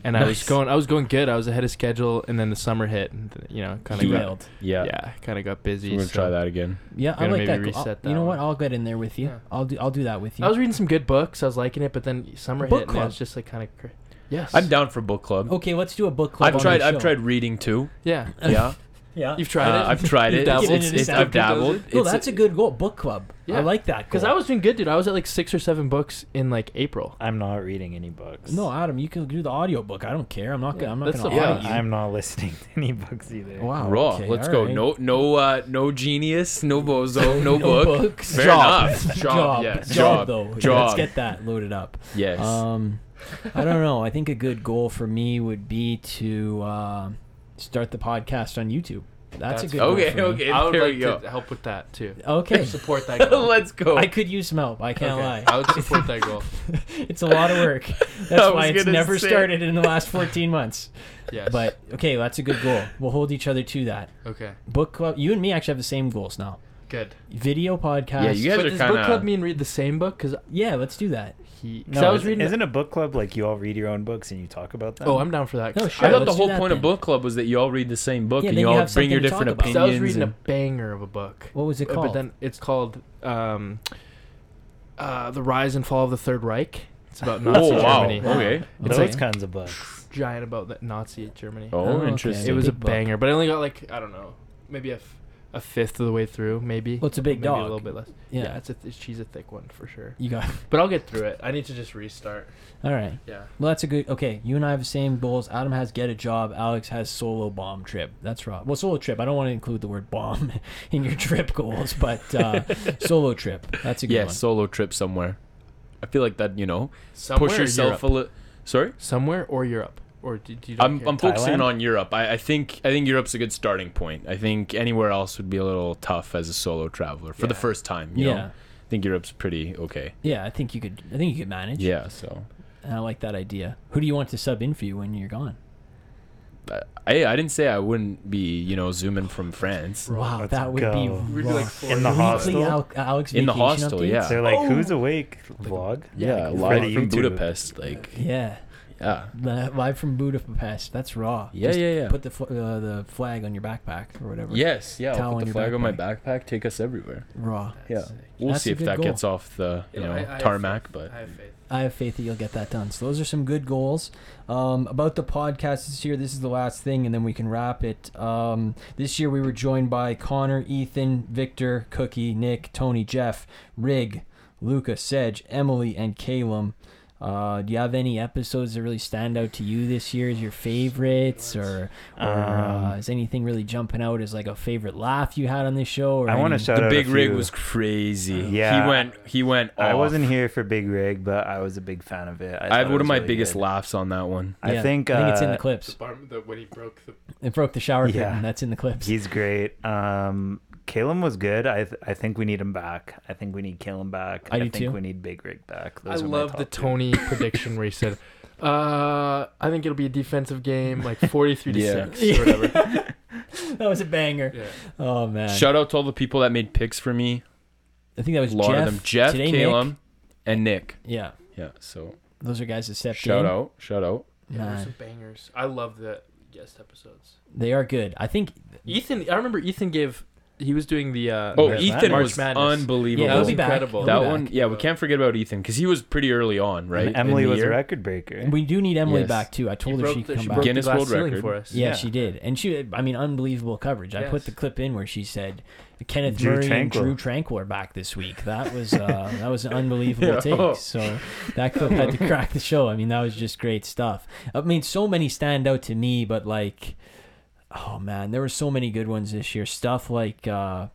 [SPEAKER 4] and I was
[SPEAKER 6] Nice.
[SPEAKER 4] going I was going good. I was ahead of schedule, and then the summer hit, and you know, kind of got
[SPEAKER 3] Derailed.
[SPEAKER 6] Yeah.
[SPEAKER 4] yeah, kind of got
[SPEAKER 6] We're
[SPEAKER 4] busy.
[SPEAKER 6] gonna
[SPEAKER 4] so-
[SPEAKER 6] try that again.
[SPEAKER 3] Yeah, I
[SPEAKER 4] Gotta
[SPEAKER 3] like
[SPEAKER 4] maybe
[SPEAKER 3] that. goal.
[SPEAKER 4] reset
[SPEAKER 3] I'll-
[SPEAKER 4] that
[SPEAKER 3] you know
[SPEAKER 4] one.
[SPEAKER 3] what? I'll get in there with you.
[SPEAKER 4] Yeah.
[SPEAKER 3] I'll do. I'll do that with you.
[SPEAKER 4] I was reading some good books. I was liking it, but then summer
[SPEAKER 3] Book
[SPEAKER 4] hit, and I
[SPEAKER 3] club.
[SPEAKER 4] was just like kind of. Cr- yes.
[SPEAKER 6] I'm down for book club.
[SPEAKER 3] okay, let's do a book club.
[SPEAKER 6] I've
[SPEAKER 3] on
[SPEAKER 6] tried.
[SPEAKER 3] the
[SPEAKER 6] I've
[SPEAKER 3] show.
[SPEAKER 6] tried reading too.
[SPEAKER 4] Yeah.
[SPEAKER 6] Yeah,
[SPEAKER 3] Yeah.
[SPEAKER 4] You've
[SPEAKER 6] uh,
[SPEAKER 4] tried it.
[SPEAKER 6] I've tried
[SPEAKER 4] You've
[SPEAKER 6] it.
[SPEAKER 4] dabbled.
[SPEAKER 6] It's, it's, it's, I've dabbled.
[SPEAKER 3] No,
[SPEAKER 6] It's-
[SPEAKER 3] that's a good goal. Book club.
[SPEAKER 4] Yeah.
[SPEAKER 3] I like that.
[SPEAKER 4] Because
[SPEAKER 3] goal.
[SPEAKER 4] I was doing good, dude. I was at like six or seven books in like April.
[SPEAKER 5] I'm not reading any books.
[SPEAKER 3] No, Adam, you can do the audiobook. I don't care. I'm not.
[SPEAKER 4] Yeah,
[SPEAKER 3] gonna I'm not
[SPEAKER 4] that's
[SPEAKER 3] gonna.
[SPEAKER 4] the
[SPEAKER 3] audit
[SPEAKER 4] point.
[SPEAKER 3] you.
[SPEAKER 5] I'm not listening to any books either.
[SPEAKER 3] Wow.
[SPEAKER 6] raw.
[SPEAKER 3] okay,
[SPEAKER 6] Let's
[SPEAKER 3] all
[SPEAKER 6] go.
[SPEAKER 3] right.
[SPEAKER 6] No, no, uh, no genius. No bozo.
[SPEAKER 3] No
[SPEAKER 6] No, book.
[SPEAKER 3] books.
[SPEAKER 6] Fair
[SPEAKER 4] Job.
[SPEAKER 6] enough. Job.
[SPEAKER 3] Job.
[SPEAKER 6] Yes.
[SPEAKER 3] Job, though.
[SPEAKER 6] Job.
[SPEAKER 3] Let's get that loaded up.
[SPEAKER 6] Yes.
[SPEAKER 3] Um, I don't know. I think a good goal for me would be to uh, start the podcast on YouTube. That's, a
[SPEAKER 4] That's-
[SPEAKER 3] good word
[SPEAKER 6] Okay,
[SPEAKER 3] for me.
[SPEAKER 6] okay.
[SPEAKER 4] I would
[SPEAKER 6] there
[SPEAKER 4] like
[SPEAKER 6] we go.
[SPEAKER 4] to help with that too.
[SPEAKER 3] Okay.
[SPEAKER 4] Support that goal.
[SPEAKER 6] Let's go.
[SPEAKER 3] I could use some help. I can't
[SPEAKER 4] Okay.
[SPEAKER 3] lie.
[SPEAKER 4] I would support that goal.
[SPEAKER 3] It's a lot of work.
[SPEAKER 6] I
[SPEAKER 3] That's why
[SPEAKER 6] was
[SPEAKER 3] it's
[SPEAKER 6] gonna
[SPEAKER 3] never
[SPEAKER 6] say-
[SPEAKER 3] started in the last 14 months.
[SPEAKER 4] Yes.
[SPEAKER 3] But okay, that's a good goal. We'll hold each other to that.
[SPEAKER 4] okay.
[SPEAKER 3] Book club. You and me actually have the same goals now.
[SPEAKER 4] Good.
[SPEAKER 3] Video podcast.
[SPEAKER 6] Yeah, you guys
[SPEAKER 4] But
[SPEAKER 6] are
[SPEAKER 4] does book
[SPEAKER 6] kinda-
[SPEAKER 4] club mean read the same book? Because
[SPEAKER 3] Yeah, let's do that.
[SPEAKER 4] he. 'cause
[SPEAKER 5] No,
[SPEAKER 4] I was
[SPEAKER 5] isn't-
[SPEAKER 4] reading.
[SPEAKER 5] isn't a book club like you all read your own books and you talk about them?
[SPEAKER 4] oh, I'm down for that. 'cause
[SPEAKER 3] No,
[SPEAKER 6] I
[SPEAKER 3] sure.
[SPEAKER 6] thought the
[SPEAKER 3] let's do
[SPEAKER 6] whole
[SPEAKER 3] that
[SPEAKER 6] point of
[SPEAKER 3] then.
[SPEAKER 6] book club was that you all read the same book
[SPEAKER 3] Yeah,
[SPEAKER 6] and
[SPEAKER 3] then
[SPEAKER 6] you
[SPEAKER 3] you
[SPEAKER 6] all
[SPEAKER 3] have
[SPEAKER 6] bring your
[SPEAKER 3] something to
[SPEAKER 6] different
[SPEAKER 3] talk about.
[SPEAKER 6] opinions.
[SPEAKER 4] So I was reading a
[SPEAKER 6] and-
[SPEAKER 4] banger of a book.
[SPEAKER 3] What was it
[SPEAKER 4] Uh,
[SPEAKER 3] called?
[SPEAKER 4] But then it's called um, uh, The Rise and Fall of the Third Reich. It's about Nazi
[SPEAKER 6] oh wow!
[SPEAKER 4] Germany.
[SPEAKER 6] Okay.
[SPEAKER 5] Those
[SPEAKER 4] It's like
[SPEAKER 5] kinds of books.
[SPEAKER 4] giant about that Nazi Germany.
[SPEAKER 6] Oh,
[SPEAKER 3] Oh, okay.
[SPEAKER 6] interesting.
[SPEAKER 4] It was a
[SPEAKER 3] big book.
[SPEAKER 4] banger, but I only got like I don't know, maybe a, f- a fifth of the way through, maybe.
[SPEAKER 3] Well, it's a big
[SPEAKER 4] maybe
[SPEAKER 3] dog.
[SPEAKER 4] a little bit less.
[SPEAKER 3] Yeah.
[SPEAKER 4] Yeah, it's a th- she's a thick one for sure.
[SPEAKER 3] You got.
[SPEAKER 4] But I'll get through it. I need to just restart.
[SPEAKER 3] All right.
[SPEAKER 4] Yeah.
[SPEAKER 3] Well, that's a good. Okay, you and I have the same goals. Adam has get a job. Alex has solo bomb trip. That's right. Well, solo trip. I don't want to include the word bomb in your trip goals, but uh, solo trip. That's a good
[SPEAKER 6] Yeah,
[SPEAKER 3] one.
[SPEAKER 6] solo trip somewhere. I feel like that. You know,
[SPEAKER 4] Somewhere
[SPEAKER 6] push
[SPEAKER 4] or
[SPEAKER 6] yourself a
[SPEAKER 4] Europe.
[SPEAKER 6] little. Sorry.
[SPEAKER 4] somewhere or Europe or do, do you? not
[SPEAKER 6] I'm,
[SPEAKER 4] care?
[SPEAKER 6] I'm focusing
[SPEAKER 5] Thailand?
[SPEAKER 6] on Europe. I, I think I think Europe's a good starting point. I think anywhere else would be a little tough as a solo traveler for the
[SPEAKER 4] Yeah.
[SPEAKER 6] first time. You
[SPEAKER 3] Yeah.
[SPEAKER 6] know? I think Europe's pretty okay.
[SPEAKER 3] Yeah, I think you could. I think you could manage.
[SPEAKER 6] Yeah, so
[SPEAKER 3] And I like that idea. Who do you want to sub in for you when you're gone?
[SPEAKER 6] I I I didn't say I wouldn't be you know zooming from France.
[SPEAKER 3] Wow,
[SPEAKER 5] Let's
[SPEAKER 3] that would
[SPEAKER 5] go.
[SPEAKER 3] be
[SPEAKER 5] We'd
[SPEAKER 4] be
[SPEAKER 3] raw.
[SPEAKER 4] like four
[SPEAKER 5] In the
[SPEAKER 4] years.
[SPEAKER 5] hostel.
[SPEAKER 3] Weekly Al- Alex
[SPEAKER 6] In the
[SPEAKER 3] vacation
[SPEAKER 6] hostel,
[SPEAKER 3] updates?
[SPEAKER 6] yeah.
[SPEAKER 5] They're like, who's awake? Vlog.
[SPEAKER 6] Yeah,
[SPEAKER 3] Yeah,
[SPEAKER 6] live
[SPEAKER 5] for the
[SPEAKER 6] from
[SPEAKER 5] YouTube.
[SPEAKER 6] Budapest. Like
[SPEAKER 3] Yeah,
[SPEAKER 6] yeah,
[SPEAKER 3] li- live from Budapest. That's raw.
[SPEAKER 6] Yeah,
[SPEAKER 3] Just
[SPEAKER 6] yeah, yeah.
[SPEAKER 3] Put the fl- uh, the flag on your backpack or whatever.
[SPEAKER 6] yes, yeah.
[SPEAKER 3] Towel
[SPEAKER 6] I'll
[SPEAKER 3] on
[SPEAKER 6] put the
[SPEAKER 3] your
[SPEAKER 6] flag on my backpack. Take us everywhere.
[SPEAKER 3] raw.
[SPEAKER 6] Yeah, we'll
[SPEAKER 3] That's
[SPEAKER 6] see
[SPEAKER 3] a
[SPEAKER 6] if
[SPEAKER 3] good
[SPEAKER 6] that
[SPEAKER 3] goal.
[SPEAKER 6] gets off the you
[SPEAKER 4] Yeah,
[SPEAKER 6] know
[SPEAKER 4] I- I have
[SPEAKER 6] tarmac,
[SPEAKER 4] faith.
[SPEAKER 6] but
[SPEAKER 4] I have faith.
[SPEAKER 3] I have faith that you'll get that done. So those are some good goals. Um, about the podcast this year, this is the last thing, and then we can wrap it. Um, this year we were joined by Connor, Ethan, Victor, Cookie, Nick, Tony, Jeff, Rig, Luca, Sedge, Emily, and Calum. Uh, do you have any episodes that really stand out to you this year as your favorites, or, or uh,
[SPEAKER 5] Um,
[SPEAKER 3] is anything really jumping out as like a favorite laugh you had on this show? Or
[SPEAKER 5] I want to
[SPEAKER 3] any-
[SPEAKER 5] shout
[SPEAKER 6] the
[SPEAKER 5] out
[SPEAKER 6] big
[SPEAKER 5] a
[SPEAKER 6] rig
[SPEAKER 5] few.
[SPEAKER 6] was crazy.
[SPEAKER 5] Yeah.
[SPEAKER 6] he went. He went. Off.
[SPEAKER 5] I wasn't here for Big Rig, but I was a big fan of it.
[SPEAKER 6] I
[SPEAKER 5] thought
[SPEAKER 6] have
[SPEAKER 5] it
[SPEAKER 6] one
[SPEAKER 5] was
[SPEAKER 6] of my
[SPEAKER 5] really
[SPEAKER 6] biggest
[SPEAKER 5] good.
[SPEAKER 6] laughs on that one.
[SPEAKER 5] I
[SPEAKER 3] Yeah,
[SPEAKER 5] think,
[SPEAKER 3] I think it's in
[SPEAKER 5] uh,
[SPEAKER 3] the clips.
[SPEAKER 4] when he broke the
[SPEAKER 3] It broke the shower
[SPEAKER 5] Yeah.
[SPEAKER 3] curtain. That's in the clips.
[SPEAKER 5] He's great. Um, Calum was good. I th- I think we need him back. I think we need Calum back.
[SPEAKER 3] I do
[SPEAKER 5] think
[SPEAKER 3] too.
[SPEAKER 5] we need Big Rig back.
[SPEAKER 4] I
[SPEAKER 5] Those are my
[SPEAKER 4] love the
[SPEAKER 5] top two.
[SPEAKER 4] Tony prediction where he said, uh, I think it'll be a defensive game, like 43 to
[SPEAKER 6] Yeah.
[SPEAKER 4] 6 or whatever.
[SPEAKER 3] that was a banger.
[SPEAKER 4] Yeah.
[SPEAKER 3] Oh man.
[SPEAKER 6] Shout out to all the people that made picks for me.
[SPEAKER 3] I think that was
[SPEAKER 6] A lot
[SPEAKER 3] Jeff.
[SPEAKER 6] of them. Jeff,
[SPEAKER 3] today, Nick.
[SPEAKER 6] Calum, and Nick.
[SPEAKER 3] Yeah,
[SPEAKER 6] Yeah. So
[SPEAKER 3] those are guys that stepped
[SPEAKER 6] shout
[SPEAKER 3] in.
[SPEAKER 6] out, shout out.
[SPEAKER 4] yeah there's
[SPEAKER 3] Man,
[SPEAKER 4] some bangers. I love the guest episodes.
[SPEAKER 3] they are good. I think.
[SPEAKER 4] Ethan, I remember Ethan gave, he was doing the. Uh,
[SPEAKER 6] Oh,
[SPEAKER 4] the
[SPEAKER 6] Ethan
[SPEAKER 4] March
[SPEAKER 6] was
[SPEAKER 4] Madness.
[SPEAKER 6] unbelievable.
[SPEAKER 3] Yeah,
[SPEAKER 4] that
[SPEAKER 3] he'll
[SPEAKER 4] was
[SPEAKER 3] be back.
[SPEAKER 4] incredible.
[SPEAKER 3] He'll be
[SPEAKER 6] that
[SPEAKER 3] back.
[SPEAKER 6] one, yeah, we can't forget about Ethan because he was pretty early on, right?
[SPEAKER 5] And
[SPEAKER 6] in
[SPEAKER 5] Emily
[SPEAKER 6] the
[SPEAKER 5] was a
[SPEAKER 6] year?
[SPEAKER 5] record breaker.
[SPEAKER 3] We do need Emily
[SPEAKER 6] Yes.
[SPEAKER 3] back too. I
[SPEAKER 4] She
[SPEAKER 3] told her
[SPEAKER 4] broke
[SPEAKER 3] she
[SPEAKER 4] the-
[SPEAKER 3] could come
[SPEAKER 4] she
[SPEAKER 3] back.
[SPEAKER 4] broke the
[SPEAKER 6] Guinness
[SPEAKER 4] glass
[SPEAKER 6] World
[SPEAKER 4] ceiling
[SPEAKER 6] Record.
[SPEAKER 4] for us.
[SPEAKER 3] yeah,
[SPEAKER 5] Yeah.
[SPEAKER 3] she did, and she. I mean, unbelievable coverage. I put
[SPEAKER 4] Yes.
[SPEAKER 3] the clip in where she said Kenneth
[SPEAKER 5] Drew
[SPEAKER 3] Murray and
[SPEAKER 5] Tranquil.
[SPEAKER 3] Drew Tranquil are back this week. That was uh, that was an unbelievable
[SPEAKER 4] Oh.
[SPEAKER 3] take. So that clip had to crack the show. I mean, that was just great stuff. I mean, so many stand out to me, but like, oh man, there were so many good ones this year. Stuff like. Uh,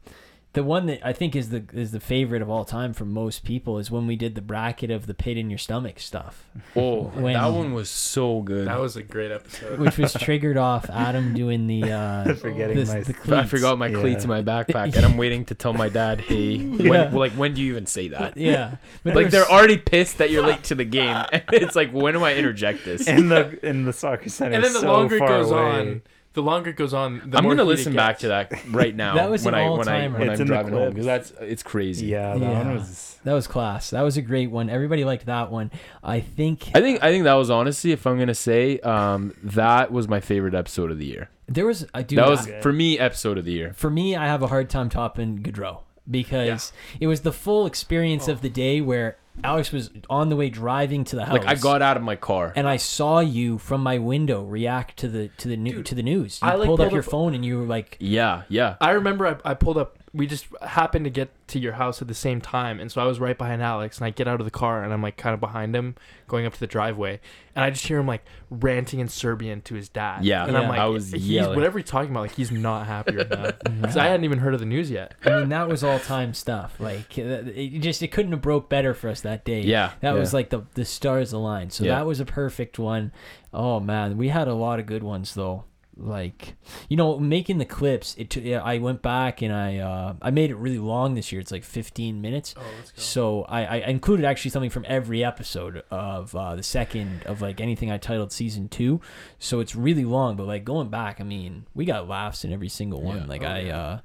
[SPEAKER 3] the one that I think is the is the favorite of all time for most people is when we did the bracket of the pit in your stomach stuff,
[SPEAKER 6] Oh,
[SPEAKER 3] When-
[SPEAKER 6] that one was so good.
[SPEAKER 4] That was a great episode.
[SPEAKER 3] which was triggered off Adam doing the uh,
[SPEAKER 5] Forgetting
[SPEAKER 3] this-
[SPEAKER 5] my-
[SPEAKER 3] the
[SPEAKER 6] But I
[SPEAKER 3] cleats.
[SPEAKER 6] forgot my
[SPEAKER 5] Yeah.
[SPEAKER 6] cleats in my backpack, and I'm waiting to tell my dad, "Hey,
[SPEAKER 3] Yeah.
[SPEAKER 6] when, like, when do you even say that?"
[SPEAKER 3] Yeah, but
[SPEAKER 6] Like,
[SPEAKER 3] there
[SPEAKER 6] they're
[SPEAKER 3] was-
[SPEAKER 6] already pissed that you're late to the game, and it's like, when do I interject this?
[SPEAKER 5] in the in the soccer center.
[SPEAKER 4] and then the
[SPEAKER 5] so
[SPEAKER 4] longer it
[SPEAKER 5] far
[SPEAKER 4] goes
[SPEAKER 5] away.
[SPEAKER 4] on, the longer it goes on, the
[SPEAKER 6] I'm
[SPEAKER 4] more
[SPEAKER 6] gonna
[SPEAKER 4] heat it
[SPEAKER 6] listen back
[SPEAKER 4] gets.
[SPEAKER 6] to that right now.
[SPEAKER 3] That was
[SPEAKER 6] when
[SPEAKER 3] an
[SPEAKER 6] I when I
[SPEAKER 3] all-timer.
[SPEAKER 6] when
[SPEAKER 5] It's
[SPEAKER 6] I'm
[SPEAKER 5] in the
[SPEAKER 6] driving home
[SPEAKER 5] clips.
[SPEAKER 6] because that's it's crazy.
[SPEAKER 5] Yeah, that
[SPEAKER 3] Yeah.
[SPEAKER 5] one was.
[SPEAKER 3] That was class. That was a great one. Everybody liked that one. I think
[SPEAKER 6] I think I think that was honestly, if I'm gonna say, um, that was my favorite episode of the year.
[SPEAKER 3] there was uh, I do.
[SPEAKER 6] that was
[SPEAKER 5] I-
[SPEAKER 6] for me episode of the year.
[SPEAKER 3] for me. I have a hard time topping Gaudreau because it was the full experience
[SPEAKER 4] Oh.
[SPEAKER 3] of the day where Alex was on the way driving to the house.
[SPEAKER 6] Like I got out of my car.
[SPEAKER 3] and I saw you from my window react to the to the new
[SPEAKER 4] Dude,
[SPEAKER 3] to the news. You
[SPEAKER 4] I, like,
[SPEAKER 3] pulled up
[SPEAKER 4] pulled
[SPEAKER 3] your
[SPEAKER 4] up-
[SPEAKER 3] phone and you were like,
[SPEAKER 6] Yeah, yeah.
[SPEAKER 4] I remember I, I pulled up. We just happened to get to your house at the same time, and so I was right behind Alex. And I get out of the car, and I'm like kind of behind him, going up to the driveway, and I just hear him like ranting in Serbian to his dad.
[SPEAKER 6] Yeah,
[SPEAKER 4] and
[SPEAKER 3] Yeah.
[SPEAKER 4] I'm like,
[SPEAKER 6] I was
[SPEAKER 4] he's
[SPEAKER 6] yelling.
[SPEAKER 4] whatever he's talking about. Like he's not happy right now. 'Cause I hadn't even heard of the news yet.
[SPEAKER 3] I mean, that was all time stuff. Like it it just it couldn't have broke better for us that day.
[SPEAKER 6] Yeah,
[SPEAKER 3] that was
[SPEAKER 6] yeah.
[SPEAKER 3] like the the stars aligned. So
[SPEAKER 6] Yeah.
[SPEAKER 3] that was a perfect one. Oh man, we had a lot of good ones though. like you know making the clips it took yeah, i went back and i uh i made it really long this year it's like 15 minutes
[SPEAKER 4] Oh, let's go.
[SPEAKER 3] so I, I included actually something from every episode of uh, the second of like anything I titled season two, so it's really long. But like going back, I mean, we got laughs in every single one.
[SPEAKER 6] Yeah.
[SPEAKER 3] Like
[SPEAKER 6] Oh,
[SPEAKER 3] I,
[SPEAKER 6] yeah.
[SPEAKER 3] uh,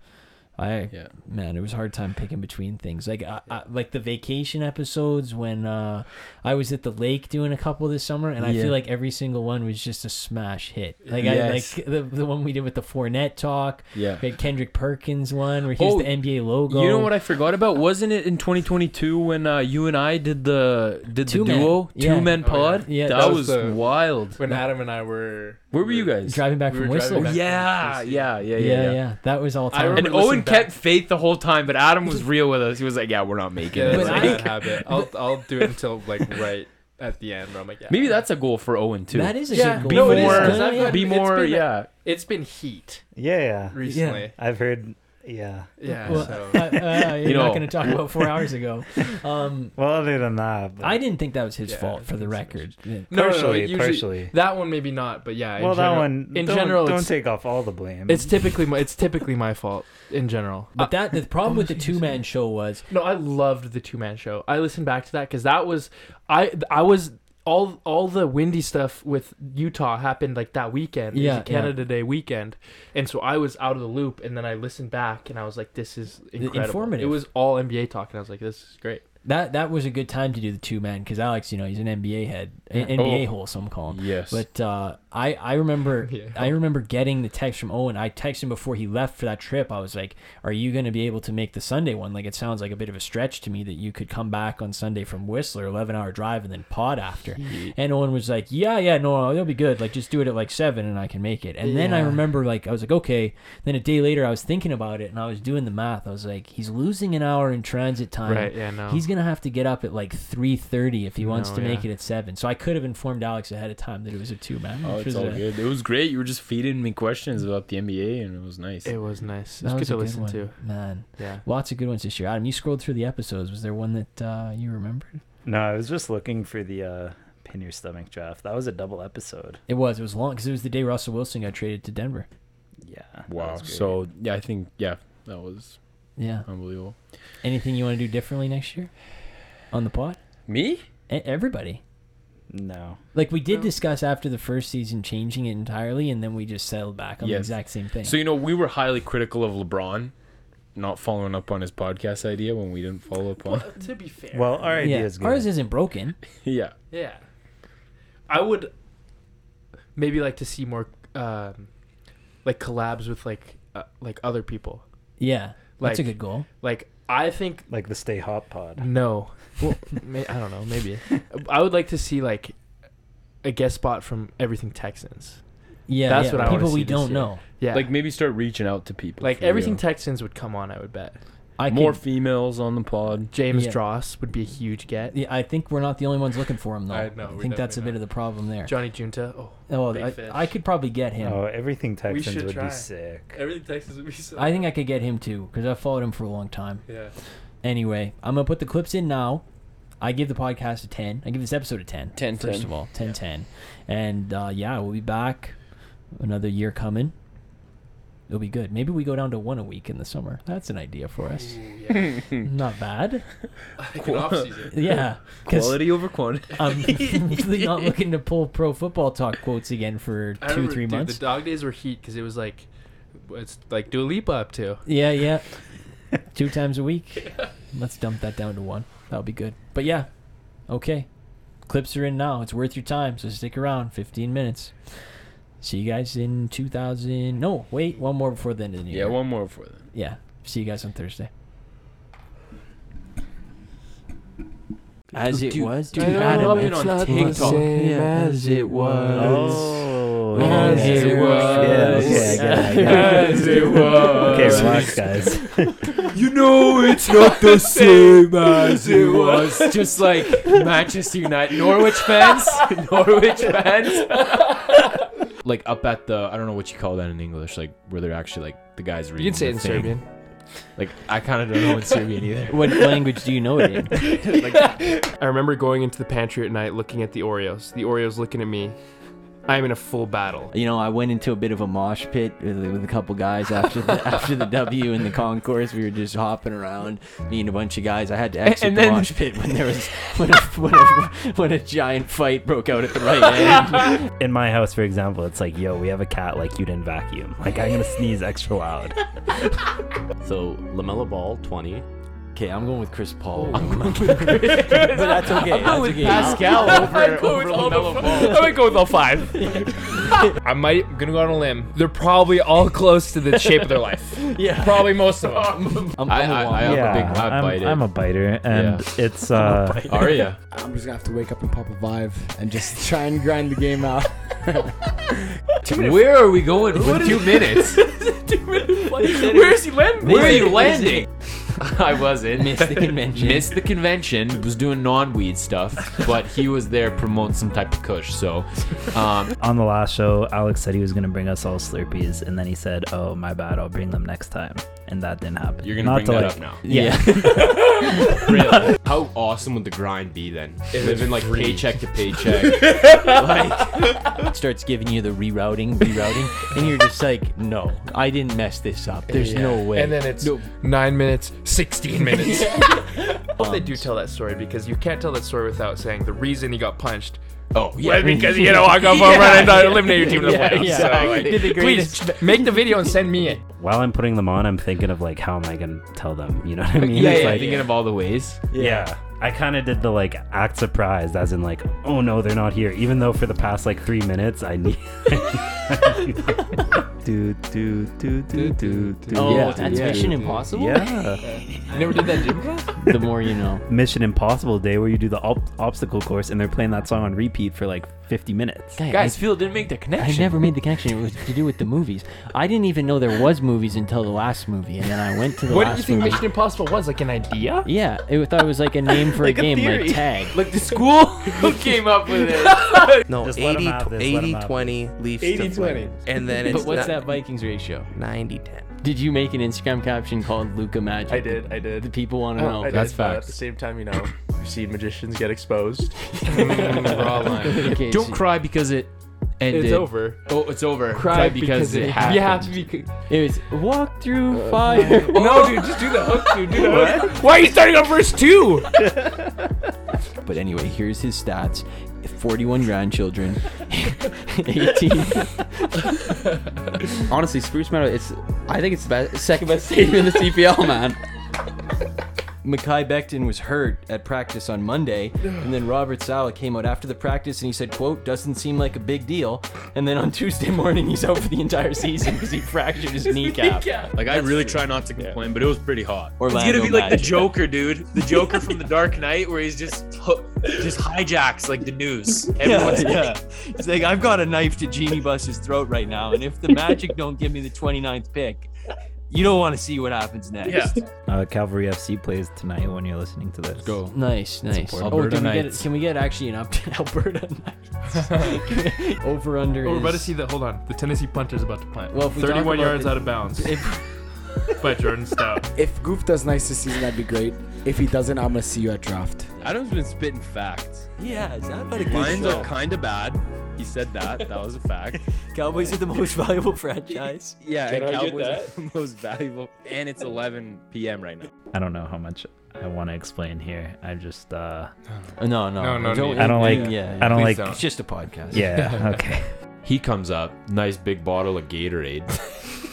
[SPEAKER 3] I
[SPEAKER 6] Yeah.
[SPEAKER 3] man, it was a hard time picking between things. Like I, I, like the vacation episodes when uh, I was at the lake doing a couple this summer, and I
[SPEAKER 6] Yeah.
[SPEAKER 3] feel like every single one was just a smash hit. Like
[SPEAKER 6] Yes.
[SPEAKER 3] I like the, the one we did with the Fournette talk.
[SPEAKER 6] Yeah.
[SPEAKER 3] We had Kendrick Perkins one where he was
[SPEAKER 6] Oh,
[SPEAKER 3] the NBA logo.
[SPEAKER 6] You know what I forgot about? Wasn't it in 2022 when uh, you and I did the did
[SPEAKER 3] Two
[SPEAKER 6] the
[SPEAKER 3] Men.
[SPEAKER 6] duo
[SPEAKER 3] Yeah.
[SPEAKER 6] Two Men
[SPEAKER 4] Oh, yeah.
[SPEAKER 6] Pod?
[SPEAKER 3] Yeah,
[SPEAKER 6] that,
[SPEAKER 4] that
[SPEAKER 6] was,
[SPEAKER 4] was the-
[SPEAKER 6] wild.
[SPEAKER 4] When Adam and I were,
[SPEAKER 6] Where were you guys?
[SPEAKER 3] driving back
[SPEAKER 4] We
[SPEAKER 3] from
[SPEAKER 4] were driving
[SPEAKER 3] Whistler?
[SPEAKER 6] Oh
[SPEAKER 4] Back
[SPEAKER 6] yeah,
[SPEAKER 4] from
[SPEAKER 6] yeah, yeah, yeah,
[SPEAKER 3] yeah,
[SPEAKER 6] yeah.
[SPEAKER 3] yeah, That was all
[SPEAKER 4] I
[SPEAKER 3] time.
[SPEAKER 6] And
[SPEAKER 4] remember listening
[SPEAKER 6] Owen kept
[SPEAKER 4] back.
[SPEAKER 6] faith the whole time, but Adam was real with us. He was like, "Yeah, we're not making
[SPEAKER 4] Yeah,
[SPEAKER 6] it."
[SPEAKER 4] that's
[SPEAKER 3] But
[SPEAKER 4] a
[SPEAKER 3] I-
[SPEAKER 4] bad habit. I'll I'll do it until like right at the end where I'm like, yeah.
[SPEAKER 6] Maybe that's a goal for Owen too.
[SPEAKER 3] That is a
[SPEAKER 4] Yeah,
[SPEAKER 3] good
[SPEAKER 6] be
[SPEAKER 4] no,
[SPEAKER 3] goal.
[SPEAKER 4] it is,
[SPEAKER 6] more,
[SPEAKER 4] 'cause I've
[SPEAKER 3] Yeah,
[SPEAKER 4] got-
[SPEAKER 6] be
[SPEAKER 4] it's
[SPEAKER 6] more,
[SPEAKER 4] been a-
[SPEAKER 6] yeah.
[SPEAKER 4] it's been heat
[SPEAKER 5] Yeah, yeah.
[SPEAKER 4] recently.
[SPEAKER 5] I've heard. Yeah.
[SPEAKER 4] Yeah,
[SPEAKER 3] Well,
[SPEAKER 4] so
[SPEAKER 3] uh, uh, you're
[SPEAKER 6] You
[SPEAKER 3] not
[SPEAKER 6] know.
[SPEAKER 3] going to talk about four hours ago. Um,
[SPEAKER 5] Well, other than that, but
[SPEAKER 3] I didn't think that was his
[SPEAKER 4] Yeah,
[SPEAKER 3] fault, for the
[SPEAKER 4] it's-
[SPEAKER 3] record.
[SPEAKER 5] partially,
[SPEAKER 4] usually-
[SPEAKER 5] partially.
[SPEAKER 4] that one maybe not, but yeah. in
[SPEAKER 5] well, that
[SPEAKER 4] general-
[SPEAKER 5] one.
[SPEAKER 4] in
[SPEAKER 5] don't,
[SPEAKER 4] general,
[SPEAKER 5] don't
[SPEAKER 4] it's-
[SPEAKER 5] take off all the blame.
[SPEAKER 4] It's typically my, it's typically my fault in general. Uh,
[SPEAKER 3] But that the
[SPEAKER 6] Uh,
[SPEAKER 3] problem with the two man show was
[SPEAKER 4] No, I loved the two man show. I listened back to that because that was I I was all all the windy stuff with Utah happened like that weekend.
[SPEAKER 3] Yeah,
[SPEAKER 4] it
[SPEAKER 3] yeah.
[SPEAKER 4] was a Canada Day weekend, and so I was out of the loop. And then I listened back, and I was like, "This is incredible."
[SPEAKER 3] informative.
[SPEAKER 4] It was all NBA talk, and I was like, "This is great."
[SPEAKER 3] that that was a good time to do the two man because Alex, you know, he's an NBA head, an
[SPEAKER 4] Yeah.
[SPEAKER 3] NBA
[SPEAKER 6] Oh.
[SPEAKER 3] hole, some call him.
[SPEAKER 6] Yes.
[SPEAKER 3] But uh, I I remember
[SPEAKER 4] Yeah.
[SPEAKER 3] I remember getting the text from Owen. I texted him before he left for that trip. I was like, "Are you going to be able to make the Sunday one? Like, it sounds like a bit of a stretch to me that you could come back on Sunday from Whistler, eleven hour drive, and then pod after." And Owen was like, "Yeah, yeah, no, it'll be good. Like, just do it at like seven, and I can make it." And then I
[SPEAKER 4] Yeah.
[SPEAKER 3] remember like I was like, "Okay." Then a day later, I was thinking about it, and I was doing the math. I was like, "He's losing an hour in transit time."
[SPEAKER 4] Right? Yeah. No.
[SPEAKER 3] He's gonna have to get up at like three thirty if he wants
[SPEAKER 4] No,
[SPEAKER 3] to make
[SPEAKER 4] yeah.
[SPEAKER 3] it at seven. So I could have informed Alex ahead of time that it was a two man.
[SPEAKER 6] Oh, it's all good. It was great. You were just feeding me questions about the NBA, and it was nice.
[SPEAKER 4] it was nice. It
[SPEAKER 3] That
[SPEAKER 4] was good
[SPEAKER 3] was
[SPEAKER 4] to
[SPEAKER 3] a good
[SPEAKER 4] listen
[SPEAKER 3] one,
[SPEAKER 4] to.
[SPEAKER 3] man.
[SPEAKER 4] Yeah.
[SPEAKER 3] Lots of good ones this year. Adam, you scrolled through the episodes. Was there one that uh, you remembered?
[SPEAKER 5] no, I was just looking for the uh, pin your stomach draft. That was a double episode.
[SPEAKER 3] It was. It was long because it was the day Russell Wilson got traded to Denver.
[SPEAKER 5] Yeah. that
[SPEAKER 6] wow.
[SPEAKER 5] was great.
[SPEAKER 6] So yeah, I think yeah, that was
[SPEAKER 3] Yeah.
[SPEAKER 6] unbelievable.
[SPEAKER 3] Anything you want to do differently next year on the pod?
[SPEAKER 6] Me?
[SPEAKER 3] E- everybody.
[SPEAKER 5] no.
[SPEAKER 3] Like we did
[SPEAKER 4] No.
[SPEAKER 3] discuss after the first season changing it entirely, and then we just settled back on the
[SPEAKER 6] Yes.
[SPEAKER 3] exact same thing.
[SPEAKER 6] So you know, we were highly critical of LeBron not following up on his podcast idea when we didn't follow up on.
[SPEAKER 4] Uh, to be fair.
[SPEAKER 5] Well, our idea
[SPEAKER 3] yeah,
[SPEAKER 5] is good.
[SPEAKER 3] ours isn't broken.
[SPEAKER 6] yeah.
[SPEAKER 4] Yeah. I would maybe like to see more um, like collabs with like uh, like other people.
[SPEAKER 3] Yeah, that's a
[SPEAKER 4] Like-
[SPEAKER 3] good goal.
[SPEAKER 4] Like I think
[SPEAKER 5] like the Stay Hot Pod.
[SPEAKER 4] no. Well, may, I don't know, maybe. I would like to see like a guest spot from Everything Texans.
[SPEAKER 3] Yeah,
[SPEAKER 4] That's
[SPEAKER 3] yeah,
[SPEAKER 4] what I wanna
[SPEAKER 3] people
[SPEAKER 4] see
[SPEAKER 3] we
[SPEAKER 4] this
[SPEAKER 3] don't
[SPEAKER 4] year.
[SPEAKER 3] know.
[SPEAKER 4] Yeah.
[SPEAKER 6] Like
[SPEAKER 4] Like
[SPEAKER 6] maybe start reaching out to people.
[SPEAKER 4] like
[SPEAKER 6] for
[SPEAKER 4] Everything
[SPEAKER 6] real.
[SPEAKER 4] Texans would come on, I would bet.
[SPEAKER 3] I
[SPEAKER 6] More
[SPEAKER 3] could-
[SPEAKER 6] females on the pod.
[SPEAKER 4] James
[SPEAKER 3] Yeah.
[SPEAKER 4] Dross would be a huge get.
[SPEAKER 3] Yeah, I think we're not the only ones looking for him though. I,
[SPEAKER 4] I know, we
[SPEAKER 3] think that's a
[SPEAKER 4] definitely
[SPEAKER 3] bit
[SPEAKER 4] not.
[SPEAKER 3] of the problem there.
[SPEAKER 4] Johnny Junta. Oh.
[SPEAKER 3] oh,
[SPEAKER 4] Big
[SPEAKER 3] I,
[SPEAKER 4] fish.
[SPEAKER 3] I could probably get him.
[SPEAKER 5] Oh, everything Texans
[SPEAKER 4] should
[SPEAKER 5] would
[SPEAKER 4] try.
[SPEAKER 5] be sick.
[SPEAKER 4] Everything Texans would be so
[SPEAKER 3] I think I could get him too because I followed him for a long time.
[SPEAKER 4] Yeah.
[SPEAKER 3] Anyway, I'm gonna put the clips in now. I give the podcast a ten. I give this episode a 10.
[SPEAKER 6] 10,
[SPEAKER 3] first
[SPEAKER 6] 10.
[SPEAKER 3] of all, 10, 10. and uh, yeah, we'll be back. Another year coming. It'll be good. Maybe we go down to one a week in the summer. That's an idea for us. Not bad. Yeah, 'cause-
[SPEAKER 6] Quality over quantity.
[SPEAKER 3] I'm really not looking to pull pro football talk quotes again for
[SPEAKER 4] I
[SPEAKER 3] two,
[SPEAKER 4] remember,
[SPEAKER 3] three
[SPEAKER 4] dude,
[SPEAKER 3] months.
[SPEAKER 4] The dog days were heat because it was like, it's like Dua Lipa up to.
[SPEAKER 3] Yeah, yeah. two times a week. Let's dump that down to one. That'll be good. But yeah, okay. Clips are in now. It's worth your time, so stick around. 15 minutes. See you guys in 2000. No, wait, one more before the end of the new
[SPEAKER 6] Yeah,
[SPEAKER 3] year.
[SPEAKER 6] one more for them.
[SPEAKER 3] Yeah. See you guys on Thursday. As it was,
[SPEAKER 4] dude, Adam,
[SPEAKER 6] love it on TikTok.
[SPEAKER 3] as it
[SPEAKER 5] Oh,
[SPEAKER 3] As
[SPEAKER 5] yeah.
[SPEAKER 3] Uh,
[SPEAKER 5] Yeah,
[SPEAKER 3] it was.
[SPEAKER 5] okay, I got it, I got it.
[SPEAKER 6] As it was.
[SPEAKER 5] Okay, relax, guys.
[SPEAKER 6] You know it's not the same as it was. Just like Manchester United, Norwich fans, Norwich fans. like up at the, I don't know what you call that in English. Like where they're actually like the guys reading.
[SPEAKER 4] You can say it in
[SPEAKER 6] the thing.
[SPEAKER 4] Serbian.
[SPEAKER 6] Like I kind of don't know in Serbian either.
[SPEAKER 3] What language do you know it in?
[SPEAKER 4] I remember going into the pantry at night looking at the Oreos. The Oreos looking at me.
[SPEAKER 7] I'm in a full battle.
[SPEAKER 3] You know, I went into a bit of a mosh pit with, with a couple guys after the, after the W in the concourse. We were just hopping around, me and a bunch of guys. I had to exit
[SPEAKER 4] and
[SPEAKER 3] the
[SPEAKER 4] then-
[SPEAKER 3] mosh pit when there was when a, when a, when a giant fight broke out at the right end.
[SPEAKER 5] In my house, for example, it's like, yo, we have a cat like you didn't vacuum. Like, I'm gonna sneeze extra loud.
[SPEAKER 6] So Lamella Ball, 20.
[SPEAKER 3] Okay, I'm going with Chris Paul.
[SPEAKER 4] Oh.
[SPEAKER 3] but that's okay. That's okay.
[SPEAKER 4] Pascal over, over LaMelo Ball. I might go with all five. I might gonna go on a limb. They're probably all close to the shape of their life.
[SPEAKER 3] Yeah.
[SPEAKER 4] Probably most of them.
[SPEAKER 3] I'm, I'm
[SPEAKER 6] I-
[SPEAKER 3] a
[SPEAKER 6] I-
[SPEAKER 3] Wong.
[SPEAKER 6] I- I'm a big- I
[SPEAKER 5] I'm,
[SPEAKER 6] bite it.
[SPEAKER 5] I'm a biter, and it's uh,
[SPEAKER 6] Aria.
[SPEAKER 8] I'm just gonna have to wake up and pop a vibe and just try and grind the game out.
[SPEAKER 6] Where are we going with two minutes?
[SPEAKER 4] Where is he landing?
[SPEAKER 6] Where are you landing? I wasn't.
[SPEAKER 3] Missed the convention.
[SPEAKER 6] Missed the convention. Was doing non-weed stuff, but he was there promoting some type of kush. So, um,
[SPEAKER 5] on the last show, Alex said he was gonna bring us all Slurpees, and then he said, "Oh, my bad, I'll bring them next time," and that didn't happen.
[SPEAKER 6] you're gonna
[SPEAKER 5] Not
[SPEAKER 6] bring
[SPEAKER 5] to,
[SPEAKER 6] that
[SPEAKER 5] like,
[SPEAKER 6] up now.
[SPEAKER 3] yeah.
[SPEAKER 6] Really? How awesome would the grind be then? Living like paycheck to paycheck.
[SPEAKER 3] starts giving you the rerouting, rerouting, and you're just like, no, I didn't mess this up. There's no way.
[SPEAKER 4] And then it's
[SPEAKER 6] No.
[SPEAKER 4] nine minutes, sixteen minutes. hope they
[SPEAKER 3] Um,
[SPEAKER 4] do tell that story because you can't tell that story without saying the reason he got punched.
[SPEAKER 6] Oh yeah.
[SPEAKER 4] was because you had to walk off over and uh, eliminate your team to the
[SPEAKER 3] Yeah,
[SPEAKER 4] playoffs.
[SPEAKER 3] yeah.
[SPEAKER 4] So,
[SPEAKER 3] Exactly.
[SPEAKER 4] like,
[SPEAKER 3] Did the
[SPEAKER 4] please
[SPEAKER 3] greatest.
[SPEAKER 4] make the video and send me it.
[SPEAKER 5] While I'm putting them on, I'm thinking of like, how am I gonna tell them? You know what I mean?
[SPEAKER 6] Yeah,
[SPEAKER 5] It's
[SPEAKER 6] yeah,
[SPEAKER 5] like-
[SPEAKER 6] thinking of all the ways.
[SPEAKER 5] Yeah. I kind of did the like act surprised, as in like, oh no, they're not here. Even though for the past like three minutes, I need. do do do do do do.
[SPEAKER 3] oh,
[SPEAKER 5] yeah.
[SPEAKER 3] that's
[SPEAKER 5] yeah.
[SPEAKER 3] Mission Impossible.
[SPEAKER 5] Yeah.
[SPEAKER 6] You never did that gym class?
[SPEAKER 3] The more you know.
[SPEAKER 5] Mission Impossible Day, where you do the op- obstacle course, and they're playing that song on repeat for like 50 minutes.
[SPEAKER 3] Guy,
[SPEAKER 6] Guys, Phil didn't make the
[SPEAKER 3] I, I
[SPEAKER 6] connection.
[SPEAKER 3] never made the connection. It was to do with the movies. I didn't even know there was movies until the last movie, and then I went to the
[SPEAKER 4] What do
[SPEAKER 3] last
[SPEAKER 4] you think
[SPEAKER 3] movie.
[SPEAKER 4] Mission Impossible was? Like an idea?
[SPEAKER 3] yeah, I thought it was like a name for a game, like Tag.
[SPEAKER 6] Like the school who came up with it.
[SPEAKER 9] No,
[SPEAKER 5] Just let 'em
[SPEAKER 9] 80,
[SPEAKER 5] have this, let 'em
[SPEAKER 9] 80
[SPEAKER 5] have
[SPEAKER 9] 20 Leafs 80 to 20. And then it's
[SPEAKER 3] But what's
[SPEAKER 9] not-
[SPEAKER 3] that Vikings ratio?
[SPEAKER 9] 90 10.
[SPEAKER 3] Did you make an Instagram caption called Luca Magic?
[SPEAKER 10] I did, I did.
[SPEAKER 3] The people want to know.
[SPEAKER 10] I
[SPEAKER 6] that's
[SPEAKER 10] did, but At
[SPEAKER 6] facts.
[SPEAKER 10] the same time, you know, we see magicians get exposed.
[SPEAKER 6] Raw line.
[SPEAKER 3] Okay,
[SPEAKER 6] Don't
[SPEAKER 3] so-
[SPEAKER 6] cry because it ended.
[SPEAKER 10] It's over.
[SPEAKER 6] Oh, it's over. Cry, because, it happened.
[SPEAKER 4] You have to be. Uh,
[SPEAKER 3] It was walk through fire.
[SPEAKER 4] No, dude, just do the hook, dude. Do the hook. Why are you starting on verse two?
[SPEAKER 3] But anyway, here's his stats 41 grandchildren, 18.
[SPEAKER 11] Honestly, Spruce Meadow, it's I think it's the best, second best team in the CPL, man.
[SPEAKER 3] Mackay Becton was hurt at practice on Monday, and then Robert Sala came out after the practice and he said, quote, doesn't seem like a big deal. And then on Tuesday morning, he's out for the entire season because he fractured his kneecap.
[SPEAKER 7] Like I really try not to complain, but it was pretty hot.
[SPEAKER 3] Orlando
[SPEAKER 7] it's gonna be like the
[SPEAKER 3] Magic.
[SPEAKER 7] Joker, dude. The Joker from The Dark Knight, where he's just ho- just hijacks like the news. Everyone's
[SPEAKER 3] yeah. He's like, I've got a knife to Genie Bus's throat right now, and if the Magic don't give me the 29th pick, you don't want to see what happens next.
[SPEAKER 7] Yeah.
[SPEAKER 5] Uh, Calvary FC plays tonight when you're listening to this. Go.
[SPEAKER 3] Nice, nice.
[SPEAKER 6] Alberta
[SPEAKER 3] oh, can we, get,
[SPEAKER 6] Knights.
[SPEAKER 3] can we get actually an update? Alberta Knights. Over under.
[SPEAKER 4] Oh, we're
[SPEAKER 3] is,
[SPEAKER 4] about to see the. Hold on. The Tennessee punter's about to punt.
[SPEAKER 3] Well, if we talk
[SPEAKER 4] 31
[SPEAKER 3] about
[SPEAKER 4] yards
[SPEAKER 3] the-
[SPEAKER 4] out of bounds
[SPEAKER 3] If,
[SPEAKER 4] by Jordan Stout.
[SPEAKER 8] If Goof does nice this season, that'd be great. If he doesn't, I'm gonna see you at draft.
[SPEAKER 7] Adam's been spitting facts.
[SPEAKER 3] yeah, is that about a good
[SPEAKER 7] Lions
[SPEAKER 3] show?
[SPEAKER 7] are kind of bad. He said that. That was a fact.
[SPEAKER 3] Cowboys are the most valuable franchise.
[SPEAKER 7] Yeah, and Cowboys are the most valuable. And it's 11 p.m. right now.
[SPEAKER 5] I don't know how much I want to explain here. I'm just, uh,
[SPEAKER 3] Oh, No, no,
[SPEAKER 4] No, no,
[SPEAKER 3] Don't,
[SPEAKER 5] I don't like,
[SPEAKER 3] Yeah,
[SPEAKER 5] I don't
[SPEAKER 4] please
[SPEAKER 5] like,
[SPEAKER 4] don't.
[SPEAKER 3] It's just a podcast.
[SPEAKER 5] yeah, okay.
[SPEAKER 6] He comes up, nice big bottle of Gatorade.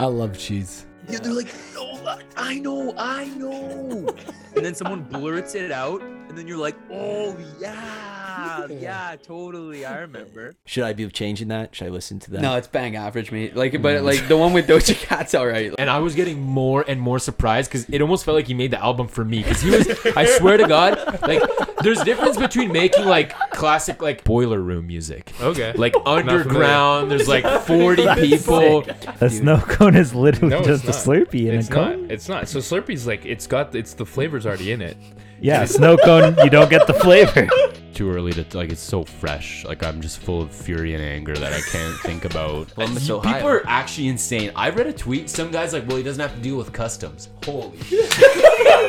[SPEAKER 8] I love cheese.
[SPEAKER 7] Yeah, they're like, no, I know, I know. and then someone blurts it out, and then you're like, oh yeah, yeah, totally, I remember.
[SPEAKER 3] Should I be changing that? Should I listen to that?
[SPEAKER 11] No, it's bang average, mate. Like, but like the one with Doja Cat's alright.
[SPEAKER 6] And I was getting more and more surprised because it almost felt like he made the album for me. Because he was, I swear to God, like, there's difference between making like classic, like, boiler room music.
[SPEAKER 4] Okay.
[SPEAKER 6] Like underground, there's like 40 people.
[SPEAKER 5] A snow cone is literally
[SPEAKER 4] No,
[SPEAKER 5] just a
[SPEAKER 4] it's
[SPEAKER 5] Slurpee in
[SPEAKER 4] it's
[SPEAKER 5] a cone.
[SPEAKER 4] not. It's not. So Slurpee's like it's got it's the flavors already in it.
[SPEAKER 5] Yeah, snow cone, you don't get the flavor.
[SPEAKER 6] Too early to, like, it's so fresh. Like, I'm just full of fury and anger that I can't think about.
[SPEAKER 3] Columbus,
[SPEAKER 6] You-
[SPEAKER 3] Ohio.
[SPEAKER 6] People are actually insane. I read a tweet. Some guy's like, "Well, he doesn't have to deal with customs." Holy!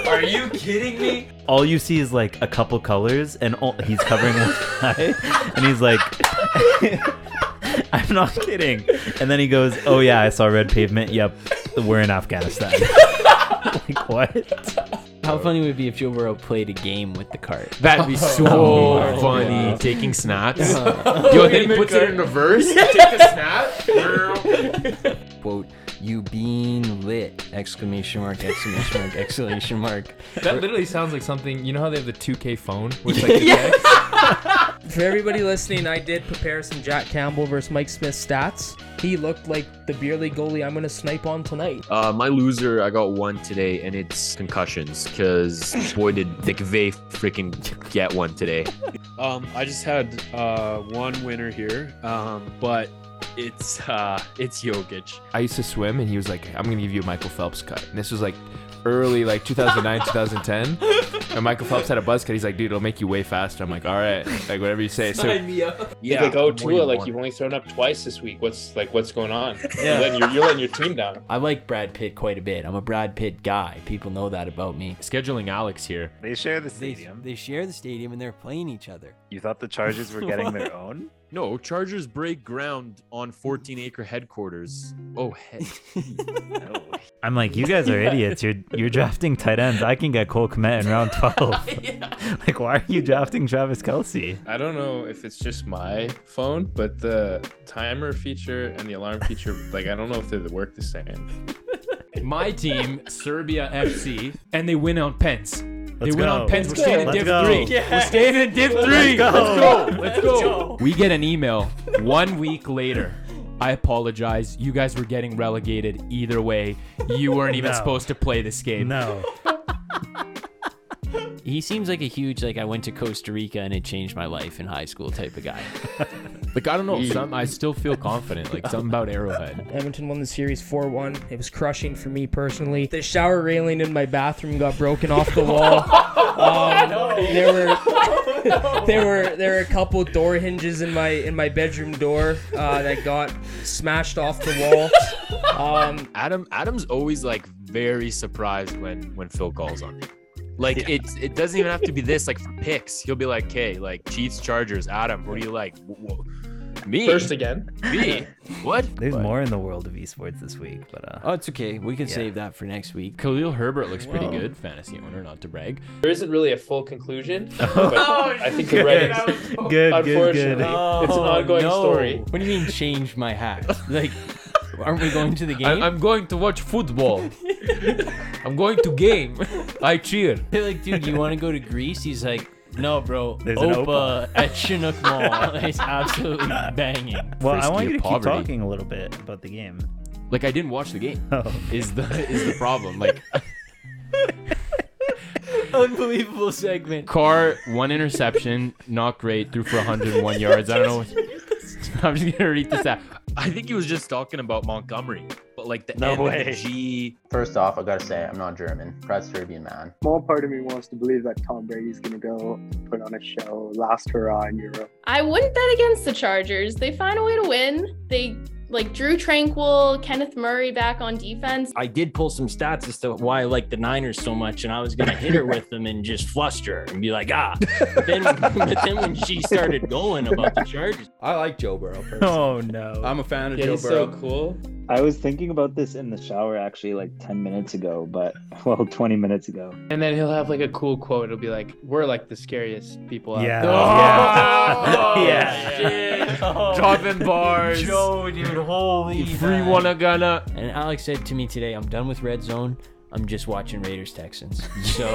[SPEAKER 6] are you kidding me?
[SPEAKER 5] All you see is like a couple colors, and all, he's covering one guy, and he's like, I'm not kidding. And then he goes, Oh, yeah, I saw red pavement. Yep, we're in Afghanistan. like, what?
[SPEAKER 3] How funny would it be if Joe Burrow played a game with the cart?
[SPEAKER 6] That'd be so
[SPEAKER 3] Oh my
[SPEAKER 6] funny.
[SPEAKER 3] God.
[SPEAKER 6] Taking snaps.
[SPEAKER 3] Yeah.
[SPEAKER 6] Yo, then he puts it in reverse. Take the snap.
[SPEAKER 3] Quote, you being lit! Exclamation mark, exclamation mark, exclamation mark.
[SPEAKER 12] That literally sounds like something. You know how they have the 2K phone? With like the
[SPEAKER 9] Yeah. For everybody listening, I did prepare some Jack Campbell versus Mike Smith stats. He looked like the beer league goalie I'm going to snipe on tonight.
[SPEAKER 13] Uh, my loser, I got one today, and it's concussions, because boy, did McVay freaking get one today.
[SPEAKER 4] Um, I just had uh, one winner here, um, but it's uh, it's Jokic.
[SPEAKER 12] I used to swim, and he was like, "I'm gonna give you a Michael Phelps cut." And this was like early, like 2009, 2010. And Michael Phelps had a buzz cut. He's like, "Dude, it'll make you way faster." I'm like, "All right, like whatever you say." So
[SPEAKER 9] me up.
[SPEAKER 4] Yeah, like oh Tua, like you've only thrown up twice this week. What's like what's going on? You're, letting your, you're letting your team down.
[SPEAKER 3] I like Brad Pitt quite a bit. I'm a Brad Pitt guy. People know that about me.
[SPEAKER 6] Scheduling Alex here.
[SPEAKER 14] They share the
[SPEAKER 3] They,
[SPEAKER 14] stadium.
[SPEAKER 3] they share the stadium and they're playing each other.
[SPEAKER 14] You thought the Chargers were getting their
[SPEAKER 3] What?
[SPEAKER 14] own?
[SPEAKER 6] No, Chargers break ground on 14 acre headquarters. Oh, head.
[SPEAKER 5] I'm like, You guys are idiots. You're you're drafting tight ends. I can get Cole Komet in round 12. Like, why are you drafting Travis Kelsey?
[SPEAKER 4] I don't know if it's just my phone, but the timer feature and the alarm feature, like I don't know if they work the same.
[SPEAKER 6] My team, Serbia FC, and they win on pens. they
[SPEAKER 5] Let's
[SPEAKER 6] win
[SPEAKER 5] go.
[SPEAKER 6] on pens.
[SPEAKER 5] Let's
[SPEAKER 6] We're staying
[SPEAKER 5] go.
[SPEAKER 6] in
[SPEAKER 5] Let's
[SPEAKER 6] Div
[SPEAKER 5] go.
[SPEAKER 6] 3. We're
[SPEAKER 5] Yes.
[SPEAKER 6] staying in Div 3.
[SPEAKER 5] Let's go.
[SPEAKER 6] Let's go. Let's
[SPEAKER 5] Let's
[SPEAKER 6] go. We get an email one week later. I apologize. You guys were getting relegated either way. You weren't even
[SPEAKER 5] No.
[SPEAKER 6] supposed to play this game.
[SPEAKER 5] No.
[SPEAKER 3] He seems like a huge, like, I went to Costa Rica and it changed my life in high school type of guy.
[SPEAKER 6] Like I don't know. Some, I still feel confident. Like something about Arrowhead.
[SPEAKER 9] Edmonton won the series 4 1. It was crushing for me personally. The shower railing in my bathroom got broken off the wall. Um, there were there were there were a couple door hinges in my in my bedroom door uh, that got smashed off the wall. Um,
[SPEAKER 6] Adam Adam's always like very surprised when when Phil calls on me. Like it's it doesn't even have to be this. Like for picks, he'll be like, "Hey, like Chiefs, Chargers, Adam, who do you like?" Whoa, whoa. Me
[SPEAKER 4] First again.
[SPEAKER 6] Me? What?
[SPEAKER 5] There's more in the world of esports this week, but uh,
[SPEAKER 3] Oh, it's okay. We can
[SPEAKER 5] Yeah.
[SPEAKER 3] save that for next week.
[SPEAKER 6] Khalil Herbert looks pretty good, fantasy owner, not to brag.
[SPEAKER 9] There isn't really a full conclusion.
[SPEAKER 4] But I think you're right.
[SPEAKER 5] good, good, good.
[SPEAKER 4] Unfortunately, it's an
[SPEAKER 11] Oh,
[SPEAKER 4] ongoing story.
[SPEAKER 3] What do you mean change my hat? Like, aren't we going to the game?
[SPEAKER 6] I, am going to watch football. I'm going to game. I cheer.
[SPEAKER 3] They're like, dude, you want to go to Greece? He's like, no, bro.
[SPEAKER 5] There's an
[SPEAKER 3] Opa at Chinook Mall is absolutely banging.
[SPEAKER 5] well, I want
[SPEAKER 6] Frisky
[SPEAKER 5] you to
[SPEAKER 6] poverty.
[SPEAKER 5] keep talking a little bit about the game.
[SPEAKER 6] Like I didn't watch the game.
[SPEAKER 5] Oh.
[SPEAKER 6] Is the is the problem? Like
[SPEAKER 3] Unbelievable segment.
[SPEAKER 6] Carr, one interception, not great, threw for 101 yards. I don't know. I'm just gonna read this out. I think he was just talking about Montgomery, but like the
[SPEAKER 14] No
[SPEAKER 6] end with the
[SPEAKER 14] way.
[SPEAKER 6] G.
[SPEAKER 15] First off, I gotta say, I'm not German. Proud Serbian man.
[SPEAKER 16] small part of me wants to believe that Tom Brady's going to go put on a show, last hurrah in Europe.
[SPEAKER 17] I wouldn't bet against the Chargers. They find a way to win. They like Drew Tranquil, Kenneth Murray back on defense.
[SPEAKER 3] I did pull some stats as to why I like the Niners so much, and I was gonna hit her with them and just fluster her and be like, ah. But then, but then when she started going about the Chargers,
[SPEAKER 18] I like Joe Burrow. Personally.
[SPEAKER 5] Oh no.
[SPEAKER 18] I'm a fan of Joe Burrow.
[SPEAKER 4] cool.
[SPEAKER 19] I was thinking about this in the shower actually like 10 minutes ago, but well, 20 minutes ago.
[SPEAKER 4] And then he'll have like a cool quote. It'll be like, "We're like the scariest people
[SPEAKER 19] out Yeah,
[SPEAKER 4] there."
[SPEAKER 19] there."
[SPEAKER 6] Oh,
[SPEAKER 19] yeah. Yeah.
[SPEAKER 6] Dropping bars.
[SPEAKER 3] Joe, dude, holy.
[SPEAKER 6] Free one gonna.
[SPEAKER 3] And Alex said to me today, I'm done with Red Zone. I'm just watching Raiders Texans. So.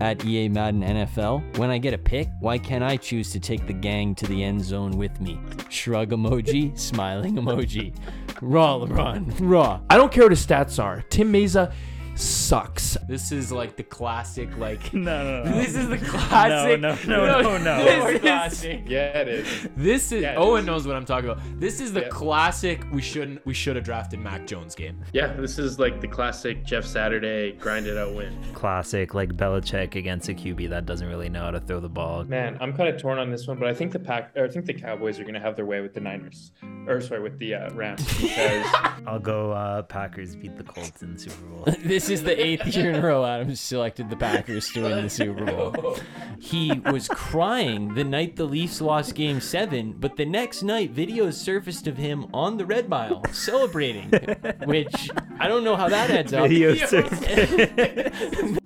[SPEAKER 3] at EA Madden NFL. When I get a pick, why can't I choose to take the gang to the end zone with me? Shrug emoji, smiling emoji. Raw LeBron, raw.
[SPEAKER 12] I don't care what his stats are. Tim Mesa sucks.
[SPEAKER 6] This is like the classic, like.
[SPEAKER 5] No,
[SPEAKER 6] no. This is the classic.
[SPEAKER 5] No, no, no, no, no.
[SPEAKER 6] This
[SPEAKER 5] Classic.
[SPEAKER 6] is.
[SPEAKER 4] Yeah, it is.
[SPEAKER 6] This is
[SPEAKER 4] Yeah, it
[SPEAKER 6] Owen
[SPEAKER 4] is.
[SPEAKER 6] knows what I'm talking about. This is the
[SPEAKER 4] Yeah.
[SPEAKER 6] classic. We shouldn't. We should have drafted Mac Jones game.
[SPEAKER 4] Yeah, this is like the classic Jeff Saturday grind it out win.
[SPEAKER 5] Classic, like Belichick against a QB that doesn't really know how to throw the ball.
[SPEAKER 4] Man, I'm kind of torn on this one, but I think the pack, or I think the Cowboys are going to have their way with the Niners, or sorry, with the uh, Rams. Because
[SPEAKER 5] I'll go. Uh, Packers beat the Colts in the Super Bowl.
[SPEAKER 3] This this is the eighth year in a row Adams selected the Packers to win the Super Bowl. He was crying the night the Leafs lost Game Seven, but the next night videos surfaced of him on the Red Mile celebrating, which I don't know how that adds up.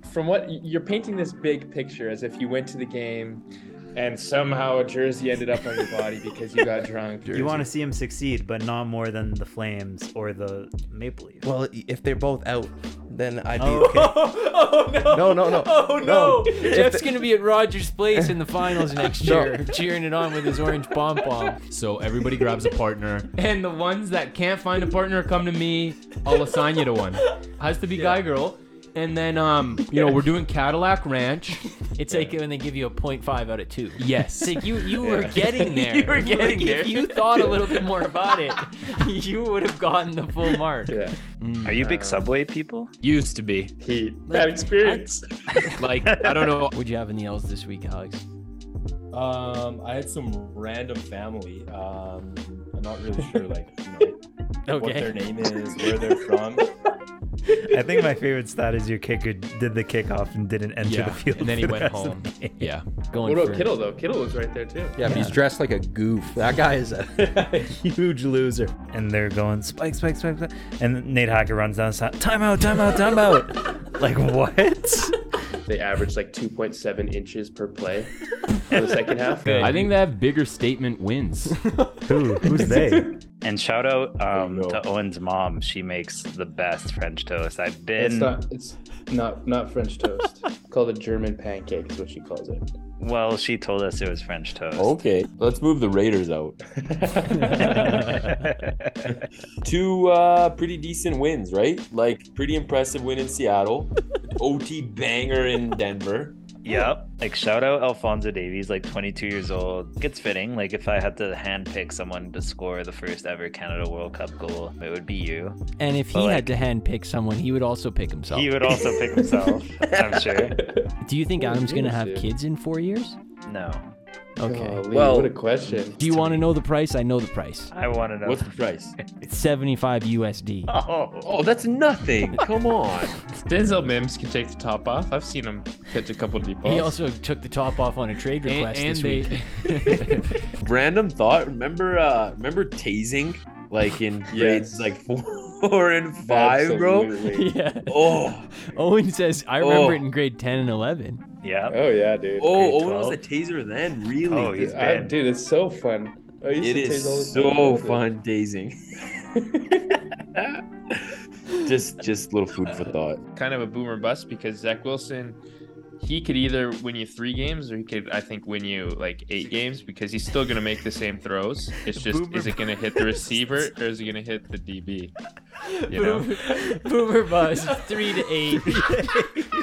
[SPEAKER 4] From what you're painting this big picture as if you went to the game and somehow a jersey ended up on your body because you got drunk.
[SPEAKER 5] You want to see him succeed, but not more than the Flames or the Maple Leafs.
[SPEAKER 9] Well, if they're both out, then I'd be
[SPEAKER 5] Oh.
[SPEAKER 9] okay.
[SPEAKER 3] no!
[SPEAKER 9] No, no, no.
[SPEAKER 3] Oh no!
[SPEAKER 9] No. If
[SPEAKER 3] Jeff's
[SPEAKER 9] the-
[SPEAKER 3] gonna be at Rogers Place in the finals next
[SPEAKER 20] No.
[SPEAKER 3] year, cheering it on with his orange bomb bomb.
[SPEAKER 20] So everybody grabs a partner, and the ones that can't find a partner come to me. I'll assign you to one. Has to be guy girl, and then um, you know, we're doing Cadillac Ranch.
[SPEAKER 3] It's like when they give you a 0.5 out of two.
[SPEAKER 20] Yes.
[SPEAKER 3] It's like you you were
[SPEAKER 20] Yeah.
[SPEAKER 3] getting there.
[SPEAKER 20] You were
[SPEAKER 3] Like,
[SPEAKER 20] getting there.
[SPEAKER 3] If you thought a little bit more about it, you would have gotten the full mark. Yeah.
[SPEAKER 11] Are you
[SPEAKER 5] uh,
[SPEAKER 11] big Subway people?
[SPEAKER 20] Used to be.
[SPEAKER 4] He
[SPEAKER 3] Like,
[SPEAKER 4] experience.
[SPEAKER 20] like I don't know.
[SPEAKER 3] Would you have in the L's this week, Alex?
[SPEAKER 21] Um, I had some random family. Um, I'm not really sure, like, you know, what
[SPEAKER 3] Okay.
[SPEAKER 21] their name is, where they're from.
[SPEAKER 5] I think my favorite stat is your kicker did the kickoff and didn't enter
[SPEAKER 21] Yeah,
[SPEAKER 5] the field.
[SPEAKER 21] and then he
[SPEAKER 5] for the
[SPEAKER 21] went
[SPEAKER 5] rest of
[SPEAKER 21] home.
[SPEAKER 5] the game.
[SPEAKER 20] Yeah.
[SPEAKER 4] What about Kittle though? Kittle was right there too.
[SPEAKER 9] Yeah, but he's dressed like a goof. That guy is a huge loser.
[SPEAKER 5] And they're going spike, spike, spike, spike. And Nate Hacker runs down the side. Timeout, timeout, timeout. like what?
[SPEAKER 4] They averaged like 2.7 inches per play for the second half.
[SPEAKER 20] I think they have bigger statement wins.
[SPEAKER 5] Who? Who's they?
[SPEAKER 11] And shout out um, to Owen's mom. She makes the best French toast. I've
[SPEAKER 4] it's
[SPEAKER 11] been
[SPEAKER 4] not. It's not not French toast. Called a German pancake is what she calls it.
[SPEAKER 11] well. She told us it was French toast.
[SPEAKER 21] Okay, let's move the Raiders out.
[SPEAKER 6] Two uh, pretty decent wins, right? Like pretty impressive win in Seattle, OT banger in Denver.
[SPEAKER 11] Yep. Like shout out Alfonso Davies, like 22 years old. It's fitting. Like if I had to handpick someone to score the first ever Canada World Cup goal, it would be you.
[SPEAKER 3] And if he
[SPEAKER 11] But,
[SPEAKER 3] had to hand pick someone, he would also pick himself.
[SPEAKER 11] He would also pick himself. I'm sure.
[SPEAKER 3] Do you think Adam's gonna have
[SPEAKER 11] dude.
[SPEAKER 3] kids in four years?
[SPEAKER 11] No.
[SPEAKER 3] Okay.
[SPEAKER 4] Golly, what a question.
[SPEAKER 3] Do you want to know the price? I know the price.
[SPEAKER 11] I want to know.
[SPEAKER 6] What's the price?
[SPEAKER 3] It's 75 USD.
[SPEAKER 11] Oh,
[SPEAKER 6] oh, that's nothing. Come on.
[SPEAKER 4] Denzel Mims can take the top off. I've seen him catch a couple deep balls.
[SPEAKER 11] Oh.
[SPEAKER 3] He also took the top off on a trade
[SPEAKER 20] And-
[SPEAKER 3] request
[SPEAKER 20] and
[SPEAKER 3] this
[SPEAKER 20] they-
[SPEAKER 3] week.
[SPEAKER 6] Random thought. Remember, uh, remember tasing like in grades like four and five,
[SPEAKER 4] Absolutely.
[SPEAKER 6] bro.
[SPEAKER 3] Yeah.
[SPEAKER 6] Oh,
[SPEAKER 3] Owen says, I remember
[SPEAKER 6] Oh.
[SPEAKER 3] it in grade 10 and 11.
[SPEAKER 11] Yeah.
[SPEAKER 4] Oh yeah, dude.
[SPEAKER 6] oh, Owen was a taser then. Really?
[SPEAKER 11] Oh, he's
[SPEAKER 4] I-
[SPEAKER 11] been.
[SPEAKER 4] dude, it's so fun. I used
[SPEAKER 6] It
[SPEAKER 4] to tase all the
[SPEAKER 6] is
[SPEAKER 4] time.
[SPEAKER 6] so fun tasing. just, just a little food for thought.
[SPEAKER 4] kind of a boomer bust because Zach Wilson, he could either win you three games or he could, I think, win you like eight games because he's still going to make the same throws. It's just,
[SPEAKER 3] Boomer
[SPEAKER 4] is it going to hit the receiver or is it going to hit the DB? You know?
[SPEAKER 3] Boomer, boomer buzz, 3 to 8.